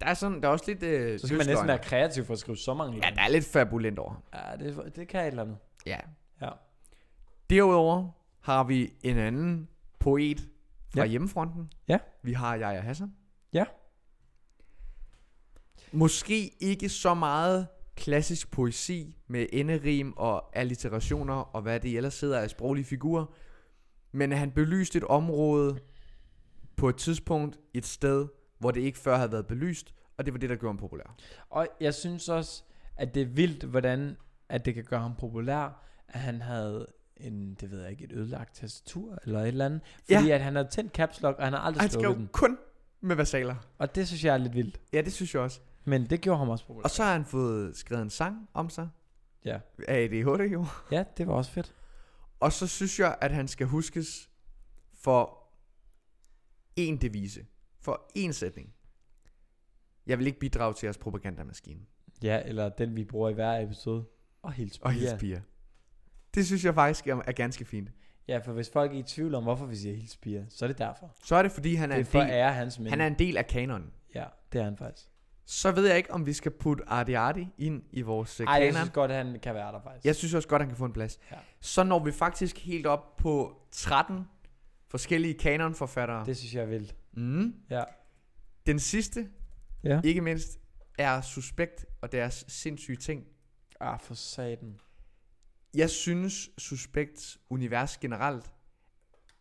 S1: Der er, sådan, der er også lidt øh,
S2: Så skal man
S1: løsløgn.
S2: næsten være kreativ for at skrive så mange
S1: Ja,
S2: løgn.
S1: der er lidt fabulent over ham.
S2: Ja, det, det kan et eller andet.
S1: Ja.
S2: Ja.
S1: Derudover har vi en anden poet fra ja.
S2: Ja.
S1: hjemmefronten.
S2: Ja.
S1: Vi har Jaja Hassan.
S2: Ja.
S1: Måske ikke så meget klassisk poesi med enderim og alliterationer og hvad det ellers sidder af sproglige figurer. Men han belyste et område på et tidspunkt et sted, hvor det ikke før havde været belyst, og det var det, der gjorde ham populær.
S2: Og jeg synes også, at det er vildt, hvordan at det kan gøre ham populær, at han havde en, det ved jeg ikke, et ødelagt tastatur eller et eller andet. Fordi ja. at han havde tændt caps lock, og han har aldrig
S1: Han
S2: han slukket
S1: skrev
S2: den.
S1: kun med versaler.
S2: Og det synes jeg er lidt vildt.
S1: Ja, det synes jeg også.
S2: Men det gjorde ham også populær.
S1: Og så har han fået skrevet en sang om sig.
S2: Ja.
S1: Af ADHD jo.
S2: Ja, det var også fedt.
S1: Og så synes jeg, at han skal huskes for én devise, for én sætning. Jeg vil ikke bidrage til jeres propagandamaskine.
S2: Ja, eller den vi bruger i hver episode. Og hils
S1: Og
S2: piger.
S1: hils piger. Det synes jeg faktisk er, er ganske fint.
S2: Ja, for hvis folk er i tvivl om, hvorfor vi siger hils piger, så er det derfor.
S1: Så er det, fordi han er,
S2: det
S1: en
S2: er for at
S1: del,
S2: ære hans minde.
S1: han er en del af kanonen.
S2: Ja, det er han faktisk.
S1: Så ved jeg ikke, om vi skal putte Arti Arti ind i vores øh,
S2: Ej, jeg
S1: kanon.
S2: synes godt, at han kan være der faktisk.
S1: Jeg synes også godt, han kan få en plads.
S2: Ja.
S1: Så når vi faktisk helt op på 13 forskellige kanonforfattere.
S2: Det synes jeg er vildt.
S1: Mm.
S2: Ja.
S1: Den sidste,
S2: Ja.
S1: ikke mindst, er Suspekt og deres sindssyge ting.
S2: Ah, for satan.
S1: Jeg synes, Suspekts univers generelt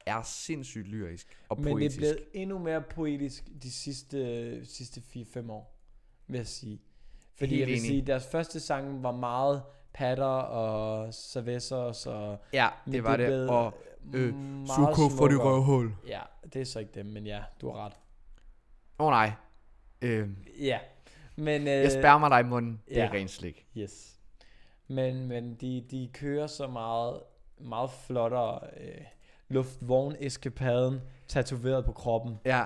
S1: er sindssygt lyrisk og
S2: Men det
S1: poetisk.
S2: er blevet endnu mere poetisk de sidste, sidste 4-5 år, vil jeg sige. Fordi
S1: Helt
S2: jeg vil
S1: enig.
S2: sige, deres første sang var meget patter og cervezas og...
S1: Ja,
S2: men
S1: det var
S2: er
S1: det.
S2: blevet
S1: Og øh,
S2: meget
S1: Suko for det
S2: smukkere.
S1: røvhul.
S2: Ja, det er så ikke dem, men ja, du har ret.
S1: Åh oh, nej. Øh,
S2: Ja, men... Øh,
S1: jeg spærmer dig i munden. Det er
S2: ja.
S1: rent slik.
S2: Yes. Men, men de, de kører så meget, meget flottere øh, luftvogneskapaden tatoveret på kroppen.
S1: Ja,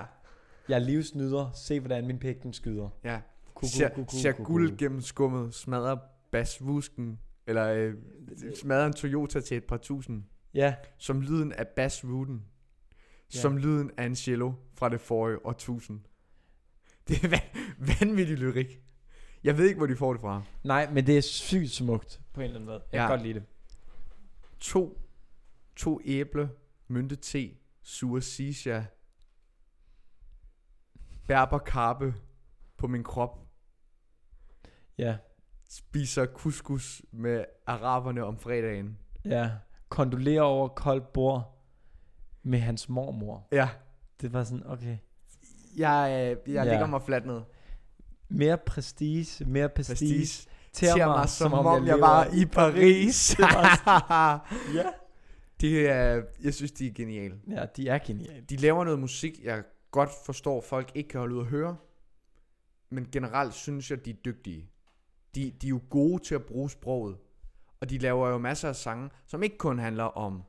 S2: Jeg er livsnyder. Se, hvordan min pik den skyder.
S1: ja.
S2: Kuku, kuku, kuku,
S1: Ser
S2: kuku.
S1: guld gennem skummet, smadrer basvusken, eller øh, smadrer en Toyota til et par tusind,
S2: Ja,
S1: som lyden af basrooten,
S2: Ja.
S1: som lyden af en cello fra det forrige årtusind. [laughs] Det er van- vanvittig lyrik. Jeg ved ikke, hvor de får det fra.
S2: nej, men det er sygt smukt på en eller anden måde. Jeg
S1: Ja.
S2: kan godt lide det.
S1: To, to æble, mynte te, sur sisha, berber karpe på min krop,
S2: Ja,
S1: spiser couscous med araberne om fredagen.
S2: ja. Kondolerer over koldt bord med hans mormor.
S1: Ja,
S2: Det var sådan, okay.
S1: Jeg, øh, jeg
S2: Ja.
S1: ja. ligger mig fladt ned.
S2: Mere prestige, mere prestige. prestige.
S1: Pastis. Tær mig, som, som om jeg,
S2: lever
S1: var i Paris.
S2: Det var Ja.
S1: det er, jeg synes, de er geniale.
S2: Ja, de er geniale.
S1: De laver noget musik, jeg godt forstår, folk ikke kan holde ud at høre. Men generelt synes jeg, de er dygtige. De, de er jo gode til at bruge sproget. Og de laver jo masser af sange, som ikke kun handler om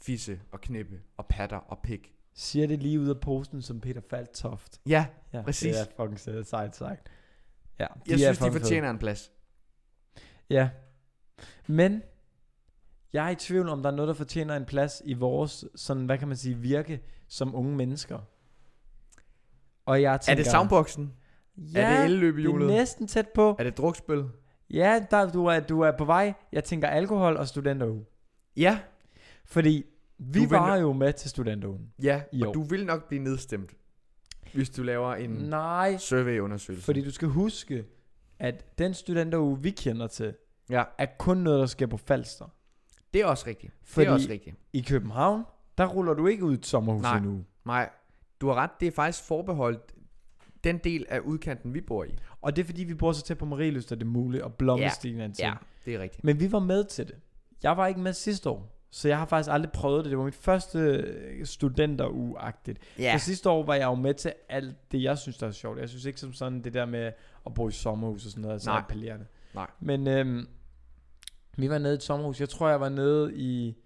S1: fisse og knippe og patter og pik.
S2: Siger det lige ud af posen som Peter Faltoft.
S1: Ja,
S2: Ja,
S1: Præcis.
S2: Det er fucking se- sejt sagt. Ja, de
S1: jeg
S2: er
S1: synes, de
S2: fucking fede.
S1: fortjener en plads.
S2: Ja. Men jeg er i tvivl om, der er noget, der fortjener en plads i vores, sådan, hvad kan man sige, virke som unge mennesker. Og jeg
S1: Er
S2: tænker...
S1: det soundboxen?
S2: Ja,
S1: er det
S2: det er
S1: elløbehjulet?
S2: næsten tæt på.
S1: Er det drukspil?
S2: Ja, der, du, er, du er på vej. Jeg tænker alkohol og studenteruge.
S1: Ja,
S2: Fordi vi
S1: Du vil-
S2: var jo med til studenterugen.
S1: Ja,
S2: I år.
S1: og du vil nok blive nedstemt, hvis du laver en Nej.
S2: Nej,
S1: surveyundersøgelse.
S2: fordi du skal huske, at den studenteruge, vi kender til,
S1: Ja,
S2: er kun noget, der sker på Falster.
S1: det er også rigtigt. Fordi...
S2: Fordi-
S1: Det er også rigtigt.
S2: I København, der ruller du ikke ud i et sommerhus
S1: Nej.
S2: endnu.
S1: Nej, du har ret, det er faktisk forbeholdt den del af udkanten, vi bor i.
S2: Og det er fordi, vi bor så tæt på Marielyst, at det er muligt, og Blommestien ja. er en ting. Ja.
S1: det er rigtigt.
S2: Men vi var med til det. Jeg var ikke med sidste år, så jeg har faktisk aldrig prøvet det. Det var mit første øh, studenterugeagtigt. Ja.
S1: Ja,
S2: For sidste år var jeg jo med til alt det, jeg synes, der er sjovt. Jeg synes ikke som sådan det der med at bo i sommerhus og sådan noget, er så
S1: Nej.
S2: appellerende.
S1: Nej.
S2: Men øhm, vi var nede i et sommerhus. Jeg tror, jeg var nede i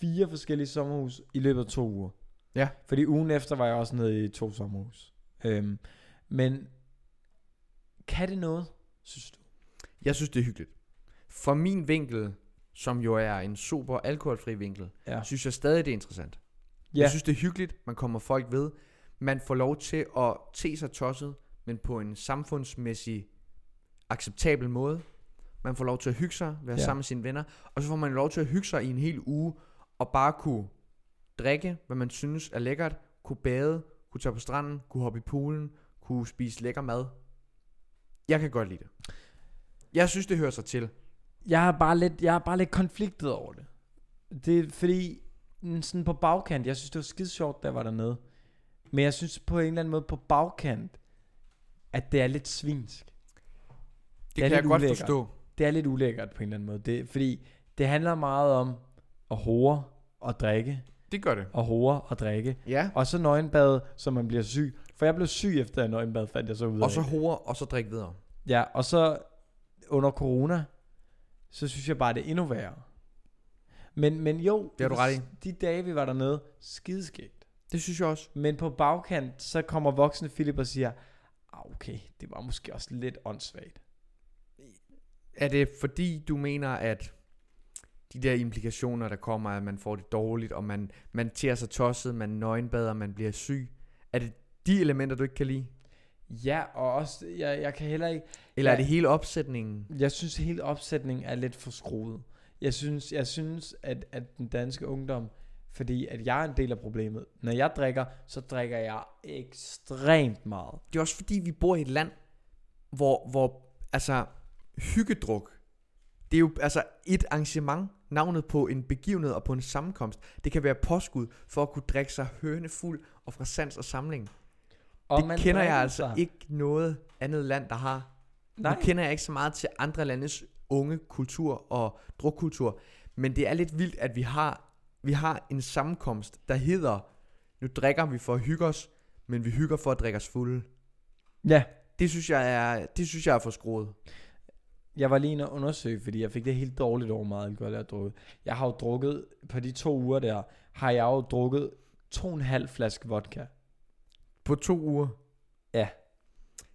S2: fire forskellige sommerhus i løbet af to uger.
S1: Ja.
S2: Fordi ugen efter var jeg også nede i to sommerhus. Øhm, men kan det noget, synes du?
S1: jeg synes, det er hyggeligt. Fra min vinkel, som jo er en super alkoholfri vinkel,
S2: Ja.
S1: synes jeg stadig, det er interessant.
S2: Ja.
S1: Jeg synes, det er hyggeligt, man kommer folk ved, man får lov til at te sig tosset, men på en samfundsmæssig acceptabel måde. Man får lov til at hygge sig, være
S2: Ja.
S1: ja. sammen med sine venner, og så får man lov til at hygge sig i en hel uge, og bare kunne drikke, hvad man synes er lækkert, kunne bade, kunne tage på stranden, kunne hoppe i poolen, kunne spise lækker mad. Jeg kan godt lide det. Jeg synes, det hører sig til.
S2: Jeg er bare lidt, jeg er bare lidt konfliktet over det. Det er fordi, mm, sådan på bagkant, jeg synes, det var skide sjovt, da jeg var dernede. Men jeg synes på en eller anden måde på bagkant, at det er lidt svinsk.
S1: Det,
S2: Det
S1: det
S2: er
S1: kan jeg
S2: lidt
S1: godt
S2: ulækkert.
S1: forstå.
S2: Det er lidt ulækkert på en eller anden måde. Det, fordi det handler meget om at hore og drikke,
S1: Det gør det.
S2: og hore og drikke.
S1: Ja.
S2: Og så nøgenbad, så man bliver syg. For jeg blev syg efter at nøgenbad, fandt jeg så ud af.
S1: Og så hore, og så drikke videre.
S2: Ja, og så under corona, så synes jeg bare, det er endnu værre. Men, men jo,
S1: Det har du ret i.
S2: de dage, vi var dernede, skideskægt.
S1: Det synes jeg også.
S2: Men på bagkant, så kommer voksne Philip og siger, ah, okay, det var måske også lidt åndssvagt.
S1: Er det fordi, du mener, at de der implikationer, der kommer, at man får det dårligt, og man, man tærer sig tosset, man nøgenbader, man bliver syg. Er det de elementer, du ikke kan lide?
S2: Ja, og også, jeg, jeg kan heller ikke,
S1: Eller ja. er
S2: Ja.
S1: det hele opsætningen?
S2: Jeg synes, hele opsætningen er lidt for skruet. Jeg synes, jeg synes at, at den danske ungdom, fordi at jeg er en del af problemet. Når jeg drikker, så drikker jeg ekstremt meget.
S1: Det er også fordi, vi bor i et land, hvor, hvor altså, hyggedruk, det er jo altså et arrangement, navnet på en begivenhed og på en sammenkomst. Det kan være påskud for at kunne drikke sig hønefuld og fra sans og samling.
S2: Og
S1: det kender jeg
S2: drikker
S1: altså
S2: sig.
S1: ikke noget andet land, der har. Nej.
S2: Nej.
S1: Nu kender jeg ikke så meget til andre landes unge kultur og drukkultur, men det er lidt vildt, at vi har, vi har en sammenkomst, der hedder, nu drikker vi for at hygge os, men vi hygger for at drikke os fulde.
S2: Ja,
S1: Det synes jeg er, det synes jeg er for skruet.
S2: jeg var lige inde og undersøge, fordi jeg fik det helt dårligt over hvor meget alkohol, jeg har drukket. Jeg har jo drukket, på de to uger der, har jeg jo drukket to og en halv flaske vodka.
S1: På to uger.
S2: Ja.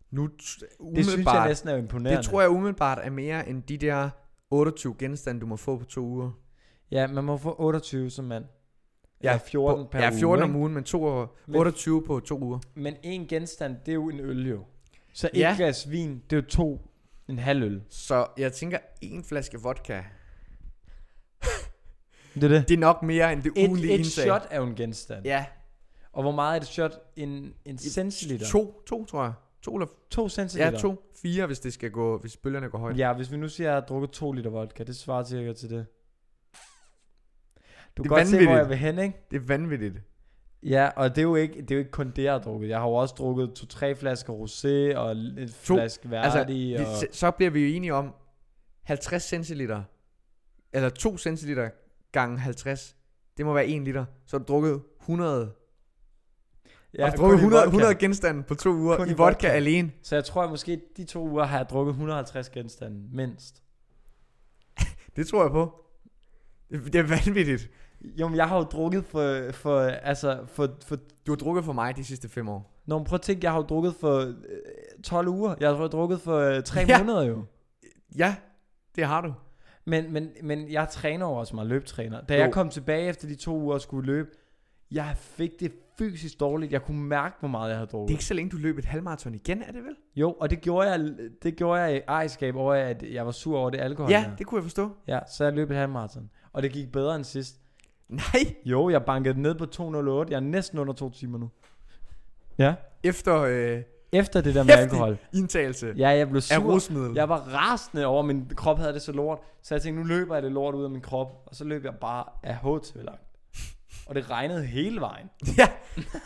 S1: Nu, t-
S2: Det synes jeg
S1: umiddelbart, det,
S2: næsten er imponerende.
S1: det tror jeg umiddelbart er mere end de der 28 genstande, du må få på to uger.
S2: Ja, man må få 28 som mand. Eller 14
S1: på,
S2: per
S1: ja, 14
S2: uge,
S1: om ugen, men, to,
S2: Men-
S1: 28 på to uger.
S2: Men en genstand, det er jo en øl jo. Så et
S1: Ja.
S2: ja. glas vin, det er jo to, en halv øl.
S1: Så jeg tænker, en flaske vodka,
S2: Det er det.
S1: det er nok mere end det ugenlige
S2: Et, et
S1: indtag.
S2: shot er jo en genstand. Ja.
S1: Ja,
S2: Og hvor meget er et shot? En, en centiliter?
S1: to, to tror jeg. To eller
S2: to
S1: ja,
S2: centiliter?
S1: to, fire, hvis det skal gå, hvis bølgerne går højt.
S2: Ja, hvis vi nu siger, at jeg har drukket to liter vodka, det svarer cirka til det. Du
S1: Det
S2: kan
S1: er
S2: godt se, hvor
S1: vanvittigt.
S2: jeg vil hen, ikke?
S1: Det er vanvittigt.
S2: Ja, og det er jo ikke, det er jo ikke kun det, jeg har drukket. Jeg har jo også drukket to-tre flasker rosé og en
S1: To.
S2: flaske
S1: Altså,
S2: Verdi.
S1: Vi,
S2: og...
S1: så- så bliver vi jo enige om 50 centiliter, eller 2 centiliter gange 50, det må være 1 liter. Så har du drukket 100, ja, har du
S2: kun
S1: drukket
S2: i
S1: 100,
S2: vodka.
S1: 100 genstande på to uger
S2: Kun
S1: i
S2: i
S1: vodka,
S2: vodka.
S1: alene.
S2: Så jeg tror, at måske de to uger har jeg drukket 150 genstande, mindst.
S1: Det tror jeg på. Det, det er vanvittigt.
S2: Jo, men jeg har jo drukket for, for altså, for, for...
S1: Du har drukket for mig de sidste 5 år.
S2: Nå, men prøv at tænke, jeg har jo drukket for øh, 12 uger. Jeg har jo drukket for øh, 3
S1: Ja.
S2: ja. måneder jo.
S1: Ja, det har du.
S2: Men, men, men jeg træner jo også meget løbetræner. Da
S1: Jo.
S2: jo. jeg kom tilbage efter de to uger og skulle løbe, jeg fik det fysisk dårligt. Jeg kunne mærke, hvor meget jeg havde
S1: Det er
S2: drukket.
S1: ikke så længe, du løb et halvmarathon igen, er det vel?
S2: Jo, og det gjorde jeg, det gjorde jeg i ejerskab over, at jeg var sur over det alkohol.
S1: Ja,
S2: der.
S1: det kunne jeg forstå.
S2: ja så jeg løb et halvmarathon. Og det gik bedre end sidst.
S1: Nej,
S2: Jo, jeg bankede den ned på 208. Jeg er næsten under to timer nu. Ja.
S1: efter øh,
S2: Efter det der med
S1: Hæftigt.
S2: alkohol.
S1: indtagelse
S2: Ja, jeg blev
S1: af
S2: sur.
S1: rusmiddel.
S2: Jeg var rasende over, at min krop havde det så lort. Så jeg tænkte, nu løber jeg det lort ud af min krop. Og så løb jeg bare af ht langt. Og det regnede hele vejen.
S1: ja.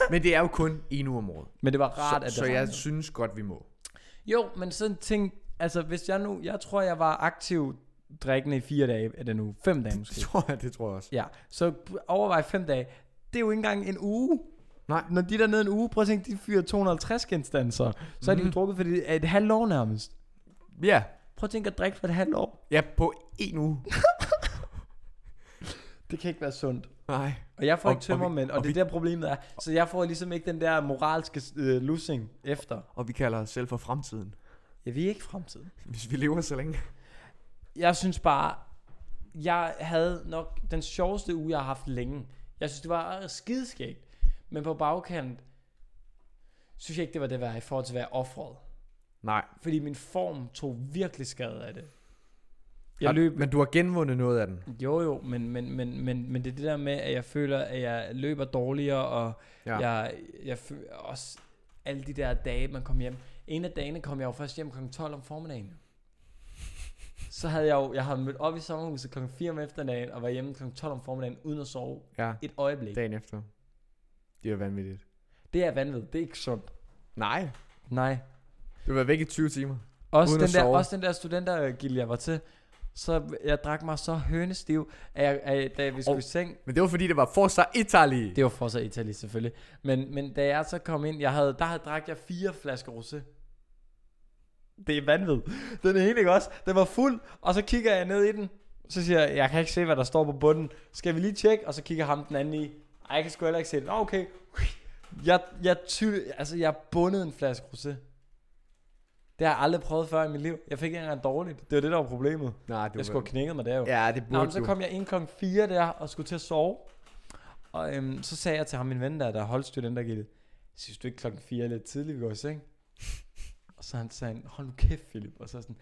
S1: Men det er jo kun en uge om året.
S2: Men det var rart,
S1: så
S2: at det
S1: så jeg
S2: regnede.
S1: synes godt, vi må.
S2: Jo, men sådan ting... Altså, hvis jeg nu... Jeg tror, jeg var aktiv drikkende i fire dage. Er det nu? Fem dage
S1: Det
S2: måske.
S1: tror jeg, det tror jeg også.
S2: Ja, så overvej fem dage. Det er jo ikke engang en uge.
S1: Nej.
S2: Når de der nede en uge, prøv at tænke, de fyrer 250 genstande så. Så mm. er de
S1: Mhm.
S2: jo drukket for det, et halvt år nærmest.
S1: Ja,
S2: Prøv at tænke at drikke for et halvt år.
S1: ja på en uge.
S2: Det kan ikke være sundt.
S1: Nej.
S2: Og jeg får
S1: Og-
S2: ikke tømmermænd, og,
S1: og
S2: og, og,
S1: vi-
S2: det er der problemet er. Så jeg får ligesom ikke den der moralske øh, lussing efter.
S1: Og vi kalder os selv for fremtiden.
S2: Ja, vi er ikke fremtiden.
S1: Hvis vi lever så længe.
S2: Jeg synes bare, jeg havde nok den sjoveste uge, jeg har haft længe. Jeg synes, det var skideskægt. Men på bagkant, synes jeg ikke, det var det værd i forhold til at være offret.
S1: Nej.
S2: Fordi min form tog virkelig skade af det. Jeg løb...
S1: Men du har genvundet noget af den.
S2: Jo jo, men, men, men, men, men det er det der med, at jeg føler, at jeg løber dårligere, og
S1: Ja.
S2: ja. jeg, jeg føler også alle de der dage, man kom hjem. En af dagene kom jeg jo først hjem kl. 12 om formiddagen. Så havde jeg jo, jeg havde mødt op i sommerhuset kl. 4 om eftermiddagen, og var hjemme kl. 12 om formiddagen, uden at sove
S1: Ja.
S2: et øjeblik.
S1: Dagen efter. Det er vanvittigt.
S2: Det er vanvittigt, det er ikke sundt.
S1: Nej.
S2: Nej.
S1: Du har været væk i 20 timer.
S2: Også
S1: Uden
S2: den,
S1: at
S2: der,
S1: sove.
S2: også den der studentergilde, jeg var til, så jeg drak mig så hønestiv, at, jeg, at da vi skulle
S1: Og-
S2: i seng,
S1: Men det var fordi, det var Forza Italy.
S2: Det var Forza Italy selvfølgelig. Men, men da jeg så kom ind, jeg havde, der havde drak jeg fire flasker rosé. Det er vanvittigt. Den ene ikke også? Den var fuld, og så kigger jeg ned i den. Så siger jeg, jeg kan ikke se, hvad der står på bunden. Skal vi lige tjekke? Og så kigger ham den anden i. Ej, jeg kan sgu heller ikke se det. Nå, okay. Jeg, jeg, ty, altså, jeg bundet en flaske rosé. Det har jeg aldrig prøvet før i mit liv. Jeg fik ikke engang dårligt. Det var det, der var problemet.
S1: Nej, det
S2: Jeg skulle have knækket mig der jo.
S1: Ja, det
S2: Nå, men
S1: burde
S2: så
S1: du.
S2: kom jeg ind klokken 4 der og skulle til at sove. Og øhm, så sagde jeg til ham, min ven der, der holdt studentergildet, synes du ikke klokken 4 er lidt tidligt, vi går i seng? og så han sagde, han, hold nu kæft, Philip. Og så sådan,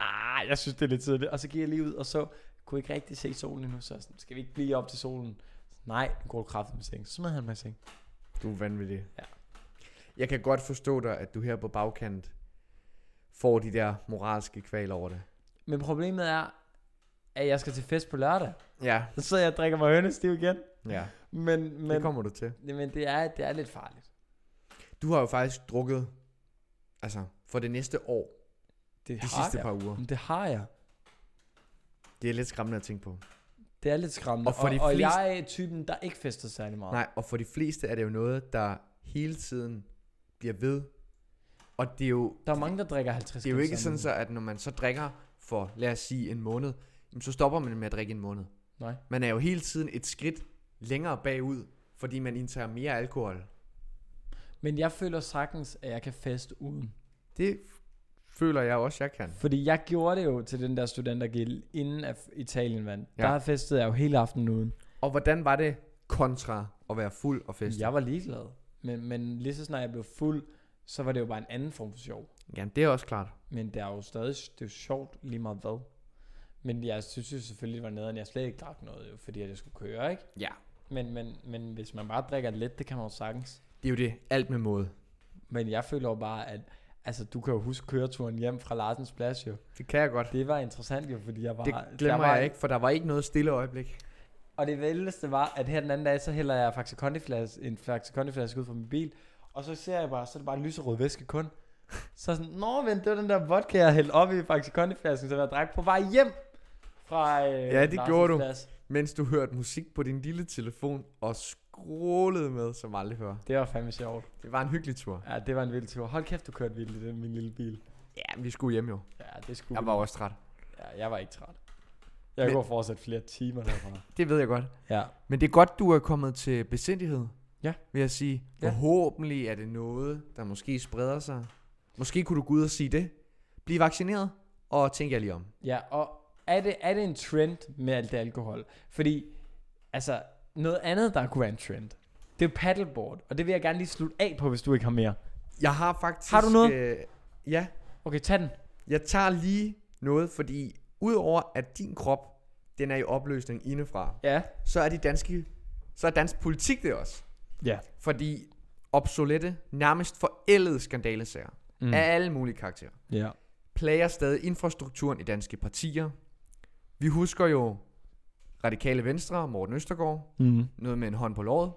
S2: ah, jeg synes det er lidt tidligt. Og så gik jeg lige ud og så, kunne ikke rigtig se solen endnu, så jeg sådan, skal vi ikke blive op til solen? Nej, nu går du kraftigt med seng. Så smed han mig i seng.
S1: Du er vanvittig.
S2: Ja.
S1: Jeg kan godt forstå dig, at du her på bagkant får de der moralske kval over det.
S2: Men problemet er, at jeg skal til fest på lørdag. [laughs]
S1: Ja.
S2: Så jeg drikker mig hønestiv igen.
S1: Ja,
S2: Men, men,
S1: men, det kommer du til.
S2: men det, er, det er lidt farligt.
S1: Du har jo faktisk drukket, altså for det næste år,
S2: Det
S1: de
S2: har
S1: sidste
S2: jeg.
S1: par uger.
S2: Men det har jeg.
S1: Det er lidt skræmmende at tænke på.
S2: Det er lidt skræmmende.
S1: Og for de
S2: og, og
S1: fleste-
S2: jeg er typen, der ikke fester særlig meget.
S1: Nej, og for de fleste er det jo noget, der hele tiden bliver ved. Og det er jo,
S2: Der er mange, der drikker 50
S1: det er jo
S2: glas
S1: ikke
S2: om
S1: sådan
S2: ugen.
S1: så, at når man så drikker for, lad os sige, en måned, jamen, så stopper man med at drikke en måned.
S2: Nej.
S1: Man er jo hele tiden et skridt længere bagud, fordi man indtager mere alkohol.
S2: Men jeg føler sagtens, at jeg kan feste uden.
S1: Det føler jeg også, jeg kan.
S2: Fordi jeg gjorde det jo til den der studentergild, inden at Italien vandt.
S1: Ja.
S2: Ja. Der festede jeg jo hele aftenen uden.
S1: Og hvordan var det kontra at være fuld og fest?
S2: Jeg var ligeglad. Men, men lige så snart jeg blev fuld, så var det jo bare en anden form for sjov.
S1: Jamen, det er også klart.
S2: Men det er jo stadig det er jo sjovt lige meget hvad. Men jeg synes jo selvfølgelig, det var nederen. Jeg slet ikke drak noget, jo, fordi at jeg skulle køre, ikke?
S1: Ja.
S2: Men, men, men hvis man bare drikker lidt, det kan man jo sagtens.
S1: Det er jo det. Alt med måde.
S2: Men jeg føler jo bare, at altså, du kan jo huske køreturen hjem fra Larsens Plads jo.
S1: Det kan jeg godt.
S2: Det var interessant jo, fordi jeg var...
S1: Det
S2: der
S1: glemmer
S2: var,
S1: jeg ikke, for der var ikke noget stille øjeblik.
S2: Og det vildeste var, at her den anden dag, så hælder jeg Faxe Kondi-flas- en Faxe Kondi-flaske ud fra min bil, og så ser jeg bare, så er det bare en lyserød væske kun. Så sådan, nå, men det var den der vodka, jeg hældte op i Faxe Kondi-flasken, som jeg drak på vej hjem fra øh,
S1: Ja, det
S2: Larsens
S1: gjorde du.
S2: Plads.
S1: Mens du hørte musik på din lille telefon og scrollede med som aldrig før.
S2: Det var fandme sjovt.
S1: Det var en hyggelig tur.
S2: Ja, det var en vild tur. Hold kæft, du kørte vildt i den, min lille bil.
S1: Ja, vi skulle hjem jo.
S2: Ja, det skulle
S1: Jeg var også træt.
S2: ja, jeg var ikke træt. Jeg
S1: Men-
S2: men... går fortsat flere timer
S1: [laughs]
S2: derfra.
S1: Det ved jeg godt.
S2: ja.
S1: Men det er godt, du er kommet til besindighed.
S2: Ja.
S1: Vil jeg sige.
S2: Ja.
S1: Forhåbentlig er det noget, der måske spreder sig. Måske kunne du gå ud og sige det. Bliv vaccineret, og tænk jer lige om.
S2: Ja, og er det, er det en trend med alt det alkohol? Fordi, altså, noget andet, der kunne være en trend, det er jo paddleboard, og det vil jeg gerne lige slutte af på, hvis du ikke har mere.
S1: Jeg har faktisk...
S2: Har du noget?
S1: Øh, ja,
S2: Okay, tag den.
S1: Jeg tager lige noget, fordi udover at din krop, den er i opløsning indefra,
S2: Ja.
S1: så er de danske, så er dansk politik det også.
S2: Ja.
S1: Fordi obsolete, nærmest forældede skandalesager mm.
S2: Mm.
S1: af alle mulige karakterer,
S2: ja.
S1: plager stadig infrastrukturen i danske partier. Vi husker jo Radikale Venstre, Morten Østergaard,
S2: Mm.
S1: noget med en hånd på låret.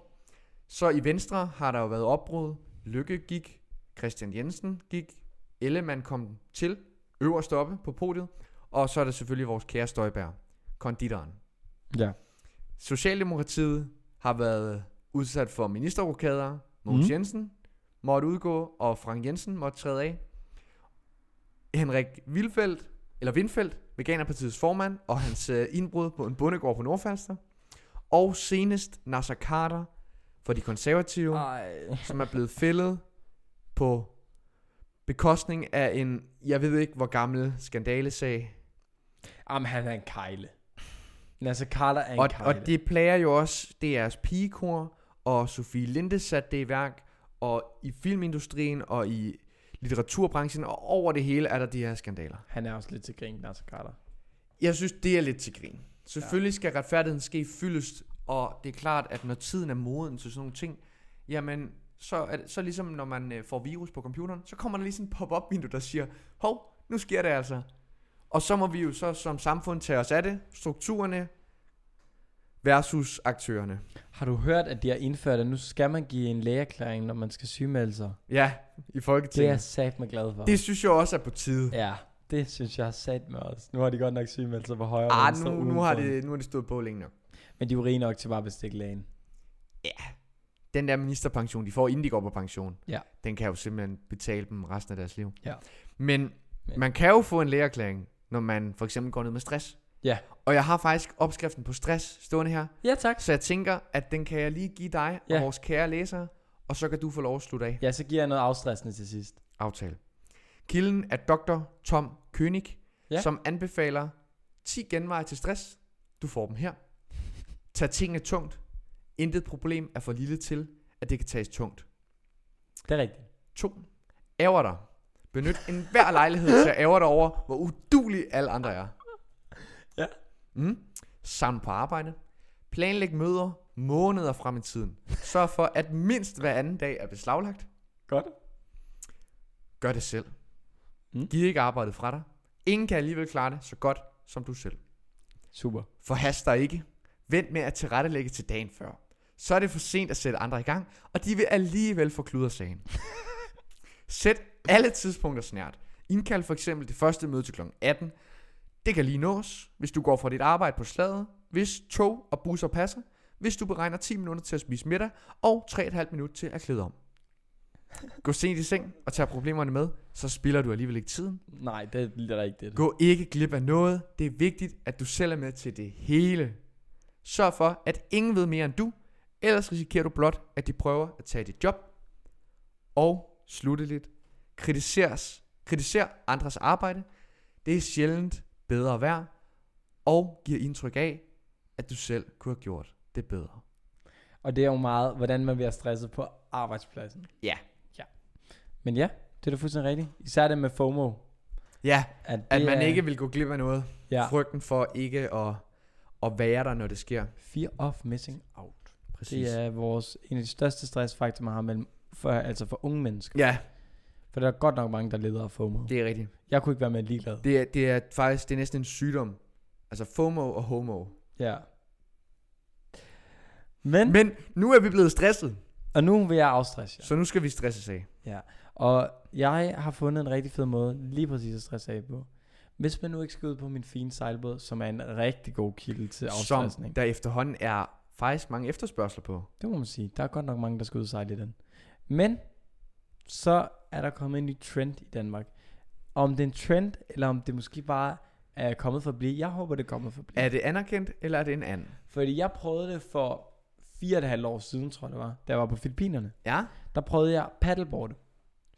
S1: Så i Venstre har der jo været opbrud. Lykke gik, Christian Jensen gik, Ellemann kom til, øverst oppe på podiet, og så er der selvfølgelig vores kære Støjbær, konditoren.
S2: Ja.
S1: Socialdemokratiet har været udsat for ministerrokader. Mogens mm.
S2: Mhm.
S1: Jensen måtte udgå, og Frank Jensen måtte træde af. Henrik Vilfeldt, eller Vindfeldt, Veganerpartiets formand, og hans øh, indbrud på en bondegård på Nordfalster. Og senest Nasser Carter for de konservative, ah.
S2: Ej.
S1: som er blevet fældet på bekostning af en, jeg ved ikke hvor gammel skandalesag.
S2: Jamen, han er en kejle. Nasser Carter er en
S1: Og,
S2: kejle.
S1: og det plager jo også DR's pigekor, og Sofie Linde satte det i værk, og i filmindustrien, og i litteraturbranchen, og over det hele er der de her skandaler.
S2: Han er også lidt til grin, Nasser Carter.
S1: Jeg synes, det er lidt til grin. Selvfølgelig skal retfærdigheden ske fyldest, og det er klart, at når tiden er moden til sådan nogle ting, jamen, så, er det, så ligesom når man øh, får virus på computeren, så kommer der lige sådan en pop-up-vindue, der siger, hov, nu sker det altså. Og så må vi jo så som samfund tage os af det, strukturerne versus aktørerne.
S2: Har du hørt, at de har indført, at nu skal man give en lægeerklæring, når man skal sygemelde sig?
S1: Ja, i
S2: Det er jeg
S1: Folketinget.
S2: sat mig glad for.
S1: Det, det synes jeg også er på tide.
S2: Ja, det synes jeg har sat mig også. Nu har de godt nok sygemeldt sig på højre
S1: Ah,
S2: og venstre
S1: nu, nu,
S2: udenfor.
S1: har det, nu har det stået på længe nok.
S2: Men de er jo rige nok til bare at bestikke lægen.
S1: den der ministerpension, de får, inden de går på pension,
S2: Ja.
S1: den kan jo simpelthen betale dem resten af deres liv.
S2: Ja.
S1: Men, Men
S2: Men-
S1: man kan jo få en lægeerklæring, når man for eksempel går ned med stress.
S2: Ja.
S1: Og jeg har faktisk opskriften på stress stående her.
S2: Ja, tak.
S1: Så jeg tænker, at den kan jeg lige give dig og
S2: Ja.
S1: vores kære læsere, og så kan du få lov at slutte af.
S2: Ja, så giver jeg noget afstressende til sidst.
S1: Aftale. Kilden er Dr. Tom König,
S2: Ja.
S1: ja. som anbefaler 10 genveje til stress. Du får dem her. Tag tingene tungt. Intet problem er for lille til, at det kan tages tungt.
S2: Det er rigtigt.
S1: 2. Æver dig. Benyt enhver lejlighed til at ære dig over, hvor udulig alle andre er.
S2: Ja.
S1: Mm. Sammen på arbejde. Planlæg møder måneder frem i tiden. Sørg for, at mindst hver anden dag er beslaglagt.
S2: Godt.
S1: Gør det selv.
S2: Mm.
S1: Mm. Giv ikke arbejdet fra dig. Ingen kan alligevel klare det så godt som du selv.
S2: Super.
S1: Forhast dig ikke. Vent med at tilrettelægge til dagen før. Så er det for sent at sætte andre i gang, og de vil alligevel få kluder sagen. Sæt alle tidspunkter snært. Indkald for eksempel det første møde til kl. 18. Det kan lige nås, hvis du går fra dit arbejde på slaget, hvis tog og busser passer, hvis du beregner 10 minutter til at spise middag, og 3,5 minutter til at klæde om. Gå sent i seng og tag problemerne med, så spilder du alligevel ikke tiden.
S2: Nej, det er lidt rigtigt.
S1: Gå ikke glip af noget. Det er vigtigt, at du selv er med til det hele. Sørg for, at ingen ved mere end du, ellers risikerer du blot, at de prøver at tage dit job. Og slutteligt, kritiseres, kritiser andres arbejde. Det er sjældent bedre værd, og giver indtryk af, at du selv kunne have gjort det bedre.
S2: Og det er jo meget, hvordan man bliver stresset på arbejdspladsen.
S1: Ja.
S2: ja. Men ja, det er da fuldstændig rigtigt. Især det med FOMO.
S1: Ja,
S2: At, det
S1: at man
S2: er-
S1: ikke vil gå glip af noget.
S2: Ja.
S1: Frygten for ikke at, at være der, når det sker.
S2: Fear of missing out.
S1: Præcis.
S2: Det er vores, en af de største stressfaktorer, man har mellem, for, altså for unge mennesker.
S1: Ja,
S2: For der er godt nok mange, der leder af FOMO. Det.
S1: det er rigtigt.
S2: Jeg kunne ikke være med ligeglad. Det.
S1: Det er, det er faktisk, det er næsten en sygdom. Altså FOMO og HOMO.
S2: Ja. Men, Men,
S1: Men nu er vi blevet stresset,
S2: og nu vil jeg afstresse jer.
S1: så nu skal vi stresses af.
S2: Og jeg har fundet en rigtig fed måde lige præcis at stresse af på. Hvis man nu ikke skal ud på min fine sejlbåd, som er en rigtig god kilde til
S1: Som
S2: afstressning.
S1: der efterhånden er faktisk mange efterspørgsler på.
S2: Det må man sige. Der er godt nok mange, der skal ud og sejle i den. Men så er der kommet en ny trend i Danmark. Om det er en trend, eller om det måske bare er kommet for at blive. Jeg håber, det er kommet for at blive.
S1: Er det anerkendt, eller er det en anden?
S2: Fordi jeg prøvede det for fire og et halvt år siden, tror jeg det var, da jeg var på Filippinerne.
S1: Ja.
S2: Der prøvede jeg paddleboard.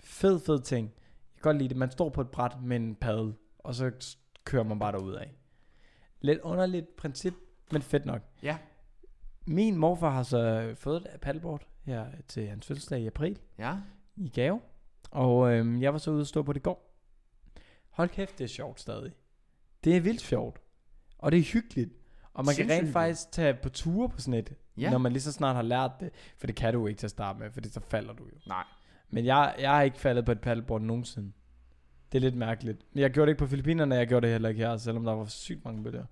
S2: Fed, fed ting. Jeg kan godt lide det. Man står på et bræt med en paddel, og så s- kører man bare derud af. Lidt underligt princip, men fedt nok.
S1: Ja.
S2: Min morfar har så fået et paddleboard her til hans fødselsdag i april
S1: Ja.
S2: i gave. Og øhm, jeg var så ude og stå på det i går. Hold kæft, det er sjovt stadig. Det er vildt sjovt. Og det er hyggeligt. Og man kan
S1: Sindssygt
S2: rent
S1: hyggeligt.
S2: faktisk tage på ture på sådan et,
S1: Ja.
S2: når man lige så snart har lært det. For det kan du jo ikke til at starte med, for så falder du jo.
S1: Nej.
S2: Men jeg, jeg har ikke faldet på et paddleboard nogensinde. Det er lidt mærkeligt. Men jeg gjorde det ikke på Filippinerne, og jeg gjorde det heller ikke her, selvom der var sygt mange bølger.
S1: Du,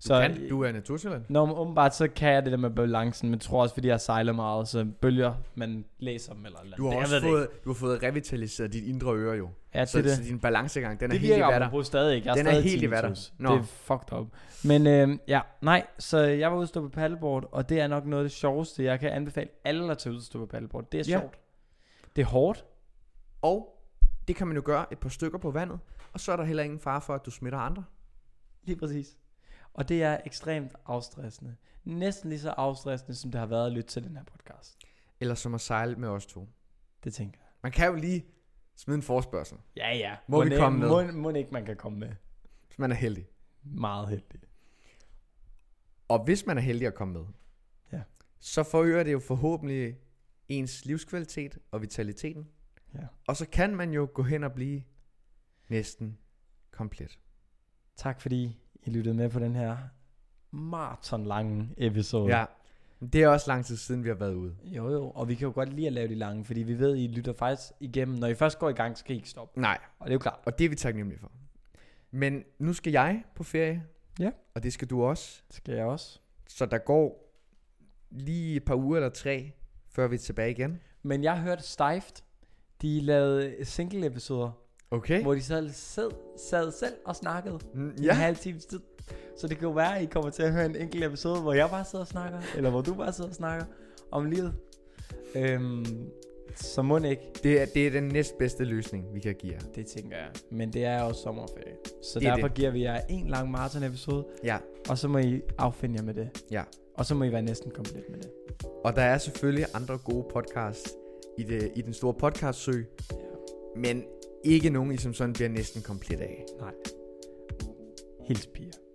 S1: så, kan, du er natursjælland.
S2: Nå, men åbenbart så kan jeg det der med balancen, men tror også, fordi jeg sejler meget, så bølger, man læser dem eller et eller
S1: Du har
S2: andet. Det- jeg ved
S1: også
S2: det ikke.
S1: fået, du har fået revitaliseret dit indre øre jo.
S2: Ja, det,
S1: Så,
S2: er det.
S1: så din balancegang, den er
S2: det
S1: helt i
S2: virker
S1: vatter.
S2: apropos stadig ikke. Jeg
S1: Den er
S2: stadig
S1: helt i vatter.
S2: tinnitus.
S1: Nå.
S2: Det er fucked up. Men øh, ja, nej, så jeg var ude at stå på paddleboard, og det er nok noget af det sjoveste. Jeg kan anbefale alle at tage ud og stå på paddleboard. Det er
S1: Ja.
S2: sjovt. Det er hårdt.
S1: Og det kan man jo gøre et par stykker på vandet, og så er der heller ingen fare for, at du smitter andre.
S2: Lige præcis. Og det er ekstremt afstressende. Næsten lige så afstressende, som det har været at lytte til den her podcast.
S1: Eller som at sejle med os to.
S2: Det tænker jeg.
S1: Man kan jo lige smide en forspørgsel,
S2: Ja, ja.
S1: Må vi
S2: ikke-
S1: komme med?
S2: Må, må ikke, man kan komme med.
S1: hvis man er heldig.
S2: Meget heldig.
S1: Og hvis man er heldig at komme med,
S2: Ja.
S1: så forøger det jo forhåbentlig ens livskvalitet og vitaliteten.
S2: Ja.
S1: Og så kan man jo gå hen og blive næsten komplet.
S2: Tak fordi I lyttede med på den her maratonlange episode.
S1: Ja. Men Det er også lang tid siden, vi har været ude.
S2: Jo, jo. Og vi kan jo godt lide at lave de lange, fordi vi ved, I lytter faktisk igennem. Når I først går i gang, så kan I ikke stoppe.
S1: Nej,
S2: Og det er jo klart.
S1: og det er vi taknemmelige for. Men nu skal jeg på ferie.
S2: Ja.
S1: Og det skal du også.
S2: Det skal jeg også.
S1: Så der går lige et par uger eller tre, før vi er tilbage igen.
S2: Men jeg hørte Stift, de lavede single-episoder,
S1: Okay.
S2: hvor de selv sad, sad selv og snakkede.
S1: Mm,
S2: ja. en
S1: Ja,
S2: halv times tid. Så det kan jo være, at I kommer til at høre en enkelt episode, hvor jeg bare sidder og snakker, eller hvor du bare sidder og snakker om livet. Øhm, Så må ikke.
S1: Det er, det er den næstbedste løsning, vi kan give jer.
S2: Det tænker jeg. Men det er også sommerferie. Så
S1: Det er
S2: derfor
S1: det.
S2: giver vi jer en lang maraton-episode,
S1: Ja,
S2: og så må I affinde jer med det.
S1: ja.
S2: Og så må I være næsten komplet med det.
S1: Og der er selvfølgelig andre gode podcasts i, det, i den store podcastsø, men ikke nogen, I som sådan bliver næsten komplet af.
S2: Hils piger.